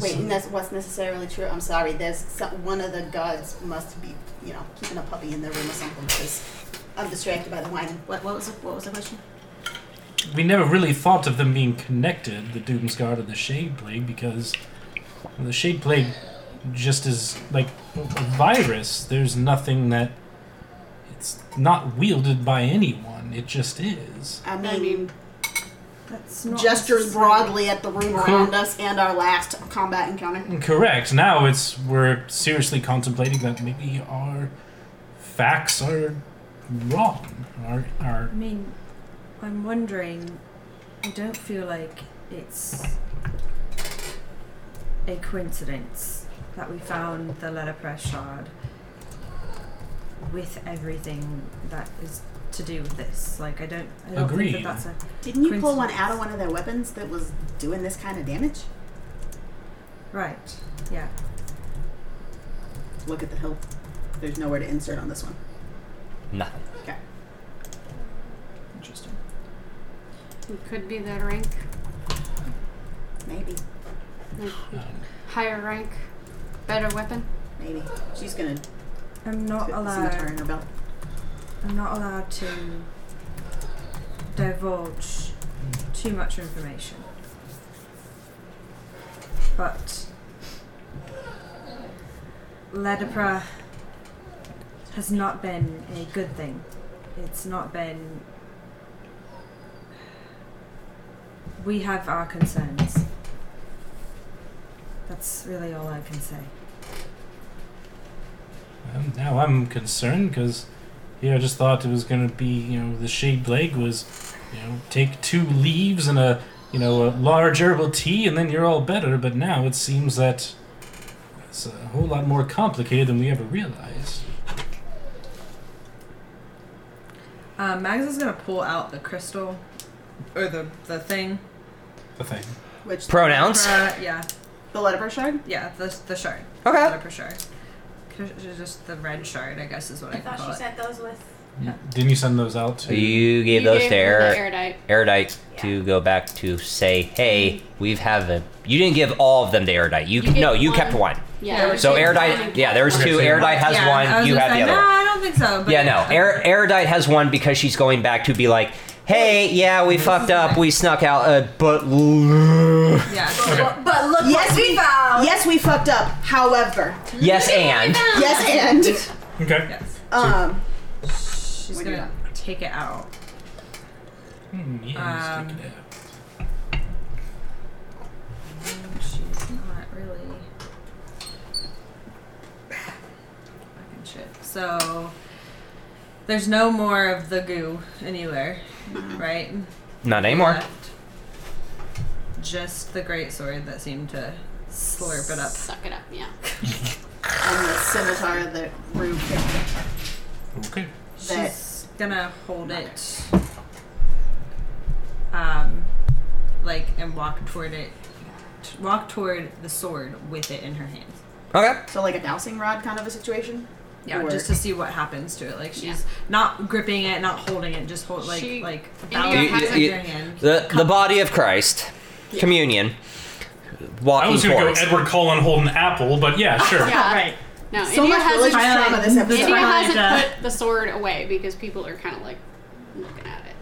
Wait, and that's what's necessarily true. I'm sorry. There's some, one of the gods must be, you know, keeping a puppy in their room or something because I'm distracted by the whining. What, what was the, what was the question? we never really thought of them being connected, the Doomsguard and the Shade Plague, because the Shade Plague just is like a virus. There's nothing that it's not wielded by anyone. It just is. I mean, That's gestures broadly at the room around us and our last combat encounter. Correct. Now it's we're seriously contemplating that maybe our facts are wrong. Our, our I mean, I'm wondering. I don't feel like it's a coincidence that we found the letterpress shard with everything that is to do with this. Like, I don't. I don't Agreed. Think that that's a Didn't you pull one coincidence. out of one of their weapons that was doing this kind of damage? Right. Yeah. Look at the hilt. There's nowhere to insert on this one. Nothing. Okay. Interesting. It could be their rank, Maybe. like, higher rank, better weapon. Maybe. She's gonna put I'm not the scimitar in allowed. her belt. I'm not allowed to divulge too much information. But Ledipra has not been a good thing. It's not been. We have our concerns. That's really all I can say. Um, now I'm concerned because here I just thought it was going to be, you know, the shade leg was, you know, take two leaves and a, you know, a large herbal tea and then you're all better. But now it seems that it's a whole lot more complicated than we ever realized. Uh, Mags is gonna pull out the crystal or the the thing. The thing. Which Pronouns. Uh, yeah, the letter shard? yeah, the the shard. Okay. The per shard. Just- Just the red shard, I guess, is what I, I can thought call she it. sent those with. Mm, Didn't you send those out to? You gave You those gave to them Air, Erudite. Erudite to go back to say, hey, we've have a. You didn't give all of them to Erudite. You, You no, gave you one. kept one. Yeah. Yeah. So Take Erudite, one. yeah, there was Okay, two. so you- Erudite has yeah, I one. was You gonna have say, the other no, one. I don't think so. But Yeah, no. Er- Erudite has one because she's going back to be like, hey, yeah, we fucked up, we snuck out, uh, but. Yeah. But, but look Yes, what we we found. Yes, we fucked up. However, Yes, and. yes, Okay. Yes. and um, She's do gonna take it out. Hmm, yeah, Um, let's take it out. And She's not really. Fucking shit. So there's no more of the goo anywhere, right? Not anymore. left. Just the great sword that seemed to slurp it up. Suck it up. Yeah. and the scimitar that Rue picked. Okay. That She's gonna hold it, um, like and walk toward it, t- walk toward the sword with it in her hand. Okay. so like a dousing rod kind of a situation. Yeah, Or- just to see what happens to it. Like she's Yeah. not gripping it, not holding it, just hold like She- like India balancing has it a- in her hand. The, the body of Christ, communion, walking I was going to towards. go Edward Cullen holding apple, but yeah, sure. Yeah. Right. No. so India much religious hasn't. trauma this Highlight- episode. India Twilight, hasn't put the sword away because people are kind of like looking at it.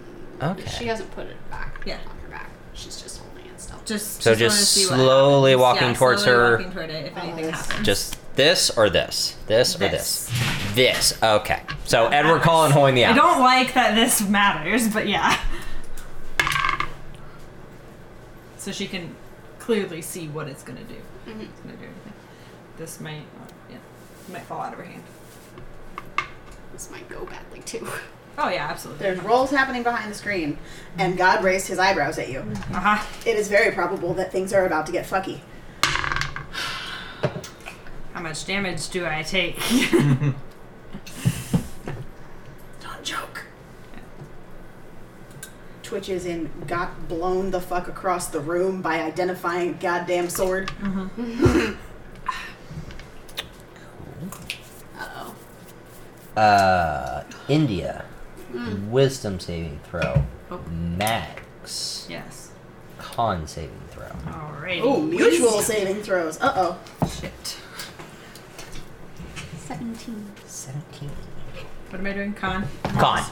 Okay. She hasn't put it back Yeah. on her back. She's just holding it still. Just So just, wanna just see what slowly happens. walking Yeah, towards slowly her. Walking toward it, if anything this. happens. Just this or this? This or This. this? This. Okay. So Edward Cullen holding the I apple. don't like that this matters, but yeah. So she can clearly see what it's gonna do. It's gonna do everything. This might, uh, yeah, might fall out of her hand. This might go badly too. Oh yeah, absolutely. There's rolls happening behind the screen, and God raised his eyebrows at you. Uh-huh. It is very probable that things are about to get fucky. How much damage do I take? Don't joke. Twitch is in got blown the fuck across the room by identifying a goddamn sword. Mm-hmm. Uh oh. Uh, India. Wisdom saving throw. Hmm. Oh. Max. yes. Con saving throw. Alrighty. Oh, mutual saving throws. Uh oh. shit. Seventeen. 17. What am I doing? Con. Con.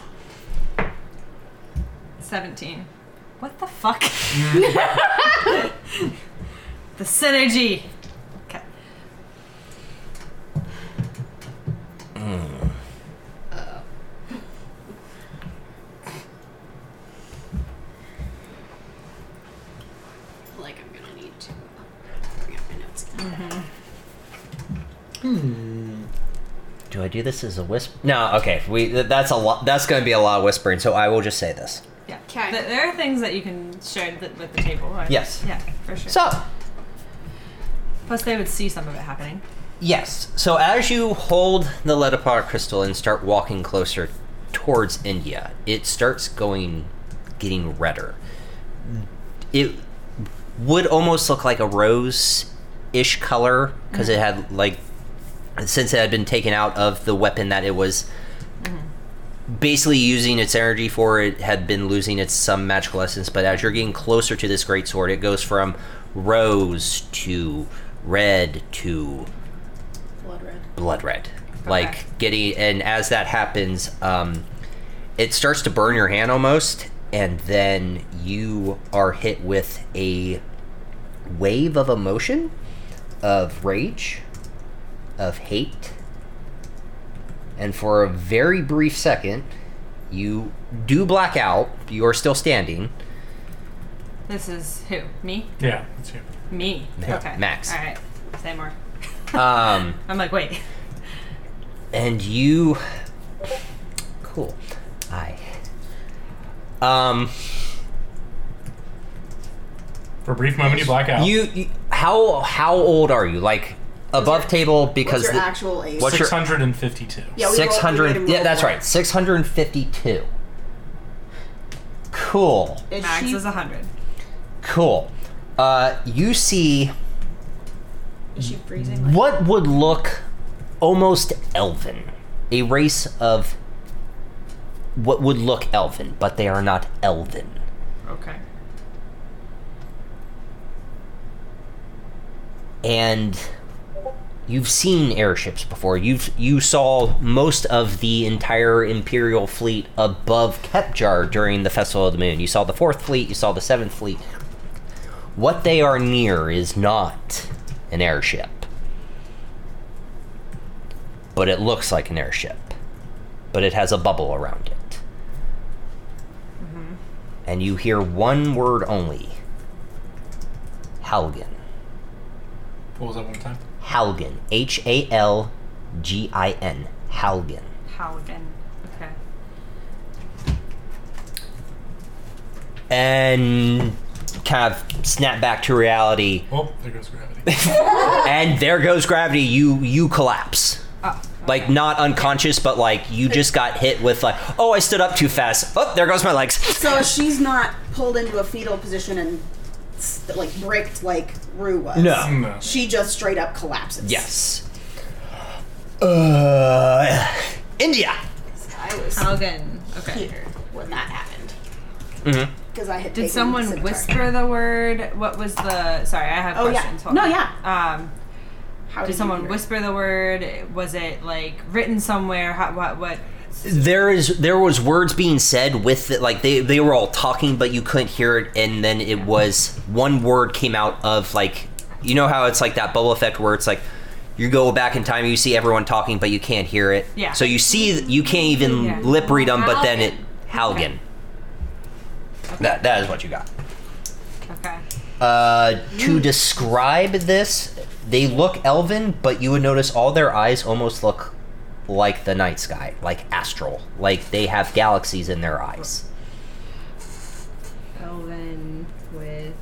Seventeen. What the fuck? the synergy. Okay. I do this as a whisper? No, okay. We th- that's a lot. That's going to be a lot of whispering. So I will just say this. Yeah. Okay. there are things that you can share th- with the table. Right? Yes. Yeah, for sure. So. Plus, they would see some of it happening. Yes. So as you hold the Ledapar crystal and start walking closer towards India, it starts going, getting redder. It would almost look like a rose-ish color because it had like, since it had been taken out of the weapon that it was basically using its energy for it had been losing its some magical essence but as you're getting closer to this great sword it goes from rose to red to Mm-hmm. Blood red. blood red like getting and as that happens um, it starts to burn your hand almost and then you are hit with a wave of emotion of rage of hate and for a very brief second, you do black out. You are still standing. This is who? Me? Yeah, that's you. Me. Yeah. Okay. Max. All right. Say more. Uh, Um, I'm like, wait. and you. Cool. I. Um. For a brief moment, you black out. You, you how how old are you? Like above table because your the- actual age? What's your 652. Yeah, we rolled- we Six made him hundred. Yeah, roll that's for it. right. Six hundred and fifty-two. Cool. Max is 100. Cool. Uh, you see Is she freezing? what would look almost elven. A race of what would look elven, but they are not elven. Okay. And you've seen airships before. You've you saw most of the entire Imperial fleet above Kepjar during the Festival of the Moon. You saw the Fourth Fleet. You saw the Seventh Fleet. What they are near is not an airship, but it looks like an airship. But it has a bubble around it, and you hear one word only: Halgen. What was that one time? Halgin. H A L G I N. Halgin. Halgen. Okay. And kind of snap back to reality. Oh, there goes gravity. and there goes gravity. You you collapse. Like not unconscious, but like you just got hit with like, oh, I stood up too fast. Oh, there goes my legs. So she's not pulled into a fetal position and st- like bricked like Rue was. No. No. uh, She just straight up collapses. Yes. Uh, India. I was Halgen. Okay. Here when that happened Mm-hmm. because I had. Did taken the someone scimitar. whisper the word? What was the? Sorry, I have Oh, yeah. questions. No, on. yeah. Um, How did did you someone hear it? whisper the word? Was it like written somewhere? How, what? What? There is there was words being said with it, like they they were all talking, but you couldn't hear it, and then it was one word came out of like you know how it's like that bubble effect where it's like you go back in time, you see everyone talking, but you can't hear it. Yeah. So you see you can't even Yeah. lip read them, but then it Halgen. That that is what you got. Okay. Uh, to describe this, they look elven, but you would notice all their eyes almost look like the night sky, like astral, like they have galaxies in their eyes. Elven with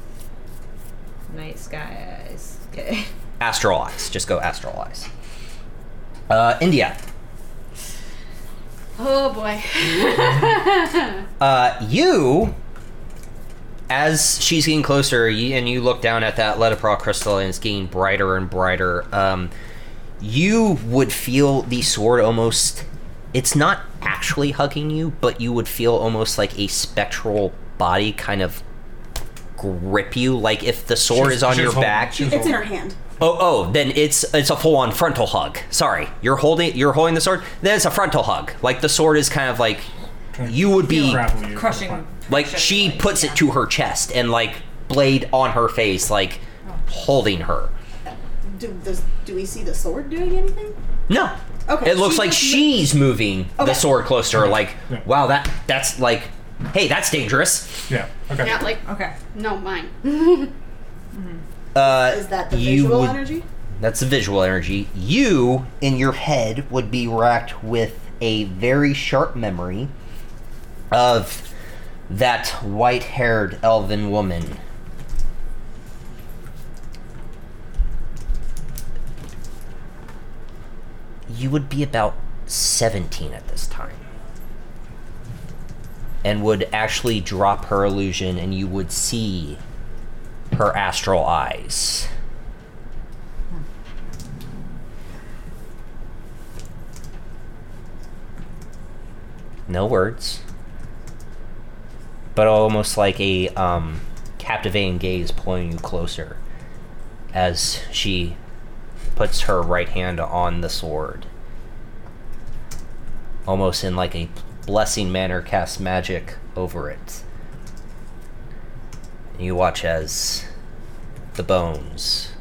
night sky eyes. Okay. Astral eyes, just go astral eyes. Uh, India, Oh boy. uh, you, as she's getting closer, you, and you look down at that Letapro crystal, and it's getting brighter and brighter. Um, you would feel the sword almost. It's not actually hugging you, but you would feel almost like a spectral body kind of grip you, like if the sword She's- is on she's your holding- back. It's in her hand. Oh, oh, then it's it's a full on frontal hug. Sorry, you're holding you're holding the sword. Then it's a frontal hug. Like the sword is kind of like you would be Crushing. like she puts it to her chest and like blade on her face, like holding her. Do, does, do we see the sword doing anything? No. Okay, It looks Oh, she like just- she's moving Okay. the sword close to her. Like, wow, that that's like, hey, that's dangerous. Yeah. Yeah, like okay. No, mine. Uh, Is that the you visual would energy? That's the visual energy. You, in your head, would be racked with a very sharp memory of that white haired elven woman. You would be about 17 at this time. And would actually drop her illusion, and you would see her astral eyes. no words, but almost like a um, captivating gaze pulling you closer as she puts her right hand on the sword. Almost in like a blessing manner, casts magic over it. You watch as the bones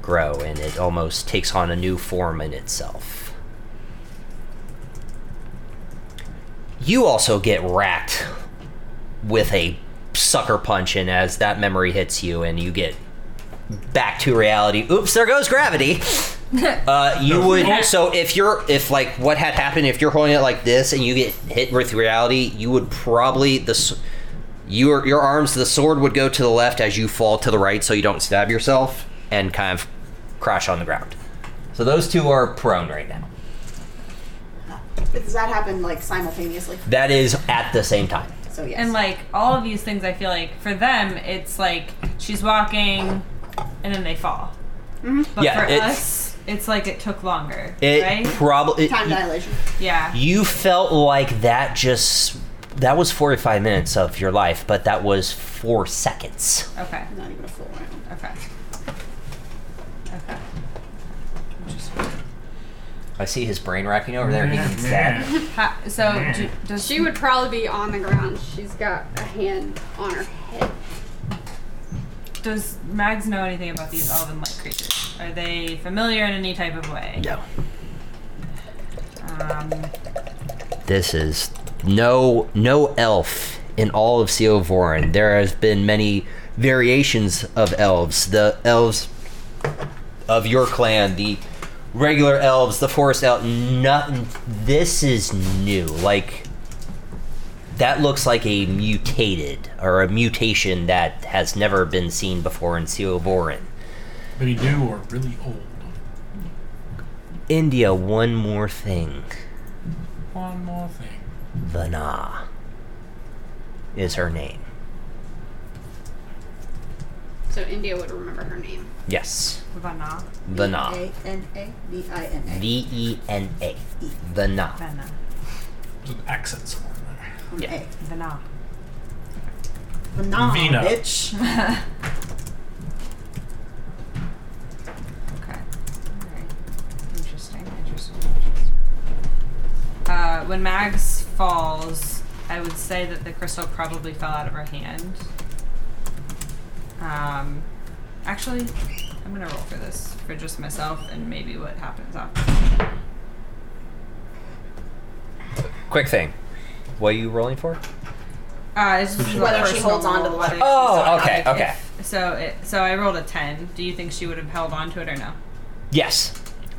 grow and it almost takes on a new form in itself. you also get racked with a sucker punch and as that memory hits you and you get back to reality oops there goes gravity uh, you would so if you're if like what had happened if you're holding it like this and you get hit with reality you would probably the s- your your arms the sword would go to the left as you fall to the right so you don't stab yourself and kind of crash on the ground so those two are prone right now Does that happen like simultaneously? that is at the same time So yes. And like all of these things, I feel like for them, it's like she's walking, and then they fall. But Yeah, for it's- us, it's like it took longer. It right? probably- Time dilation. Yeah. You felt like that just that was 45 minutes of your life, but that was 4 seconds. Okay. Not even a full round. Okay. Okay. I see his brain racking over there. He needs that. Ha- so do, does She would probably be on the ground. She's got a hand on her head. does Mags know anything about these elven-like creatures? Are they familiar in any type of way? No. Um, This is no no elf in all of Seovorin. There has been many variations of elves. The elves of your clan, the regular elves, the forest elf. Nothing. This is new. Like that looks like a mutated or a mutation that has never been seen before in Seovorin. Maybe new or really old. India, one more thing. One more thing. Vana is her name. So India would remember her name. Yes. Vana. Vana. A-N-A-V-I-N-A. V E N A. Vana. Vana. There's an accent somewhere in there. Yeah. Vana. Nah, Vina. bitch. Okay. Alright. Interesting. Interesting. interesting. Uh, when Mags falls, I would say that the crystal probably fell out of her hand. Um, actually, I'm gonna roll for this for just myself and maybe what happens after. Quick thing. What are you rolling for? Uh, it's just Whether a she holds personal on to the roll, whether letter. she Oh, holds on. okay, Like, okay. if- so, it, so I rolled a ten. Do you think she would have held on to it or no? Yes.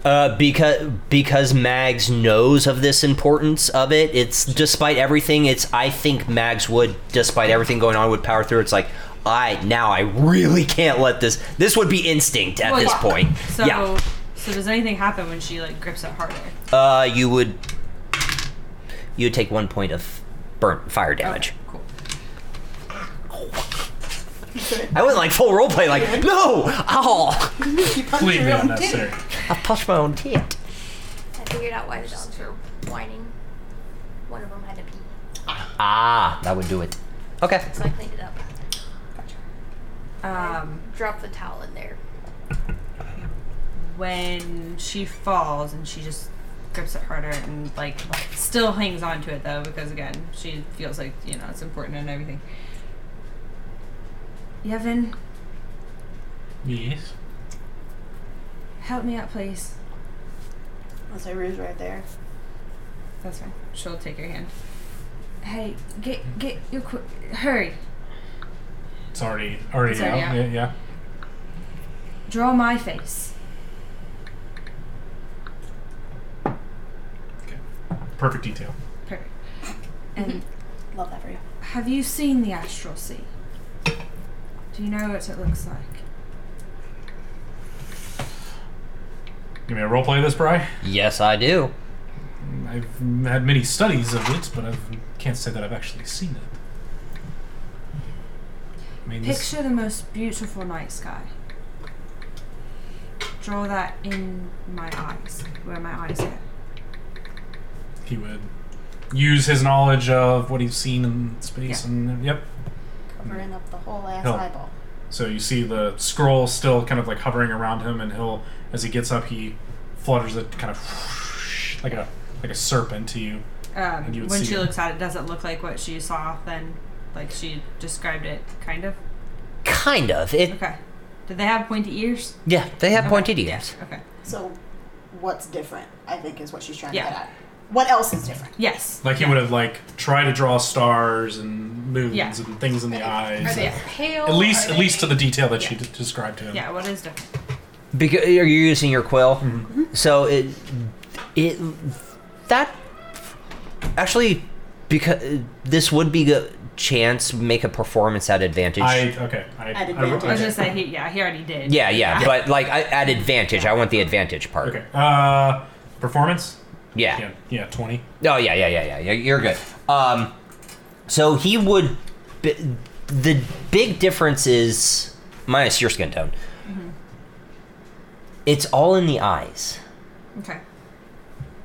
Uh, because because Mags knows of this importance of it. It's despite everything. It's I think Mags would, despite everything going on, would power through. It's like I now I really can't let this. This would be instinct at Well, this yeah. point. So, yeah. so does anything happen when she like grips it harder? Uh, you would. You would take one point of burn fire damage. Cool. I went like full roleplay, like no, ow! Believe me on that, sir. I punched my own tit. I figured out why the dogs were whining. One of them had to pee, Ah, that would do it. Okay. so I cleaned it up. Um, Dropped the towel in there. when she falls and she just grips it harder and like still hangs on to it though because again she feels like you know it's important and everything. Yevon, Yes. help me out, please. I'll say Rue's right there. That's fine. She'll take your hand. Hey, get get your quick, hurry. It's already already It's out. already out. Yeah, yeah. Draw my face. Perfect detail. Perfect. And Mm-hmm. Love that for you. have you seen the astral sea? Do you know what it looks like? Give me a roleplay of this, Bry. Yes, I do. I've had many studies of it, but I can't say that I've actually seen it. I mean, this- Picture the most beautiful night sky. Draw that in my eyes, where my eyes are. he would use his knowledge of what he's seen in space, and yep. Covering up the whole ass He'll- eyeball. So you see the scroll still kind of like hovering around him, and he'll, as he gets up, he flutters it kind of whoosh, like a like a serpent to you. Um, And you would when see she it. looks at it, does it look like what she saw then? Like she described it, kind of? Kind of. It. Okay. Did they have pointy ears? Yeah, they have Okay. pointed ears. Okay. So, what's different? I think is what she's trying Yeah. to get at. What else is different? Yes. Like he would have like tried to draw stars and moons Yeah. and things in the eyes. Are they and- pale? At least, Are at they- least to the detail that she d- described to him. Yeah, what is different? Because uh, you're using your quill, so it it that actually because this would be a chance make a performance at advantage. I okay. I, At I, I was okay. gonna say, he, yeah, he already did. yeah, yeah, but like I, at advantage, I want the advantage part. okay. Uh, performance. Yeah. Yeah. Yeah. Twenty. Oh yeah, yeah, yeah, yeah. You're- You're good. Um, so he would. b- The big difference is minus your skin tone. Mm-hmm. It's all in the eyes, Okay.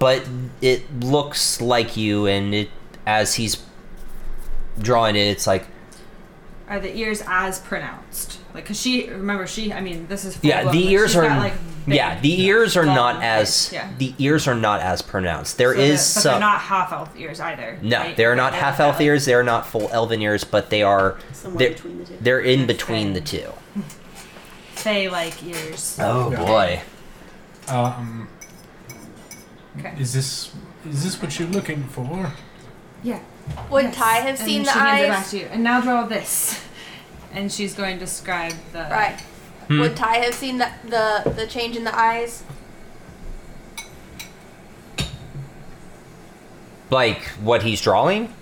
but it looks like you, and it as he's drawing it, it's like Are the ears as pronounced? Like, cause she remember she. I mean, this is full yeah. blown, The like, ears she's are got, like big- yeah. The ears are long not face, as yeah. the ears are not as pronounced. There so is they're- but some. they're not half elf ears either. No, right? they're not They're half like elf ears. They're not full elven ears, but they are. Somewhere they're, between the two. They're in between the two. Fey like ears. Oh Yeah. boy. Um, Okay. is this is this what you're looking for? Yeah. Would Yes. Ty have And seen she the hands it back eyes? to you. And now draw this. And she's going to describe the. Right. Hmm. Would Ty have seen the, the the change in the eyes? Like what he's drawing?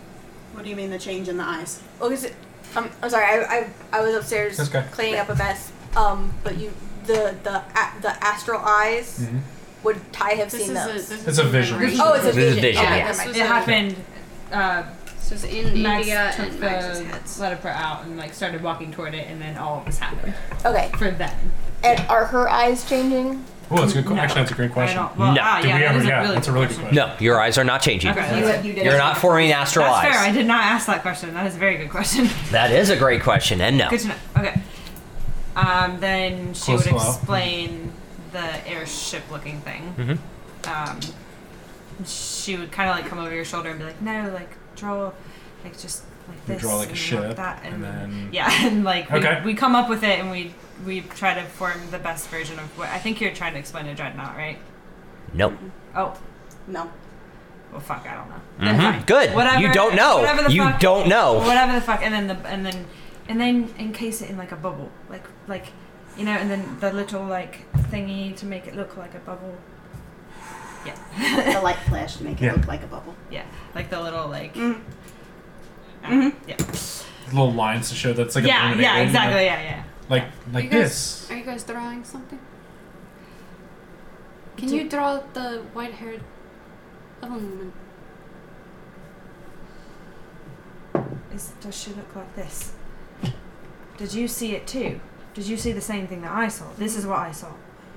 What do you mean the change in the eyes? Oh, is it? Um, I'm sorry. I, I, I was upstairs That's okay. cleaning up a mess. Um, but you the the a, the astral eyes. Mm-hmm. Would Ty have This seen is a, those? this is It's a vision. memory. oh, it's a This is vision. vision, Okay, yeah. never mind. It happened. Uh, This was in Max India took and the Max's heads. letter out and like started walking toward it, and then all of this happened Okay. for them. And are her eyes changing? Oh, that's a good. que- No. Actually, that's a great I question. don't. Well, No. ah, Did yeah, we that ever? is a Yeah, really that's a good really good question. question. No, your eyes are not changing. Okay, you- you did You're it. not forming astral That's eyes. fair. I did not ask that question. That is a very good question. That is a great question, and no. good to know. Okay. Um, then she Close would to that. explain the airship-looking thing. Mhm. Mm-hmm. Um, she would kind of like come over your shoulder and be like, "No, like draw, like just like You this, draw, like, a and ship, that, and, and then- yeah, and like we, Okay. we come up with it and we we try to form the best version of what I think you're trying to explain to Dreadnought, right? Nope. Oh, No. well, fuck, I don't know. Then fine. hmm Good. Whatever- you don't know. whatever the You fuck- don't know. whatever the fuck and then the and then and then encase it in like a bubble like like you know and then the little like thingy to make it look like a bubble yeah The light flash to make it Yeah. look like a bubble. yeah like the little like Mm. uh, Mhm. yeah Little lines to show that's Mm-hmm. like yeah illuminated, yeah like- exactly yeah yeah Like you like guys, this. Are you guys drawing something? Can you draw the white-haired elven woman? Is, does she look like this did you see it too did you see the same thing that I saw this is what I saw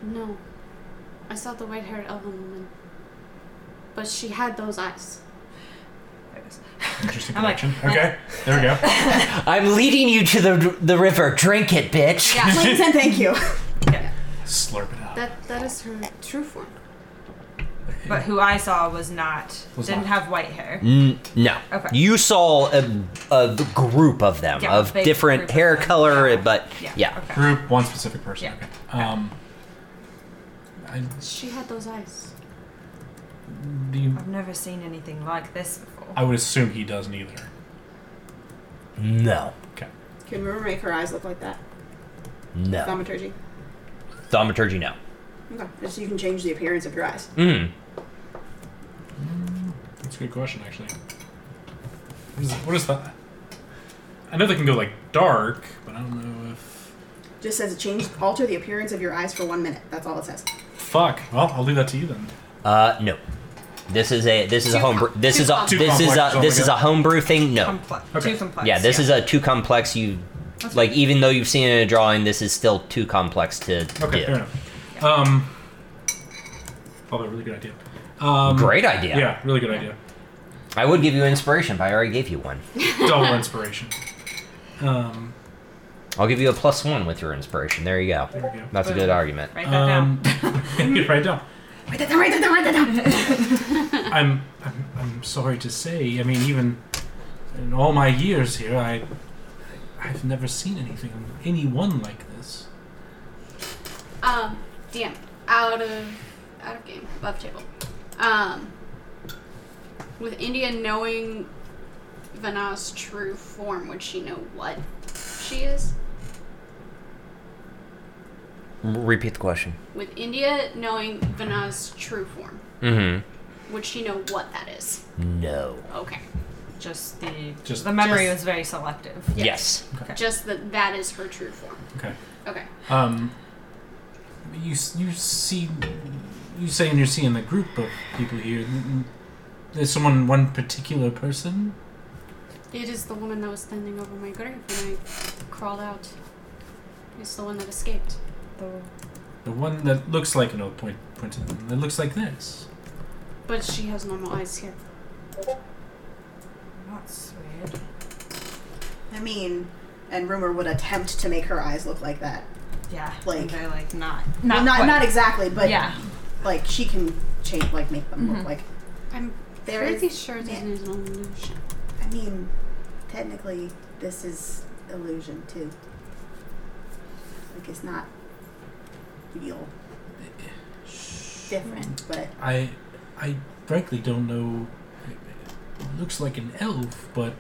No. I saw the white-haired elven woman. But she had those eyes. There it is. Interesting I'm like, connection. okay, there we go. I'm leading you to the the river. Drink it, bitch. Yeah. Please and thank you. Slurp it up. That that is her true form. but who I saw was not Was didn't not. have white hair N- no. Okay. You saw a, a group of them Yeah, of big different group of hair them. color, but yeah. yeah okay. Group one specific person. Yeah. Okay. Um, I, She had those eyes. do you- I've never seen anything like this before I would assume he doesn't either. No. Okay. Can River make her eyes look like that? No. Thaumaturgy. Thaumaturgy, no. Okay. So you can change the appearance of your eyes. Mm. a good question, actually. What is, what is that? I know they can go like dark, but I don't know if. Just says it change alter the appearance of your eyes for one minute. That's all it says. Fuck. Well, I'll leave that to you then. Uh, no. This is a this is a homebrew. This is a complex. this Too is complex, a oh this my is a God. homebrew thing. No. Complex. Too complex. Yeah, this is a too complex. You That's like even though you've seen it in a drawing, this is still too complex to Okay, do. fair enough. Um, probably a really good idea. Um, Great idea. Yeah, really good idea. I would give you inspiration, but I already gave you one. Double inspiration. Um, I'll give you a plus one with your inspiration. There you go. There we go. That's a Boom. good argument. Write that um, write down. Write that down, write that down, write that down. I'm, I'm I'm sorry to say. I mean, even in all my years here, I I've never seen anything anyone like this. Um, DM, out of out of game, above table. Um, with India knowing Vana's true form, would she know what she is? Repeat the question. With India knowing Vana's true form, Mm-hmm. would she know what that is? No. Okay, Just the Just- the memory Just- was very selective. Yes. Okay. just that that is her true form. Okay. Okay. Um, you s- you see, you saying you're seeing a group of people here. N- n- There's someone, one particular person. It is the woman that was standing over my grave when I crawled out. It's the one that escaped. The one that looks like an old point point to them. That looks like this. But she has normal eyes here. That's weird. I mean, and rumor would attempt to make her eyes look like that. Yeah. Like- they're like not Well, not not quite. not exactly, but yeah. like she can change, like make them Mhm. Mm-hmm. look like. I'm There pretty is. sure this is an illusion. I mean, technically, this is illusion too. Like it's not real. Different, but I I frankly don't know. It looks like an elf, but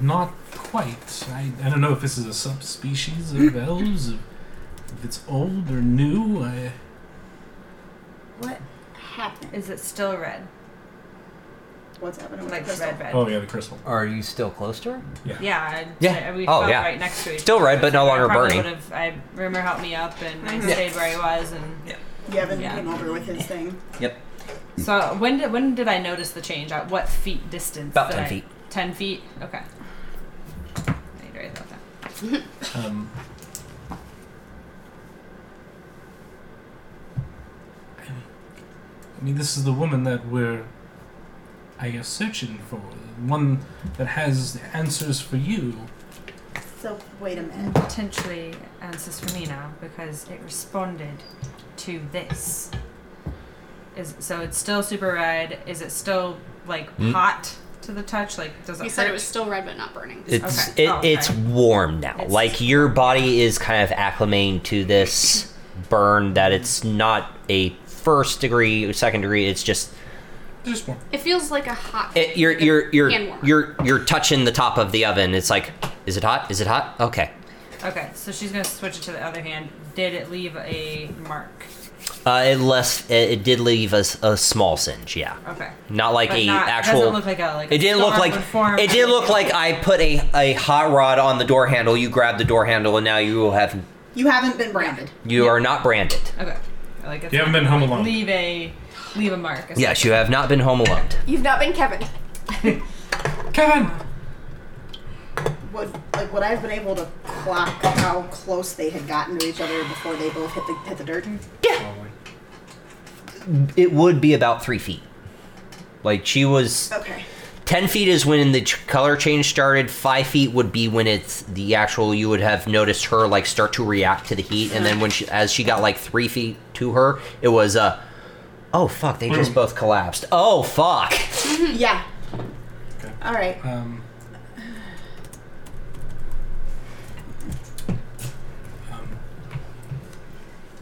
not quite. I, I don't know if this is a subspecies of elves, if if it's old or new. I, what happened? Is it still red? What's happening with Like Crystal? red red. oh yeah, the crystal. Are you still close to her? Yeah. I'd Yeah. say We Oh, felt yeah. Right next to each Still red, but no longer burning. Would have, I rumor helped me up, and I Mhm. Yeah. stayed where I was. And Yevon Yeah. came over with his thing. Yep. so when did when did I notice the change? At what feet distance? About did 10 I- feet. Ten feet. Okay. I need to write that down. Um, I mean, this is the woman that we're, I guess, searching for. the One that has answers for you. So wait a and minute. potentially answers for me now because it responded to this. Is so it's still super red. Is it still like Mm. hot to the touch? Like does it You hurt? said it was still red but not burning. It's Okay. it, Oh, okay. it's warm now. It's- like your body is kind of acclimating to this burn that it's not a first degree, second degree. It's just Just one. It feels like a hot. it, you're you're hand you're warm. you're you're touching the top of the oven. It's like, is it hot? Is it hot? Okay. okay, so she's gonna switch it to the other hand. Did it leave a mark? Uh, it less it, it did leave us a, small singe. Yeah. Okay. Not like But a not- actual. Doesn't look like a like. It a didn't look storm like would form. it did look like I put a, a hot rod on the door handle. You grab the door handle, and now you will have You haven't been branded. you are not branded. Okay. Like it's You haven't not been gonna, home like, alone. Leave a leave a mark. Yes, you have not been home alone. You've not been Kevin. Kevin! Would like would I have been able to clock how close they had gotten to each other before they both hit the hit the Mm-hmm. dirt? It would be about three feet. Like she was Okay. ten feet is when the ch- color change started. Five feet would be when it's the actual. You would have noticed her like start to react to the heat, and then when she as she got like three feet to her, it was uh, oh fuck, they just both collapsed. Oh fuck. yeah. Okay. All right. Um, um,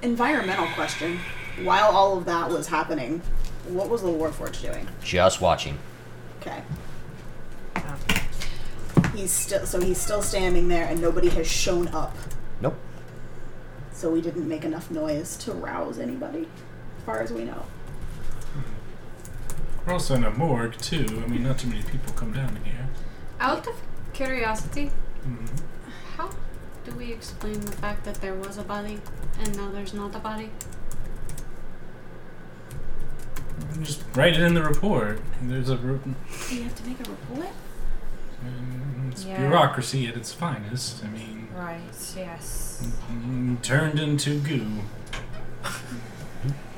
Environmental question. While all of that was happening, what was the Warforged doing? Just watching. Okay. He's still so he's still standing there, and nobody has shown up. Nope. So we didn't make enough noise to rouse anybody, as far as we know. We're also in a morgue too. I mean, not too many people come down here. Out of curiosity, Mhm. how do we explain the fact that there was a body and now there's not a body? Just write it in the report. There's a re- You have to make a report? Mm, it's Yeah. bureaucracy at its finest. I mean, Right. Yes. mm, turned into goo.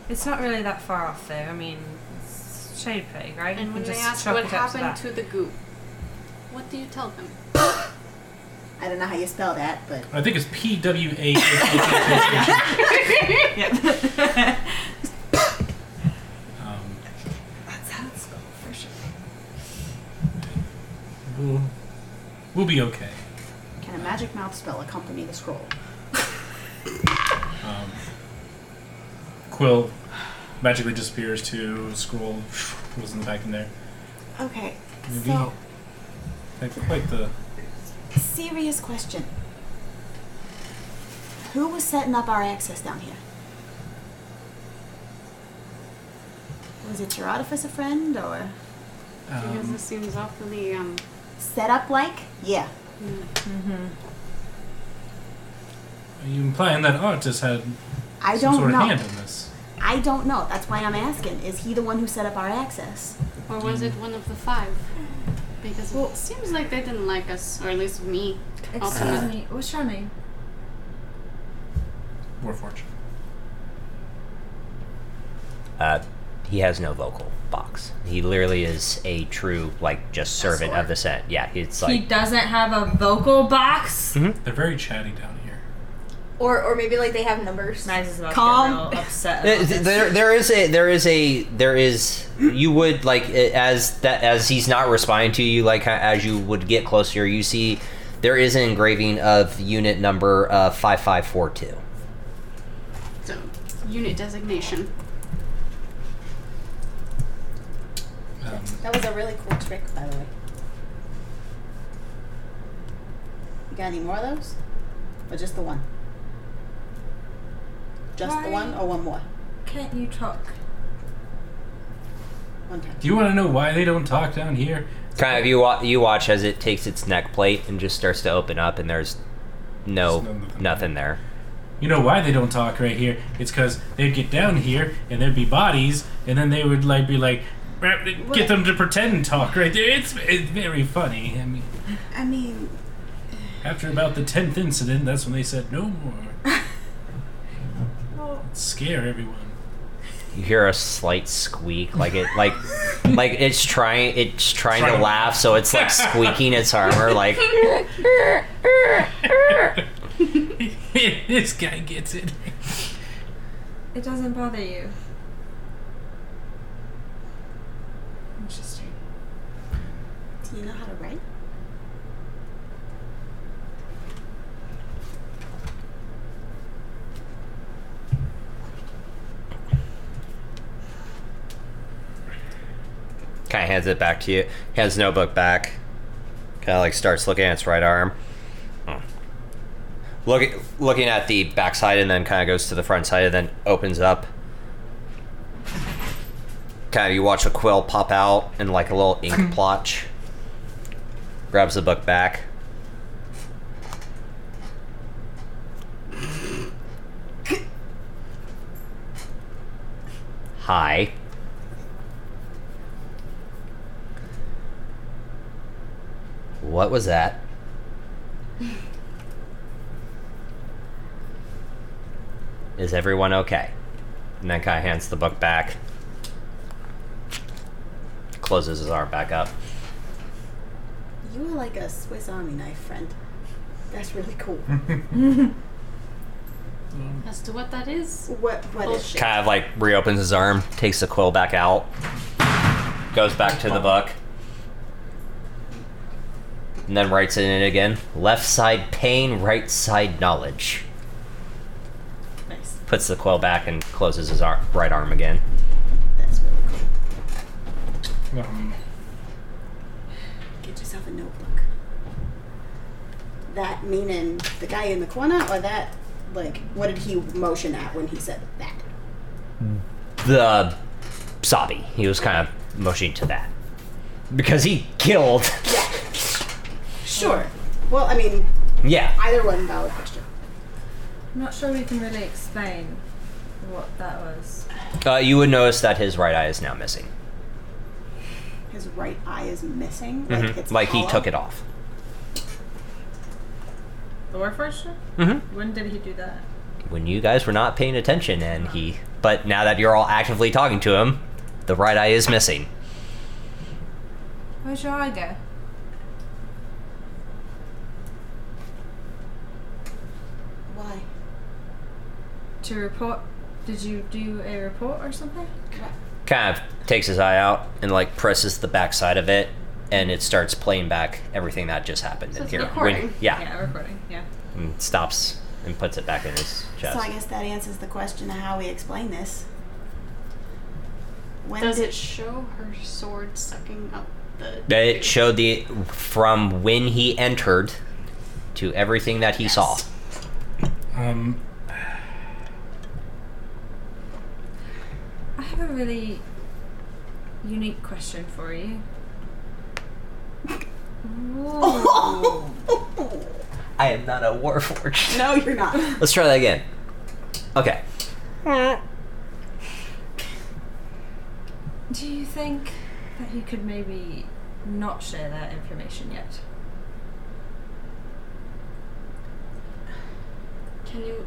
It's not really that far off though. I mean, it's shade pig, right? And You when just they ask chalk what it up to happened that. to, the goo, what do you tell them? I don't know how you spell that, but I think it's P W A. H H H H. Um, That's how it's spelled for sure. we'll, we'll be okay. can a magic mouth spell accompany the scroll? Um, Quill magically disappears to scroll. Wasn't back in there. Okay, Maybe. so Like, quite the. serious question. Who was setting up our access down here? Was it your artificer friend or because Um, this seems awfully um. set up like? Yeah. are you implying that artist had I some don't sort know. of hand in this? I don't know. That's why I'm asking. Is he the one who set up our access? Or was it one of the five? Because it seems like they didn't like us, or at least me. Excuse Also, me. What's your name? Warforged. Uh, he has no vocal box. He literally is a true, like, just servant of the set. Yeah, it's he like. Mm-hmm. doesn't have a vocal box. They're very chatty down here. Or or maybe like they have numbers. Nice is about Calm. to get real upset. Th- about th- this. There, there is a, there is a, there is. You would like a- as that as he's not responding to you, like as you would get closer, you see there is an engraving of unit number uh, five five four two. so unit designation. Um, That was a really cool trick, by the way. You got any more of those? Or just the one? Just the one or one more? Can't you talk? One time. do you want to know why they don't talk down here? Kind of you wa- you watch as it takes its neck plate and just starts to open up, and there's no There's no- nothing there. You know why they don't talk right here? It's because they'd get down here and there'd be bodies, and then they would like be like, "Rap- get them to pretend and talk right there. It's it's very funny. I mean, I mean, after about the tenth incident, that's when they said no more. Scare everyone. You hear a slight squeak, like it like like it's trying it's trying to Trying to- laugh, so it's like squeaking its armor, like. this guy gets it. It doesn't bother you. Interesting. Do you know how to write? kind of hands it back to you. Hands the notebook back. Kind of like starts looking at its right arm. Hmm. Look, looking at the back side and then kind of goes to the front side and then opens up. Kind of you watch a quill pop out and like a little ink blotch. Grabs the book back. Hi. What was that? Is everyone okay? And then Kai hands the book back, closes his arm back up. You are like a Swiss Army knife friend. That's really cool. Hmm. As to what that is, What? What is? Kind of like reopens his arm, takes the quill back out, goes back to the book, and then writes it in again. Left side pain, right side knowledge. Nice. Puts the quill back and closes his ar- right arm again. That's really cool. Um, Get yourself a notebook. That meaning the guy in the corner, or that like what did he motion at when he said that? the sobby. uh, He was kind of motioning to that because he killed. Sure. Well, I mean, yeah. either one valid question. I'm not sure we can really explain what that was. Uh, you would notice that his right eye is now missing. His right eye is missing. Mhm. Like, it's Like he hollow. took it off. The Warforger? Mhm. When did he do that? When you guys were not paying attention, and he. But now that you're all actively talking to him, the right eye is missing. Where's your eye go? Why? To report. Did you do a report or something? Kind of takes his eye out and like presses the backside of it, and it starts playing back everything that just happened So in it's here. When- recording. yeah. Yeah, recording. Yeah. And stops and puts it back in his chest. So I guess that answers the question of how we explain this. When Does did it show her sword sucking up the? It showed the from when he entered to everything that he saw. Um, I have a really unique question for you. I am not a warforged. No, you're not. Let's try that again. Okay. Do you think that you could maybe not share that information yet? Can you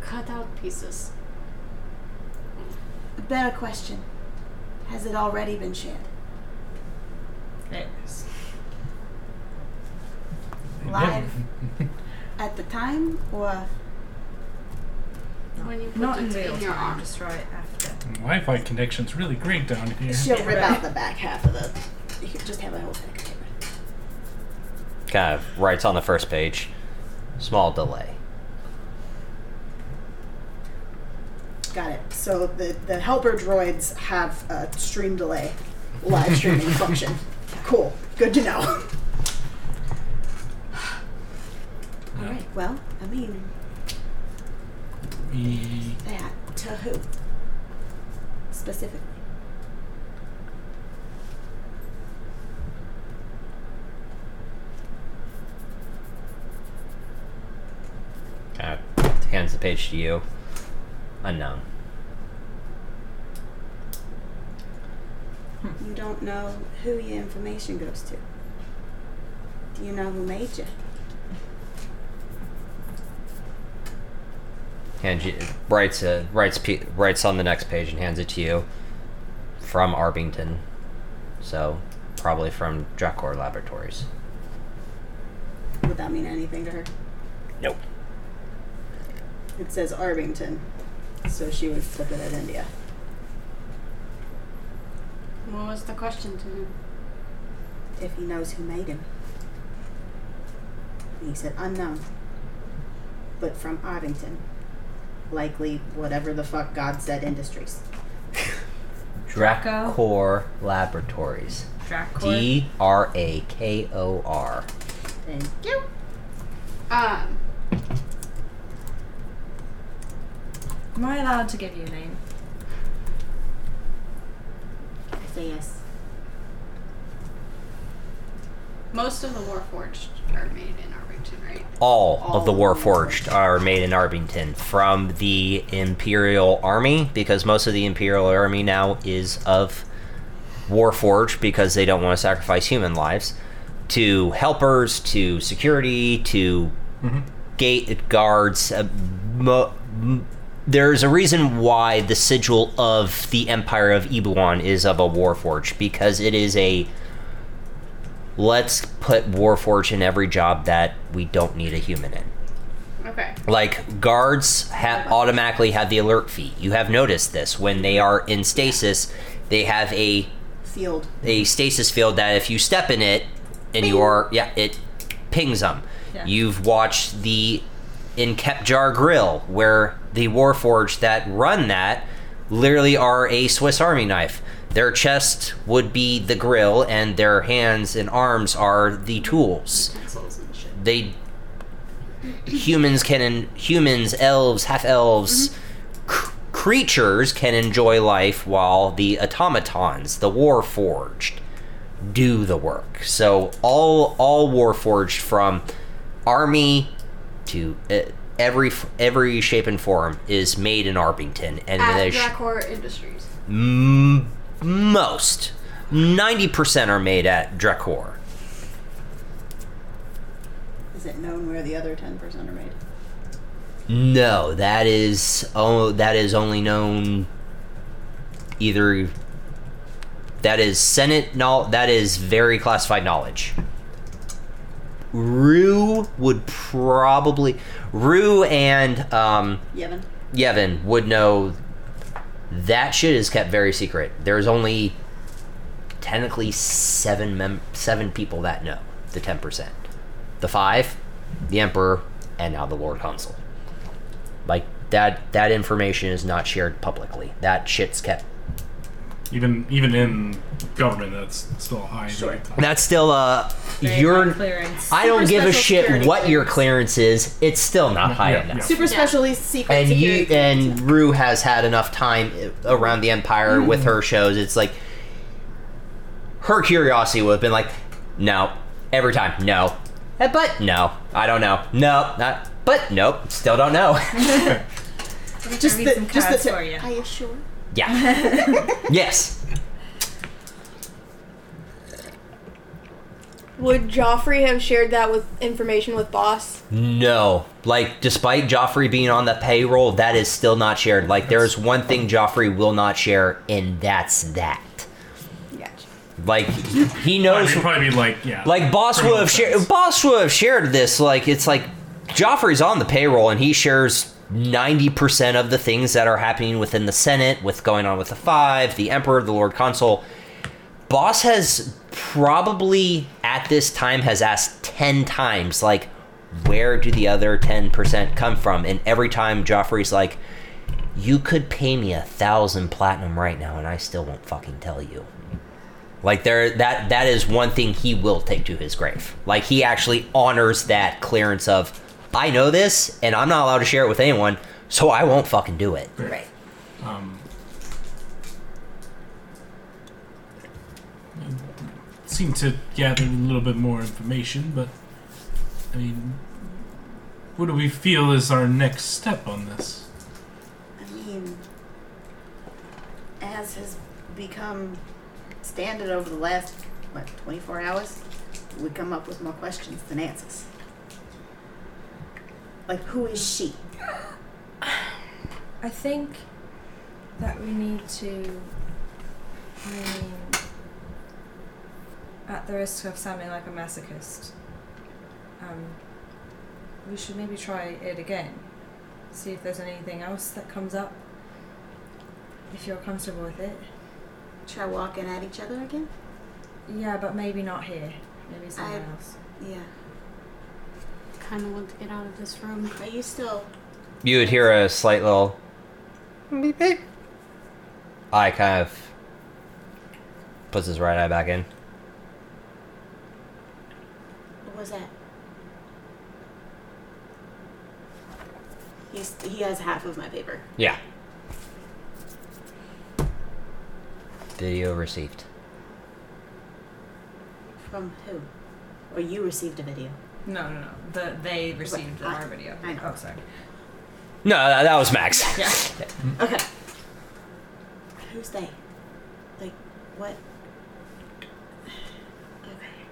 cut out pieces? a better question? Has it already been shared? Yes. Live at the time or When you put Not it in real your time, arm. just right after. Wi-Fi connection's really great down here. She'll rip out the back half of the. You could just have a whole thing. Kind of writes on the first page. Small delay. Got it. So the, the helper droids have a stream delay live streaming function. Cool. Good to know. All right. Well, I mean, E- that to who specifically? Kind of hands the page to you. Unknown. You don't know who your information goes to. Do you know who made you? Hands you, writes a, writes pe- writes on the next page and hands it to you. From Arbington, so probably from Dracor Laboratories. Would that mean anything to her? Nope. It says Arbington, so she would flip it at India. What was the question to him? If he knows who made him. And he said unknown, but from Arbington, likely whatever the fuck God said industries. Draco? Dracor Laboratories. Dracor? D R A K O R. Thank you. Um, Am I allowed to give you a name? I say yes. most of the Warforged are made in Arbington, right? All, of the All. Warforged are made in Arbington from the Imperial Army because most of the Imperial Army now is of Warforged because they don't want to sacrifice human lives to helpers, to security, to gate guards. Uh, mo- m- there's a reason why the sigil of the Empire of Ibuan is of a Warforged because it is a let's put Warforged in every job that we don't need a human in. Okay. Like guards ha- automatically have the alert fee. You have noticed this when they are in stasis, they have a Field. a stasis field that if you step in it and you are yeah it pings them. Yeah. You've watched the in Kepjar Grill where the Warforged that run that literally are a Swiss Army knife. Their chest would be the grill, and their hands and arms are the tools Pencils and shit. they Mm-hmm. humans can humans elves half elves cr- creatures can enjoy life while the automatons, the warforged, do the work. So all all warforged from army to uh, every every shape and form is made in Arpington and At they sh- Blackcore Industries. m- most 90% are made at Drekor. Is it known where the other 10% are made? No, that is oh, that is only known either that is Senate no that is very classified knowledge. Rue would probably Rue and um Yevon? Yevon would know that shit is kept very secret. There's only technically seven mem- seven people that know the ten percent. The five, the Emperor, and now the Lord Consul. Like that that information is not shared publicly. That shit's kept Even even in government, that's still high. Sure. that's still uh Very your high clearance. I don't Super give a special shit security what your clearance is, it's still not high yeah, enough. Super specialty secret and security. you and Rue has had enough time around the Empire with her shows. It's like her curiosity would have been like, no, every time, no, Eh, but no, I don't know, no, not, but nope, still don't know. just me the, some just the cards tip. for you. Are you sure? yeah. yes. Would Joffrey have shared that with information with Boss? No. Like, despite Joffrey being on the payroll, that is still not shared. Like, there is one thing Joffrey will not share, and that's that. Gotcha. Like, he knows. It'd probably be like yeah. Like boss would have shared. Boss would have shared this. Like it's like Joffrey's on the payroll and he shares ninety percent of the things that are happening within the Senate, with going on with the Five, the Emperor, the Lord Consul. Boss has probably at this time has asked ten times, like, where do the other ten percent come from? And every time Joffrey's like, you could pay me a thousand platinum right now, and I still won't fucking tell you. Like there, that that is one thing he will take to his grave. Like he actually honors that clearance of, I know this, and I'm not allowed to share it with anyone, so I won't fucking do it. Right. Um, seem to gather a little bit more information, but I mean, what do we feel is our next step on this? I mean, as has become standard over the last, what, 24 hours, we come up with more questions than answers. Like, who is she? I think that we need to. I mean, at the risk of sounding like a masochist, um, we should maybe try it again. See if there's anything else that comes up. If you're comfortable with it. Try walking at each other again? Yeah, but maybe not here. Maybe somewhere I- else. Yeah. Kind of want to get out of this room. Are you still? You would hear a slight little eye kind of puts his right eye back in. What was that? He's, he has half of my paper. Yeah. Video received. From who? Or you received a video. No, no, no. The, they received the our video. I know. Oh, sorry. No, that, that was Max. Yeah. Okay. Who's they? Like, what? Okay.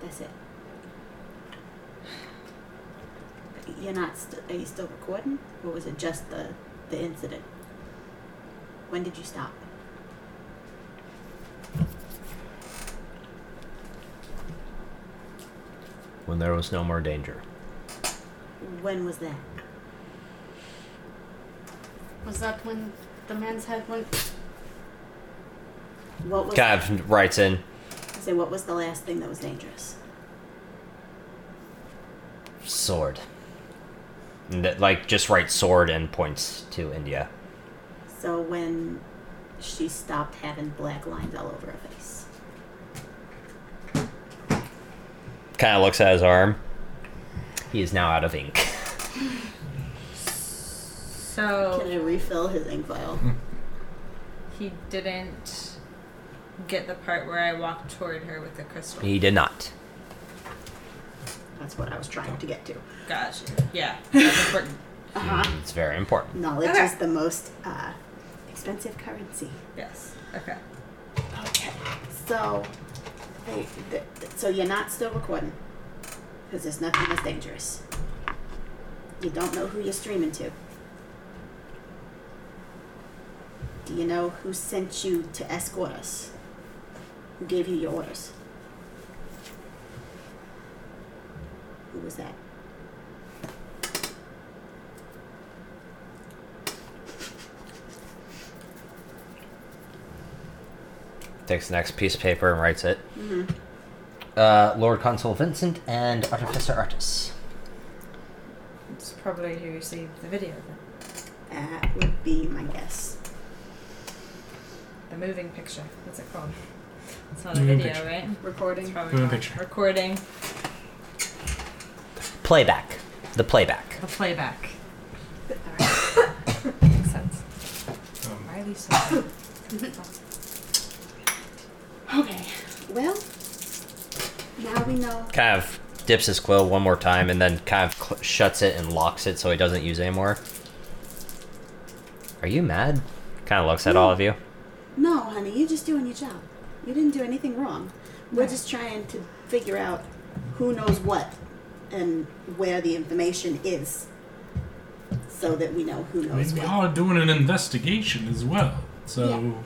That's it. You're not. St- are you still recording, or was it just the the incident? When did you stop? When there was no more danger. When was that? Was that when the man's head went? What was? Kind of writes in. I say, what was the last thing that was dangerous? sword. And that, like, just write sword and points to India. So when she stopped having black lines all over her face. Kind of looks at his arm. He is now out of ink. So Can I refill his ink vial? he didn't get the part where I walked toward her with the crystal. He did not. That's what I was trying to get to. Gotcha. Yeah, that's important. Uh-huh. It's very important. Knowledge Okay. is the most uh, expensive currency. Yes. Okay. Okay. So, hey, th- th- so you're not still recording because there's nothing that's dangerous. You don't know who you're streaming to. Do you know who sent you to escort us? Who gave you your orders? Who was that? Takes the next piece of paper and writes it. Uh, Lord Consul Vincent and Artificer Artis. It's probably who received the video then. That would be my guess. The moving picture. What's it called? It's not a Moving video, picture. right? Recording. It's probably Moving not. picture. Recording. Playback. The playback. The playback. Makes sense. Um, Why are these so Okay. Well, now we know. Kind of dips his quill one more time and then kind of cl- shuts it and locks it so he doesn't use it anymore. Are you mad? Kind of looks at all of you. No, honey, you're just doing your job. You didn't do anything wrong. We're just trying to figure out who knows what and where the information is so that we know who I mean, knows we what. are doing an investigation as well, so.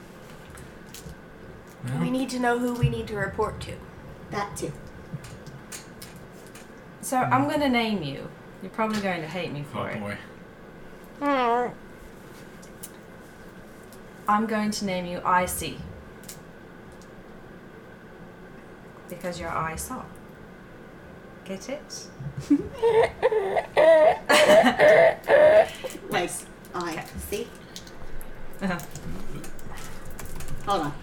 We need to know who we need to report to. That too. So I'm gonna name you. You're probably going to hate me for Oh it. boy. I'm going to name you Icy. Because your eye saw. Get it? Like, I see. Uh-huh. Hold on.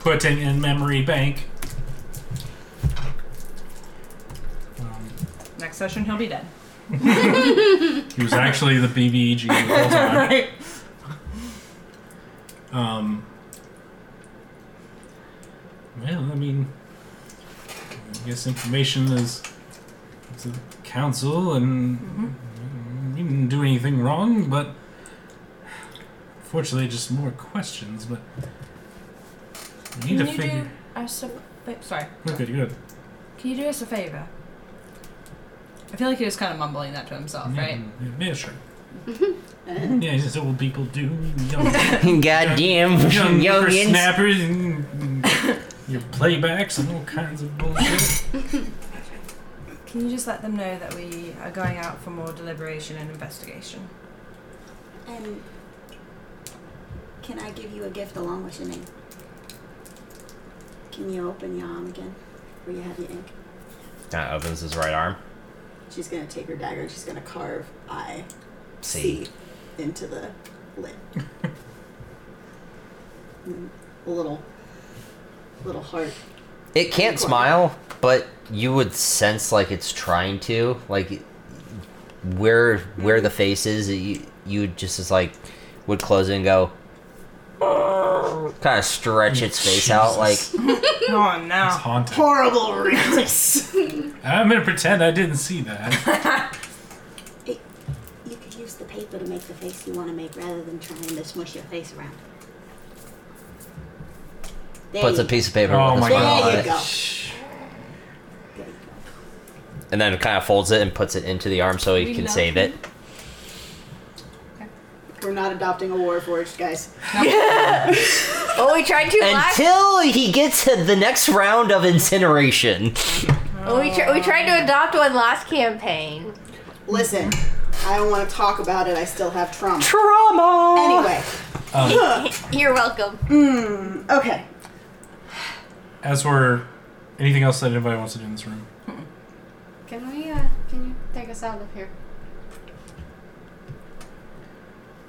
Putting in memory bank. Um, Next session, he'll be dead. he was actually the BBEG the whole time. right. Um, well, I mean, I guess information is it's a council, and Mm-hmm. we didn't do anything wrong, but fortunately, just more questions. But we Can need to you figure. do us a fa- sorry. Look good, good. Can you do us a favor? I feel like he was kind of mumbling that to himself, Oh, right? Yeah, yeah, sure. Uh, yeah, it's just old people do. Young, Goddamn young, young youngins. snappers and, and your playbacks and all kinds of bullshit. Can you just let them know that we are going out for more deliberation and investigation? And can I give you a gift along with your name? Can you open your arm again where you have your ink? Kind of opens his right arm. She's gonna take her dagger. She's gonna carve I See. into the lid. Mm, a little, little heart. It can't smile, but you would sense like it's trying to. Like where where the face is, you you just is like would close it and go. Kind of stretch its face out like oh no! It's haunting. Horrible rictus. I'm gonna pretend I didn't see that. You could use the paper to make the face you want to make rather than trying to smush your face around. There puts you a piece of paper Oh with a my smile God. on There it, you go. and then kind of folds it and puts it into the arm so he We can love save it. We're not adopting a warforged, guys. Oh, we tried to last. Until he gets to the next round of incineration. Oh, we, tr- we tried to adopt one last campaign. Listen, I don't want to talk about it. I still have trauma. Trauma. Anyway. Um, You're welcome. Mm, okay. As for anything else that anybody wants to do in this room, Can we, uh, can you take us out of here?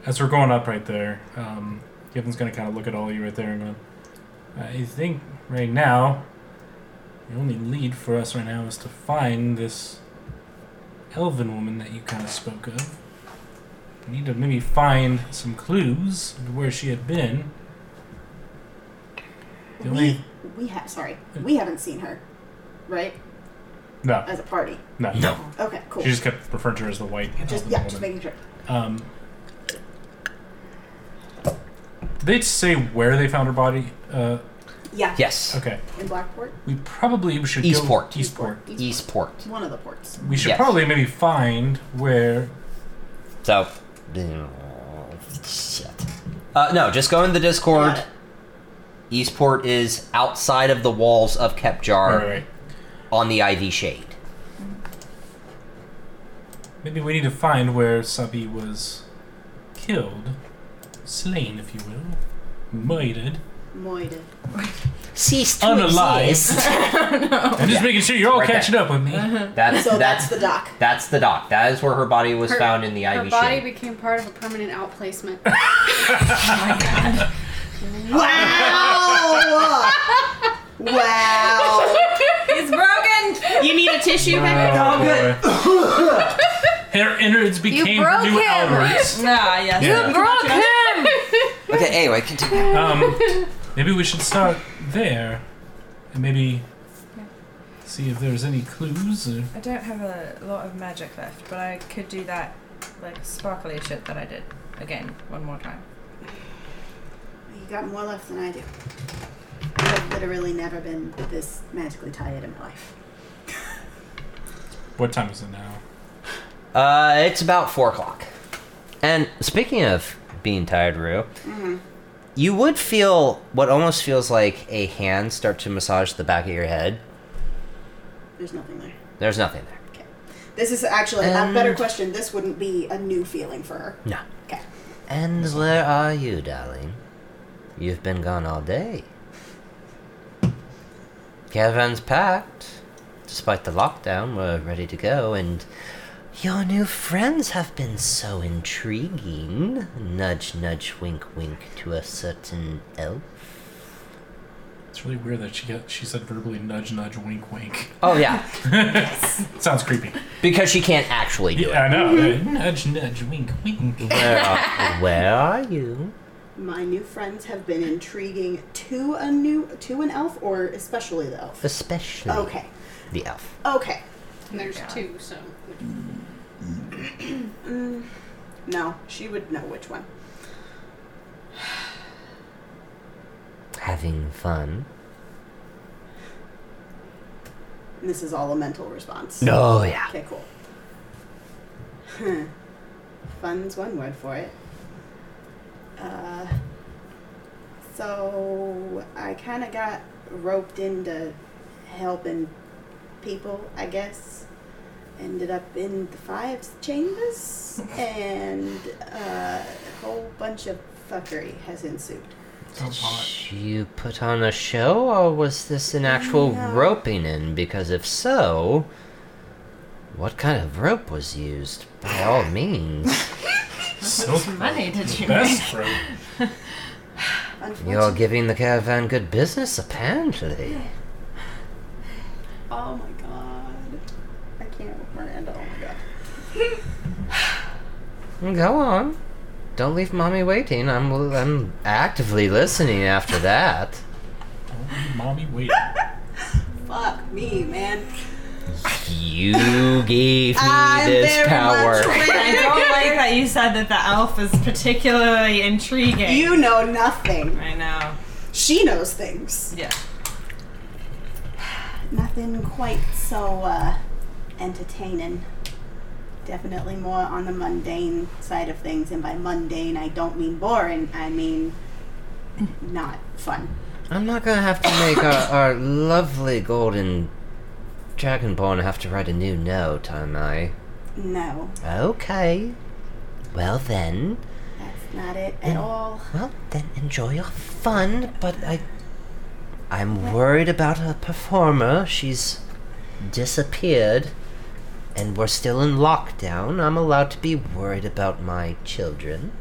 as we're going up right there, um, Gibbon's gonna kind of look at all of you right there and go, I think right now, the only lead for us right now is to find this elven woman that you kind of spoke of. We need to maybe find some clues of where she had been. The We, only- we have, sorry, we haven't seen her, right? No. As a party. No. No. Okay, Uh, cool. She just kept referring to her as the white Just, husband yeah, woman. just making sure. Um, they'd say where they found her body. Uh, Yeah. Yes. Okay. In Blackport? We probably should Eastport. Go, Eastport. Eastport. One of the ports. We should Yes. probably maybe find where. So, shit. Uh, no, just go in the Discord. Eastport is outside of the walls of Kepjar, Right, right. on the Ivy Shade. Maybe we need to find where Sabi was killed, slain, if you will, murdered. Moided. Cease to Unalived. exist. I'm just Oh, Yeah. making sure you're all Right there. catching up with me. That's So that's, that's the dock. That's the dock. That is where her body was Her- found in the Ivy Her body Shade. became part of a permanent outplacement. Wow! wow! it's broken. You need a tissue, Oh, good. Her innards became broke her new him. outwards. Nah, yes. You Yeah. broke him. Okay, anyway, continue. Um, maybe we should start there, and maybe see if there's any clues. Or... I don't have a lot of magic left, but I could do that, like, sparkly shit that I did again, one more time. You got more left than I do. I've literally never been this magically tired in my life. What time is it now? Uh, it's about four o'clock. And speaking of being tired, Rue, Mm-hmm. you would feel what almost feels like a hand start to massage the back of your head. There's nothing there. There's nothing there. This is actually a better And- question. This wouldn't be a new feeling for her. No. Okay. And where are you, darling? You've been gone all day. Caravan's packed. Despite the lockdown, we're ready to go, and your new friends have been so intriguing. Nudge, nudge, wink, wink to a certain elf. It's really weird that she got, she said verbally nudge, nudge, wink, wink. Oh, yeah. Sounds creepy. Because she can't actually do Yeah, I it. know. Nudge, nudge, wink, wink. Where are, where are you? My new friends have been intriguing to a new to an elf or especially the elf. Especially Okay. the elf. Okay. And there's two, so. Mm, no, she would know which one. Having fun. And this is all a mental response. Oh, yeah. Okay, cool. Huh. Fun's one word for it. Uh, so I kind of got roped into helping people, I guess. Ended up in the five chambers, and uh, a whole bunch of fuckery has ensued. Did you put on a show, or was this an actual No. roping in? Because if so, what kind of rope was used? By all means, So money did you Best make? you're giving the caravan good business, apparently. Oh my god. I can't with Miranda. Oh my god. Go on. Don't leave mommy waiting. I'm I'm actively listening after that. Mommy, wait. Fuck me, man. You gave me I'm this very power. I don't like that you said that the elf is particularly intriguing. You know nothing. I know. She knows things. Yeah. Nothing quite so uh, entertaining. Definitely more on the mundane side of things, and by mundane, I don't mean boring. I mean not fun. I'm not gonna have to make our, our lovely golden dragonborn have to write a new note, am I? No, Okay. Well then. that's not it at all. Well then, enjoy your fun. But I, I'm worried about a performer. She's disappeared, and we're still in lockdown. I'm allowed to be worried about my children.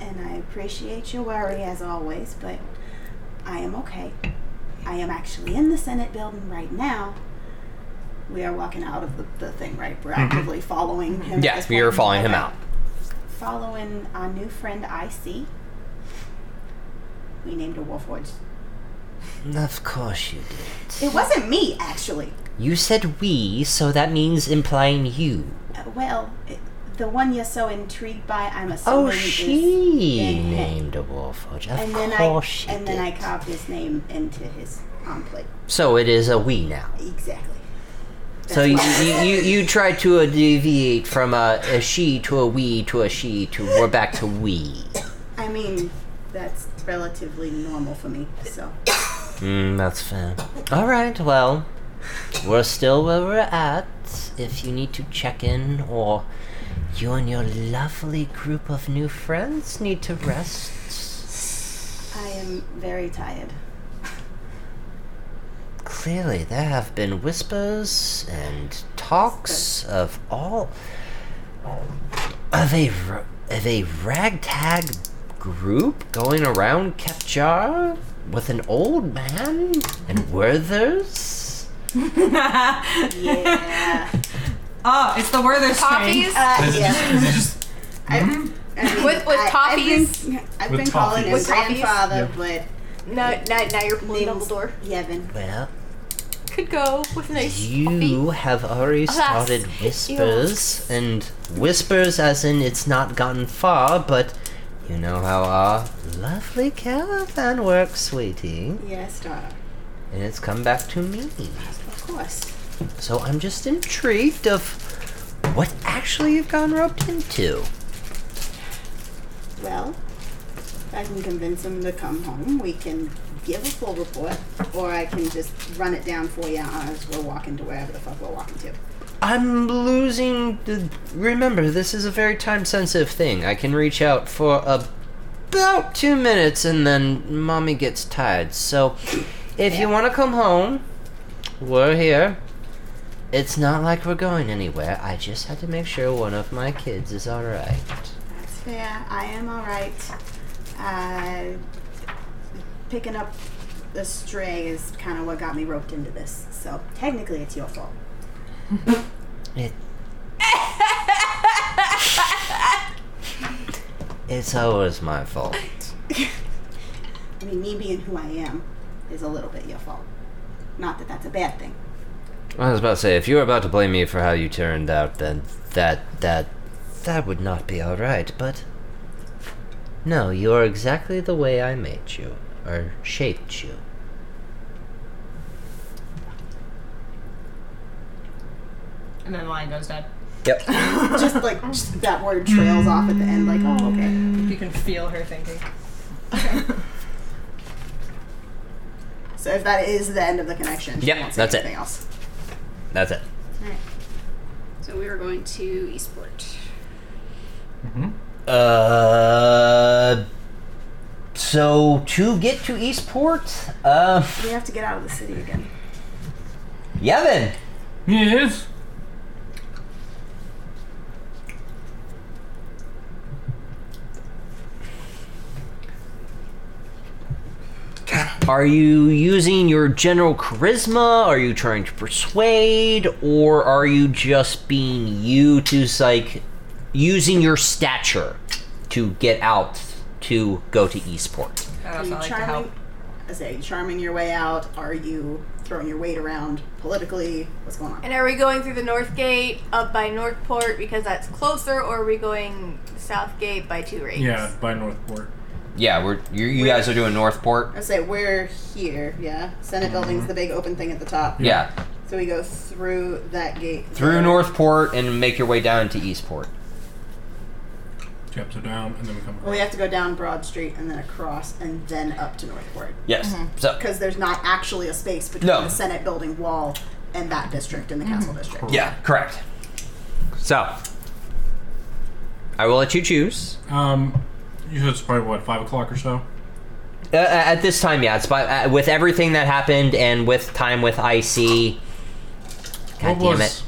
And I appreciate your worry as always, but I am okay. I am actually in the Senate building right now. We are walking out of the, the thing, right? We're Mhm. actively following him. at this Yes, we are following him out. following our new friend IC. We named her Wolfwoods. Of course you did. It wasn't me, actually. You said we, so that means implying you. Uh, well, it, the one you're so intrigued by, I'm assuming. Oh, is she in it. named a Warforge. Of and then I course she and did. then I carved his name into his arm plate. So it is a we now. Exactly. So you, you, you, you try to uh, deviate from a, a she to a we to a she to we're back to we. I mean, that's relatively normal for me. So Mm, that's fair. All right, well, we're still where we're at. If you need to check in, or you and your lovely group of new friends need to rest, I am very tired. clearly there have been whispers and talks of all of a r- of a ragtag group going around Kepjar with an old man and Werthers. yeah. Oh, it's the Werther's Coffees? Uh, yeah. with with toffees. I've With been calling him toffees. With grandfather, No, now, now you're pulling Dumbledore. Yevin. Well, Could go with a nice. you have already Alas, started whispers, and whispers as in it's not gotten far, but you know how our lovely caravan works, sweetie. but yes, daughter. And it's come back to me. Uh, Of course. So I'm just intrigued of what actually you've gotten roped into. Well, if I can convince him to come home, we can give a full report, or I can just run it down for you as we're walking to wherever the fuck we're walking to. I'm losing. The, remember, this is a very time sensitive thing. I can reach out for about two minutes and then mommy gets tired. So, if you want to come home, we're here. It's not like we're going anywhere. I just had to make sure one of my kids is alright. That's fair. I am all right. Uh, picking up the stray is kind of what got me roped into this. So technically, it's your fault. It. It's always my fault. I mean, me being who I am is a little bit your fault. Not that that's a bad thing. I was about to say, if you were about to blame me for how you turned out, then that that that would not be all right. But no, you are exactly the way I made you or shaped you. And then the line goes dead. Yep. just like just that word trails off at the end, like, oh, okay. You can feel her thinking. So if that is the end of the connection, she Yep, won't say that's it. anything else. That's it. So we were going to Eastport. Uh. So to get to Eastport, uh, We have to get out of the city again. Yevon. Yes. Are you using your general charisma? Are you trying to persuade? Or are you just being you to like using your stature to get out to go to Eastport? Are you charming? I say, are you charming your way out? Are you throwing your weight around politically? What's going on? And are we going through the North Gate up by Northport because that's closer, or are we going South Gate by Two Rings? Yeah, by Northport. Yeah, we're you, you guys are doing Northport. I say we're here. Yeah, Senate building's the big open thing at the top. Yeah, So we go through that gate. through Northport and make your way down to Eastport. Yep, so down, and then we come Oh, Well, we have to go down Broad Street and then across and then up to Northport. Yes. So Because there's not actually a space between No. the Senate building wall and that district and the castle district. yeah, correct. So I will let you choose. Um, you said it's probably what five o'clock or so. Uh, at this time, yeah, it's by, uh, with everything that happened and with time with IC. God damn What was- it!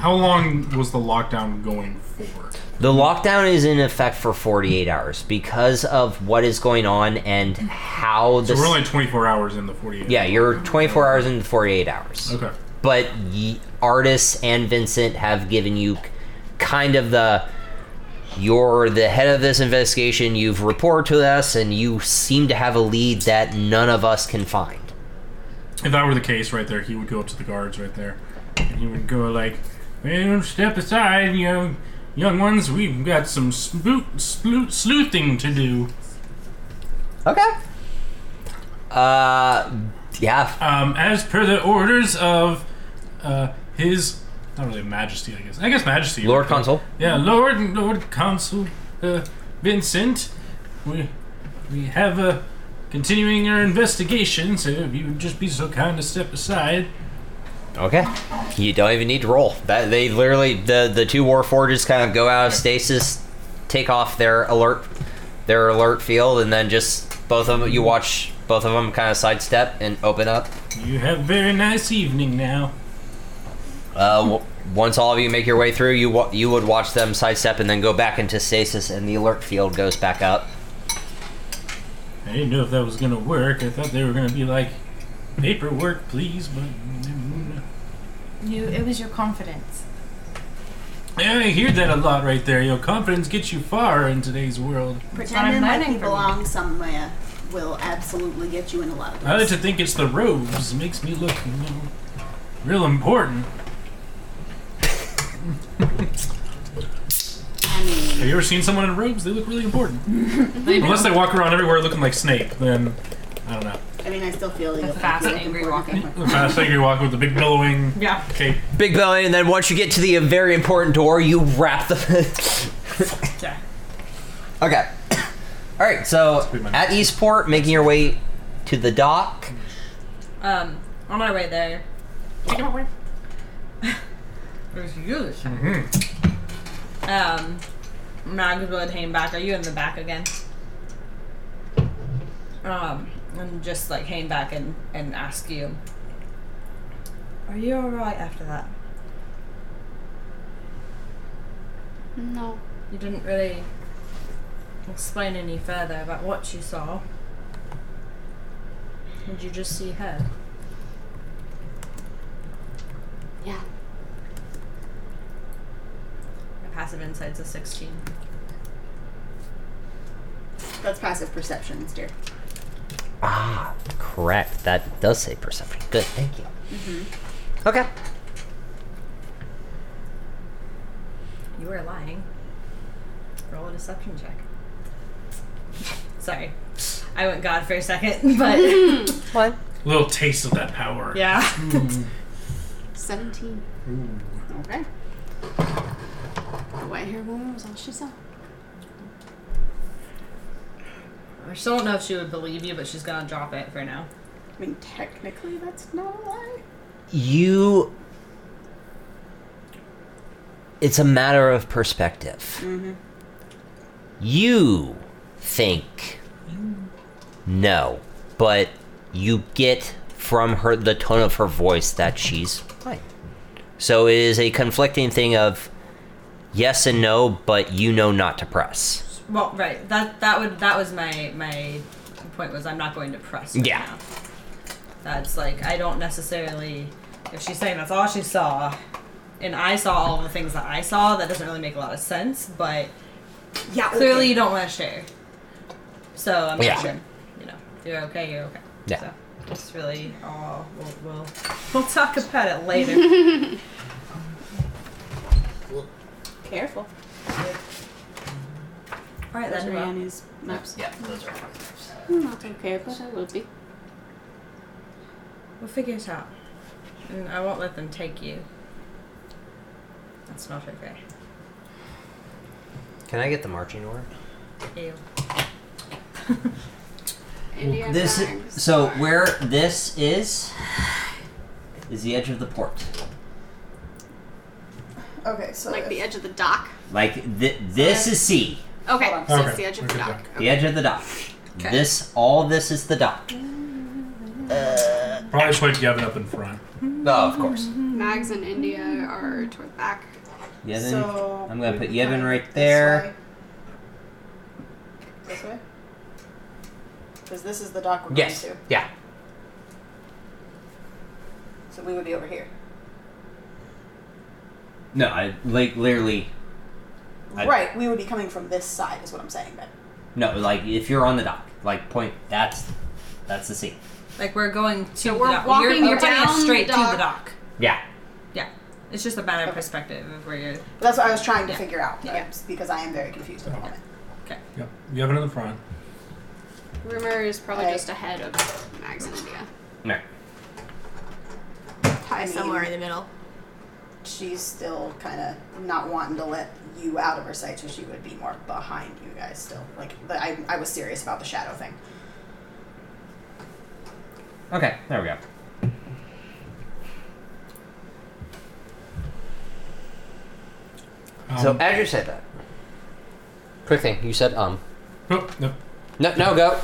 How long was the lockdown going for? The lockdown is in effect for 48 hours because of what is going on and how So the. we're only 24 hours in the 48. yeah, you're 24 hours into 48 hours. Okay. But y- artists and Vincent have given you k- kind of the You're the head of this investigation. You've reported to us, and you seem to have a lead that none of us can find. If that were the case right there, he would go up to the guards right there. And he would go like, well, step aside, you know, young ones. We've got some spoot, spoot, sleuthing to do. Okay. Uh, yeah. Um, as per the orders of uh, his, not really Majesty, I guess. I guess Majesty. Lord Consul. Yeah, Lord and Lord Consul uh, Vincent. We we have a continuing our investigation, so if you would just be so kind to step aside. Okay. You don't even need to roll. That they literally the the two war forges kind of go out of stasis, take off their alert their alert field, and then just both of them you watch both of them kind of sidestep and open up. You have a very nice evening now. Uh, w- once all of you make your way through, you wa- you would watch them sidestep and then go back into stasis, and the alert field goes back up. I didn't know if that was gonna work. I thought they were gonna be like, paperwork, please, but. You. It was your confidence. Yeah, I hear that a lot right there. Your confidence gets you far in today's world. Pretending I'm like learning you from belong somewhere will absolutely get you in a lot of I like places. to think it's the robes. Makes me look, you know, real important. I mean, Have you ever seen someone in robes? They look really important. Unless they walk around everywhere looking like Snape, then I don't know. I mean, I still feel you. fast, angry walking. The fast figure walk with the big billowing Yeah. cape. Big belly, and then once you get to the uh, very important door, you wrap the. Yeah. okay. All right. So at Eastport, making your way to the dock. Um, on my way there. There's you this time. Um, Mag would hang back. Are you in the back again? Um, and just like hang back and, and ask you, are you alright after that? No. You didn't really explain any further about what you saw. Did you just see her? Yeah. My passive insight's a 16. That's passive perception, dear. Ah, correct. That does say perception. Good. Thank you. Okay. You are lying. Roll a deception check. Sorry. I went God for a second, but. what? Little taste of that power. Yeah. Mm. 17. Ooh. Okay. The white haired woman was all she saw. I still don't know if she would believe you, but she's gonna drop it for now. I mean, technically, that's not a lie. You. It's a matter of perspective. Mm-hmm. You think no, but you get from her the tone of her voice that she's fine. So it is a conflicting thing of yes and no, but you know not to press. Well, right. That that would that was my my point was I'm not going to press. Right Yeah. Now. That's like I don't necessarily if she's saying that's all she saw, and I saw all the things that I saw. That doesn't really make a lot of sense, but Yeah. clearly you don't want to share. So I'm Yeah. not sure. You know, if you're okay. You're okay. Yeah. So it's really all we'll, we'll we'll talk about it later. Careful. all right Those then. are well. Annie's maps. Yeah, those are maps. Not okay, but I will be. We'll figure it out. And I won't let them take you. That's not okay. Can I get the marching order? Ew. Indiana This Times. so where this is is the edge of the port. Okay, so Like if- the edge of the dock. Like thi- this is sea, Okay, so Okay. it's the edge of the dock. the edge of the dock. Okay. This all this is the dock. Probably should put Yevon up in front. No, of course. Mags in India are toward the back. Yevon, So- I'm gonna put Yevon right This there. way. This way? Because this is the dock we're Yes. going Yeah. to. So we would be over here. No, I like literally I- right, we would be coming from this side, is what I'm saying. Then No, like if you're on the dock, like point. That's that's the sea. Like we're going to So the we're dock. walking you're, you're down pointing us straight the to the dock. dock. Yeah. Yeah. It's just a matter of perspective of where you're. That's what I was trying to Yeah. figure out Yeah. I'm- because I am very confused at the moment. Okay. Yep. You have it in the front. Rumor is probably just ahead of Mags and India. No. I mean, somewhere in the middle. She's still kind of not wanting to let you out of her sight, so she would be more behind you guys still. Like, but I, I was serious about the shadow thing. Okay. There we go. so Um, as you said that, quick thing you said um. Nope, oh, nope. No, no, go.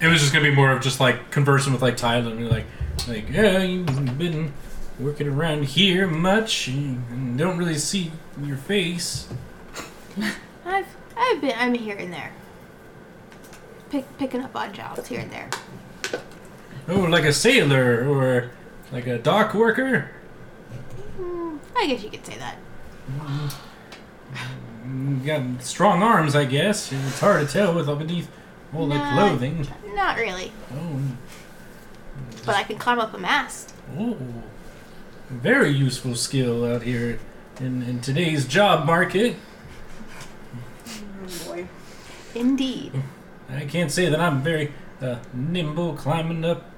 It was just gonna be more of just like conversing with like Tyler and be like, like yeah, you've been working around here much and don't really see your face. I've I've been I'm here and there. Pick, picking up odd jobs here and there. Oh, like a sailor or like a dock worker. Hmm, I guess you could say that. You got strong arms, I guess. It's hard to tell with all beneath all the Nah. clothing. Not really, Oh, but I can climb up a mast. oh, very useful skill out here in, in today's job market. Mm-hmm. boy. Indeed. I can't say that I'm very uh, nimble climbing up.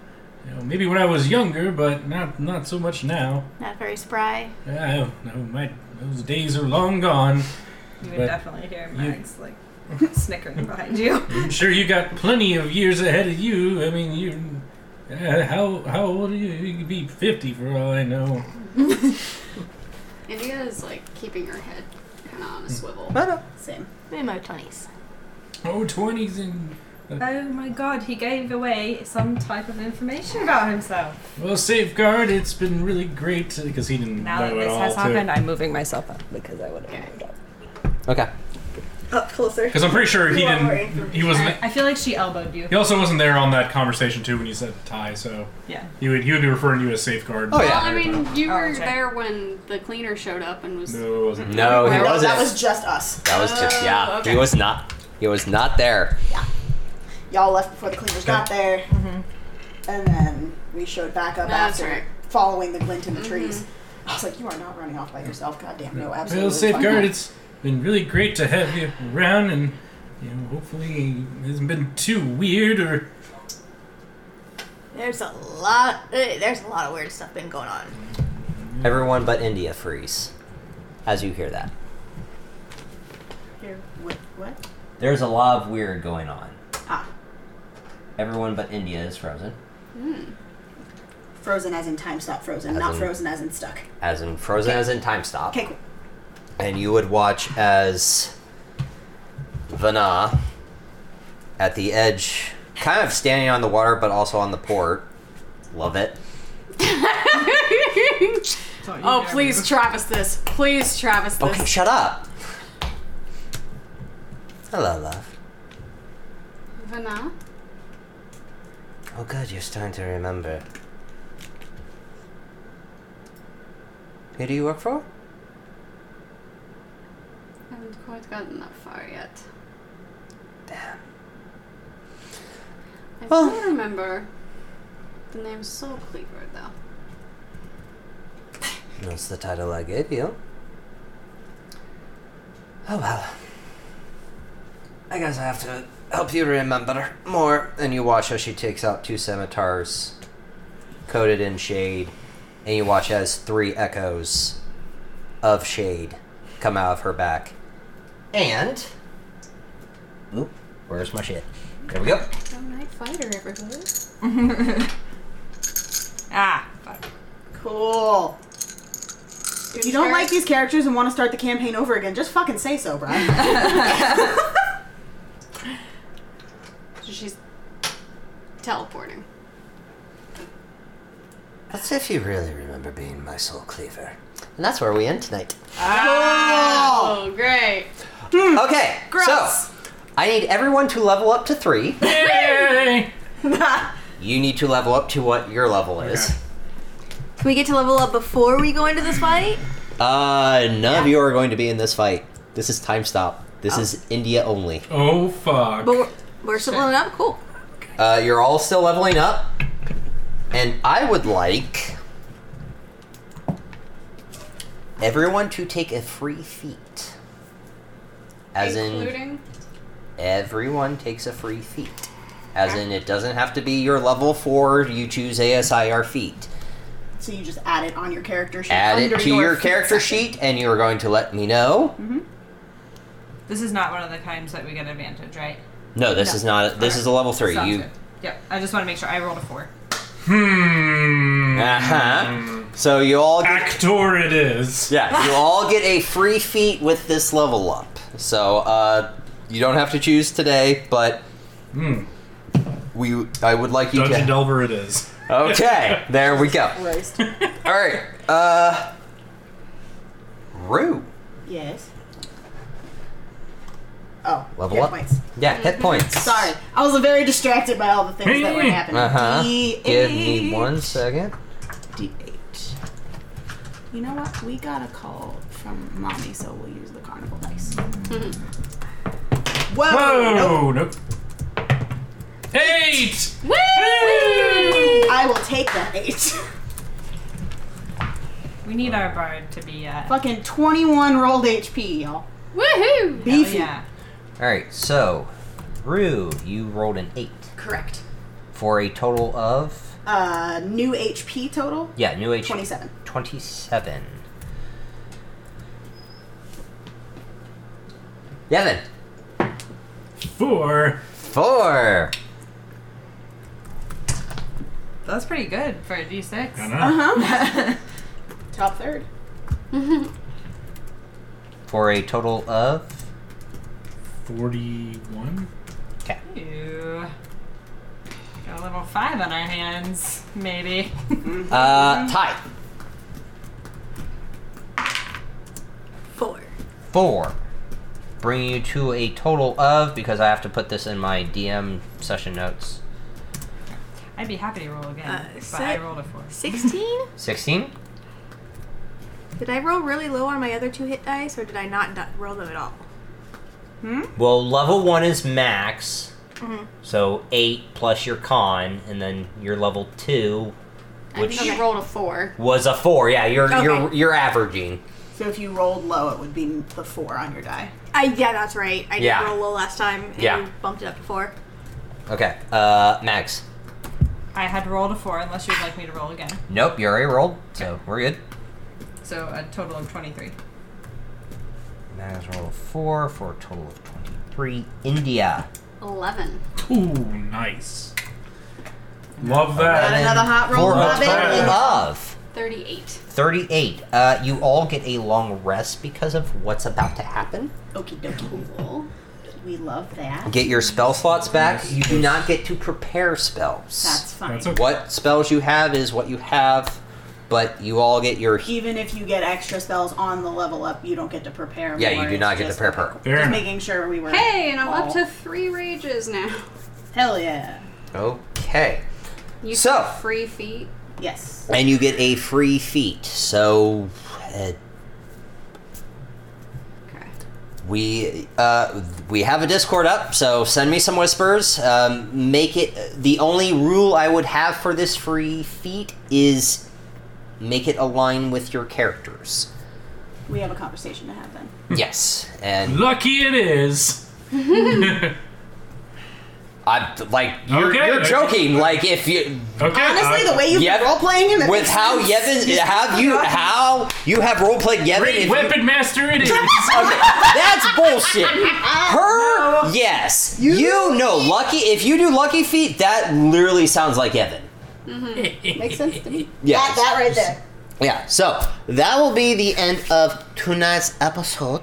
You know, maybe when I was younger, but not not so much now. Not very spry. I don't know. My those days are long gone. You But would definitely hear you- Mags like snickering behind you. I'm sure you got plenty of years ahead of you. I mean, you. Uh, how how old are you? You could be fifty for all I know. India is like keeping her head kind of on Mm. a swivel. uh, Same. In my twenties. Oh, twenties and Oh my god, he gave away some type of information about himself. well, safeguard. It's been really great because he didn't Now know that it this all. has too. happened, I'm moving myself up because I would have moved up. Okay. Up closer. Because I'm pretty sure he didn't. He wasn't. I feel like she elbowed you. He also wasn't there on that conversation too when you said tie. So Yeah. he would he would be referring to you as safeguard. Oh, yeah. Well, I mean, you Oh, were okay. there when the cleaner showed up and was. No, it wasn't. No, he Well, wasn't. That was Oh, just us. That was just yeah. okay. He was not. He was not there. Y'all left before the cleaners got there, Mm-hmm. and then we showed back up No, that's after right. Mm-hmm. following the glint in the trees. I was like, "You are not running off by yourself, goddamn no, absolutely." Well, fuck safeguard. not." It's been really great to have you around, and you know, hopefully it hasn't been too weird or There's a lot. eh, There's a lot of weird stuff been going on. Everyone but India freeze, as you hear that. Here, what? What? There's a lot of weird going on. Ah, Everyone but India is frozen, frozen as in time stop frozen, As not in- frozen as in stuck. as in frozen, as in time stop. Okay, cool. and you would watch as Vana, at the edge, kind of standing on the water, but also on the port. Love it. oh, please, Travis, this. Please, Travis, this. Okay, shut up. Hello, love. Vana? Oh, good, you're starting to remember. Who do you work for? I haven't quite gotten that far yet. Damn. I Well- do remember the name Soul Cleaver, though. That's the title I gave you. Oh well. I guess I have to help you remember more. And you watch as she takes out two scimitars, coated in shade, and you watch as three echoes of shade come out of her back. And. Oop, where's my shit? There we go. Go Night Fighter, everybody. Ah, fuck. Cool. If you don't like these characters and want to start the campaign over again, just fucking say so, Brian. So she's teleporting. That's if you really remember being my soul cleaver. And that's where we end tonight. Oh, great. Okay, so I need everyone to level up to three. Yay! You need to level up to what your level is. Can we get to level up before we go into this fight? Uh, none of you are going to be in this fight. This is time stop. This is India only. Oh fuck. But we're, we're still leveling up. Cool. Uh, you're all still leveling up, and I would like everyone to take a free feat. As in, Including everyone takes a free feat. As in, it doesn't have to be your level four. You choose ASIR feat. So you just add it on your character sheet. Add it under to your feat character section. sheet, and you are going to let me know. This is not one of the times that we get advantage, right? No, this is not. This is a level three. Sounds you. good. Yep. I just want to make sure I rolled a four. Hmm. Uh huh. So you all get, actor it is. Yeah, you all get a free feat with this level up. So uh, you don't have to choose today, but Hmm. we I would like you Dungeon to. Delver it is. Okay, there we go. All right, uh, Rue, Yes. Oh. level hit up. points. Mm-hmm. Yeah, hit points. Sorry, I was very distracted by all the things that were happening. E. Uh huh. D8. Give me one second. D8. You know what? We got a call from mommy, so we'll use the carnival dice. Whoa! Whoa! Nope. Eight. I will take that eight. We need our bard to be uh, at. Fucking 21 rolled HP, y'all. oh, Woohoo! Beefy. All right, so Rue, you rolled an eight Correct. for a total of Uh, new HP total? Yeah, new age. 27. 27. Yevon. Four. Four. That's pretty good for a D6. I know. Uh-huh. Top third. For a total of. 41? Okay. Ew. Got a little five on our hands, maybe. Uh, tie. Four. Four. Bringing you to a total of, because I have to put this in my DM session notes. I'd be happy to roll again, Uh, but si- I rolled a four. Sixteen. 16? Did I roll really low on my other two hit dice, or did I not do- roll them at all? Hmm. Well, level one is max. Mm-hmm. So eight plus your con, and then your level two, I think which you rolled a four. was a four. Yeah, you're you're Okay. you're averaging. So if you rolled low, it would be the four on your die. I yeah, that's right. I Yeah. did roll low last time. And Yeah. you bumped it up to four. Okay. Uh, Max. I had rolled a four, unless you'd like me to roll again. Nope, you already rolled, so we're good. So a total of 23. Max rolled a four for a total of 23. India. Eleven. Ooh, nice. Love that. Eleven another hot for roll, a love it. total of Thirty-eight. 38. Uh, you all get a long rest because of what's about to happen. Okie dokie. We love that. Get your spell slots back. You do not get to prepare spells. That's fine. That's okay. What spells you have is what you have, but you all get your. Even if you get extra spells on the level up, you don't get to prepare. Yeah, more. you do It's not get to just- prepare. Fair Just enough. making sure we were. Hey, and I'm all- up to three rages now. Hell yeah. Okay. You So- took free feet. Yes. And you get a free feat. So, uh, Okay. we uh, we have a Discord up. So send me some whispers. Um, make it the only rule I would have for this free feat is make it align with your characters. We have a conversation to have then. yes, and Lucky it is. I like you're, Okay, you're okay. joking. Like if you Okay. Honestly, the way you've Yep. been role playing him, it with makes how sense. Yevon have you how you have role played Yevon. Great if you- weapon master it is. Okay, that's bullshit. Her, yes. You, know, lucky. If you do lucky feet, that literally sounds like Evan. Makes sense to me. Yeah. That, that right there. Yeah. So that will be the end of tonight's episode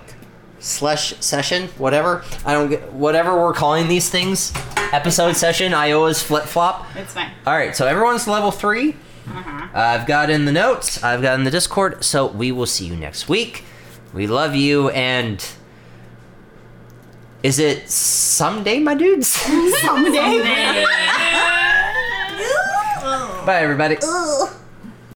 slash session, whatever. I don't get whatever we're calling these things. Episode session. I always flip flop. It's fine. All right. So everyone's level three. Uh-huh. I've got in the notes. I've got in the Discord. So we will see you next week. We love you and. Is it someday, my dudes? Someday. Bye, everybody. Ugh.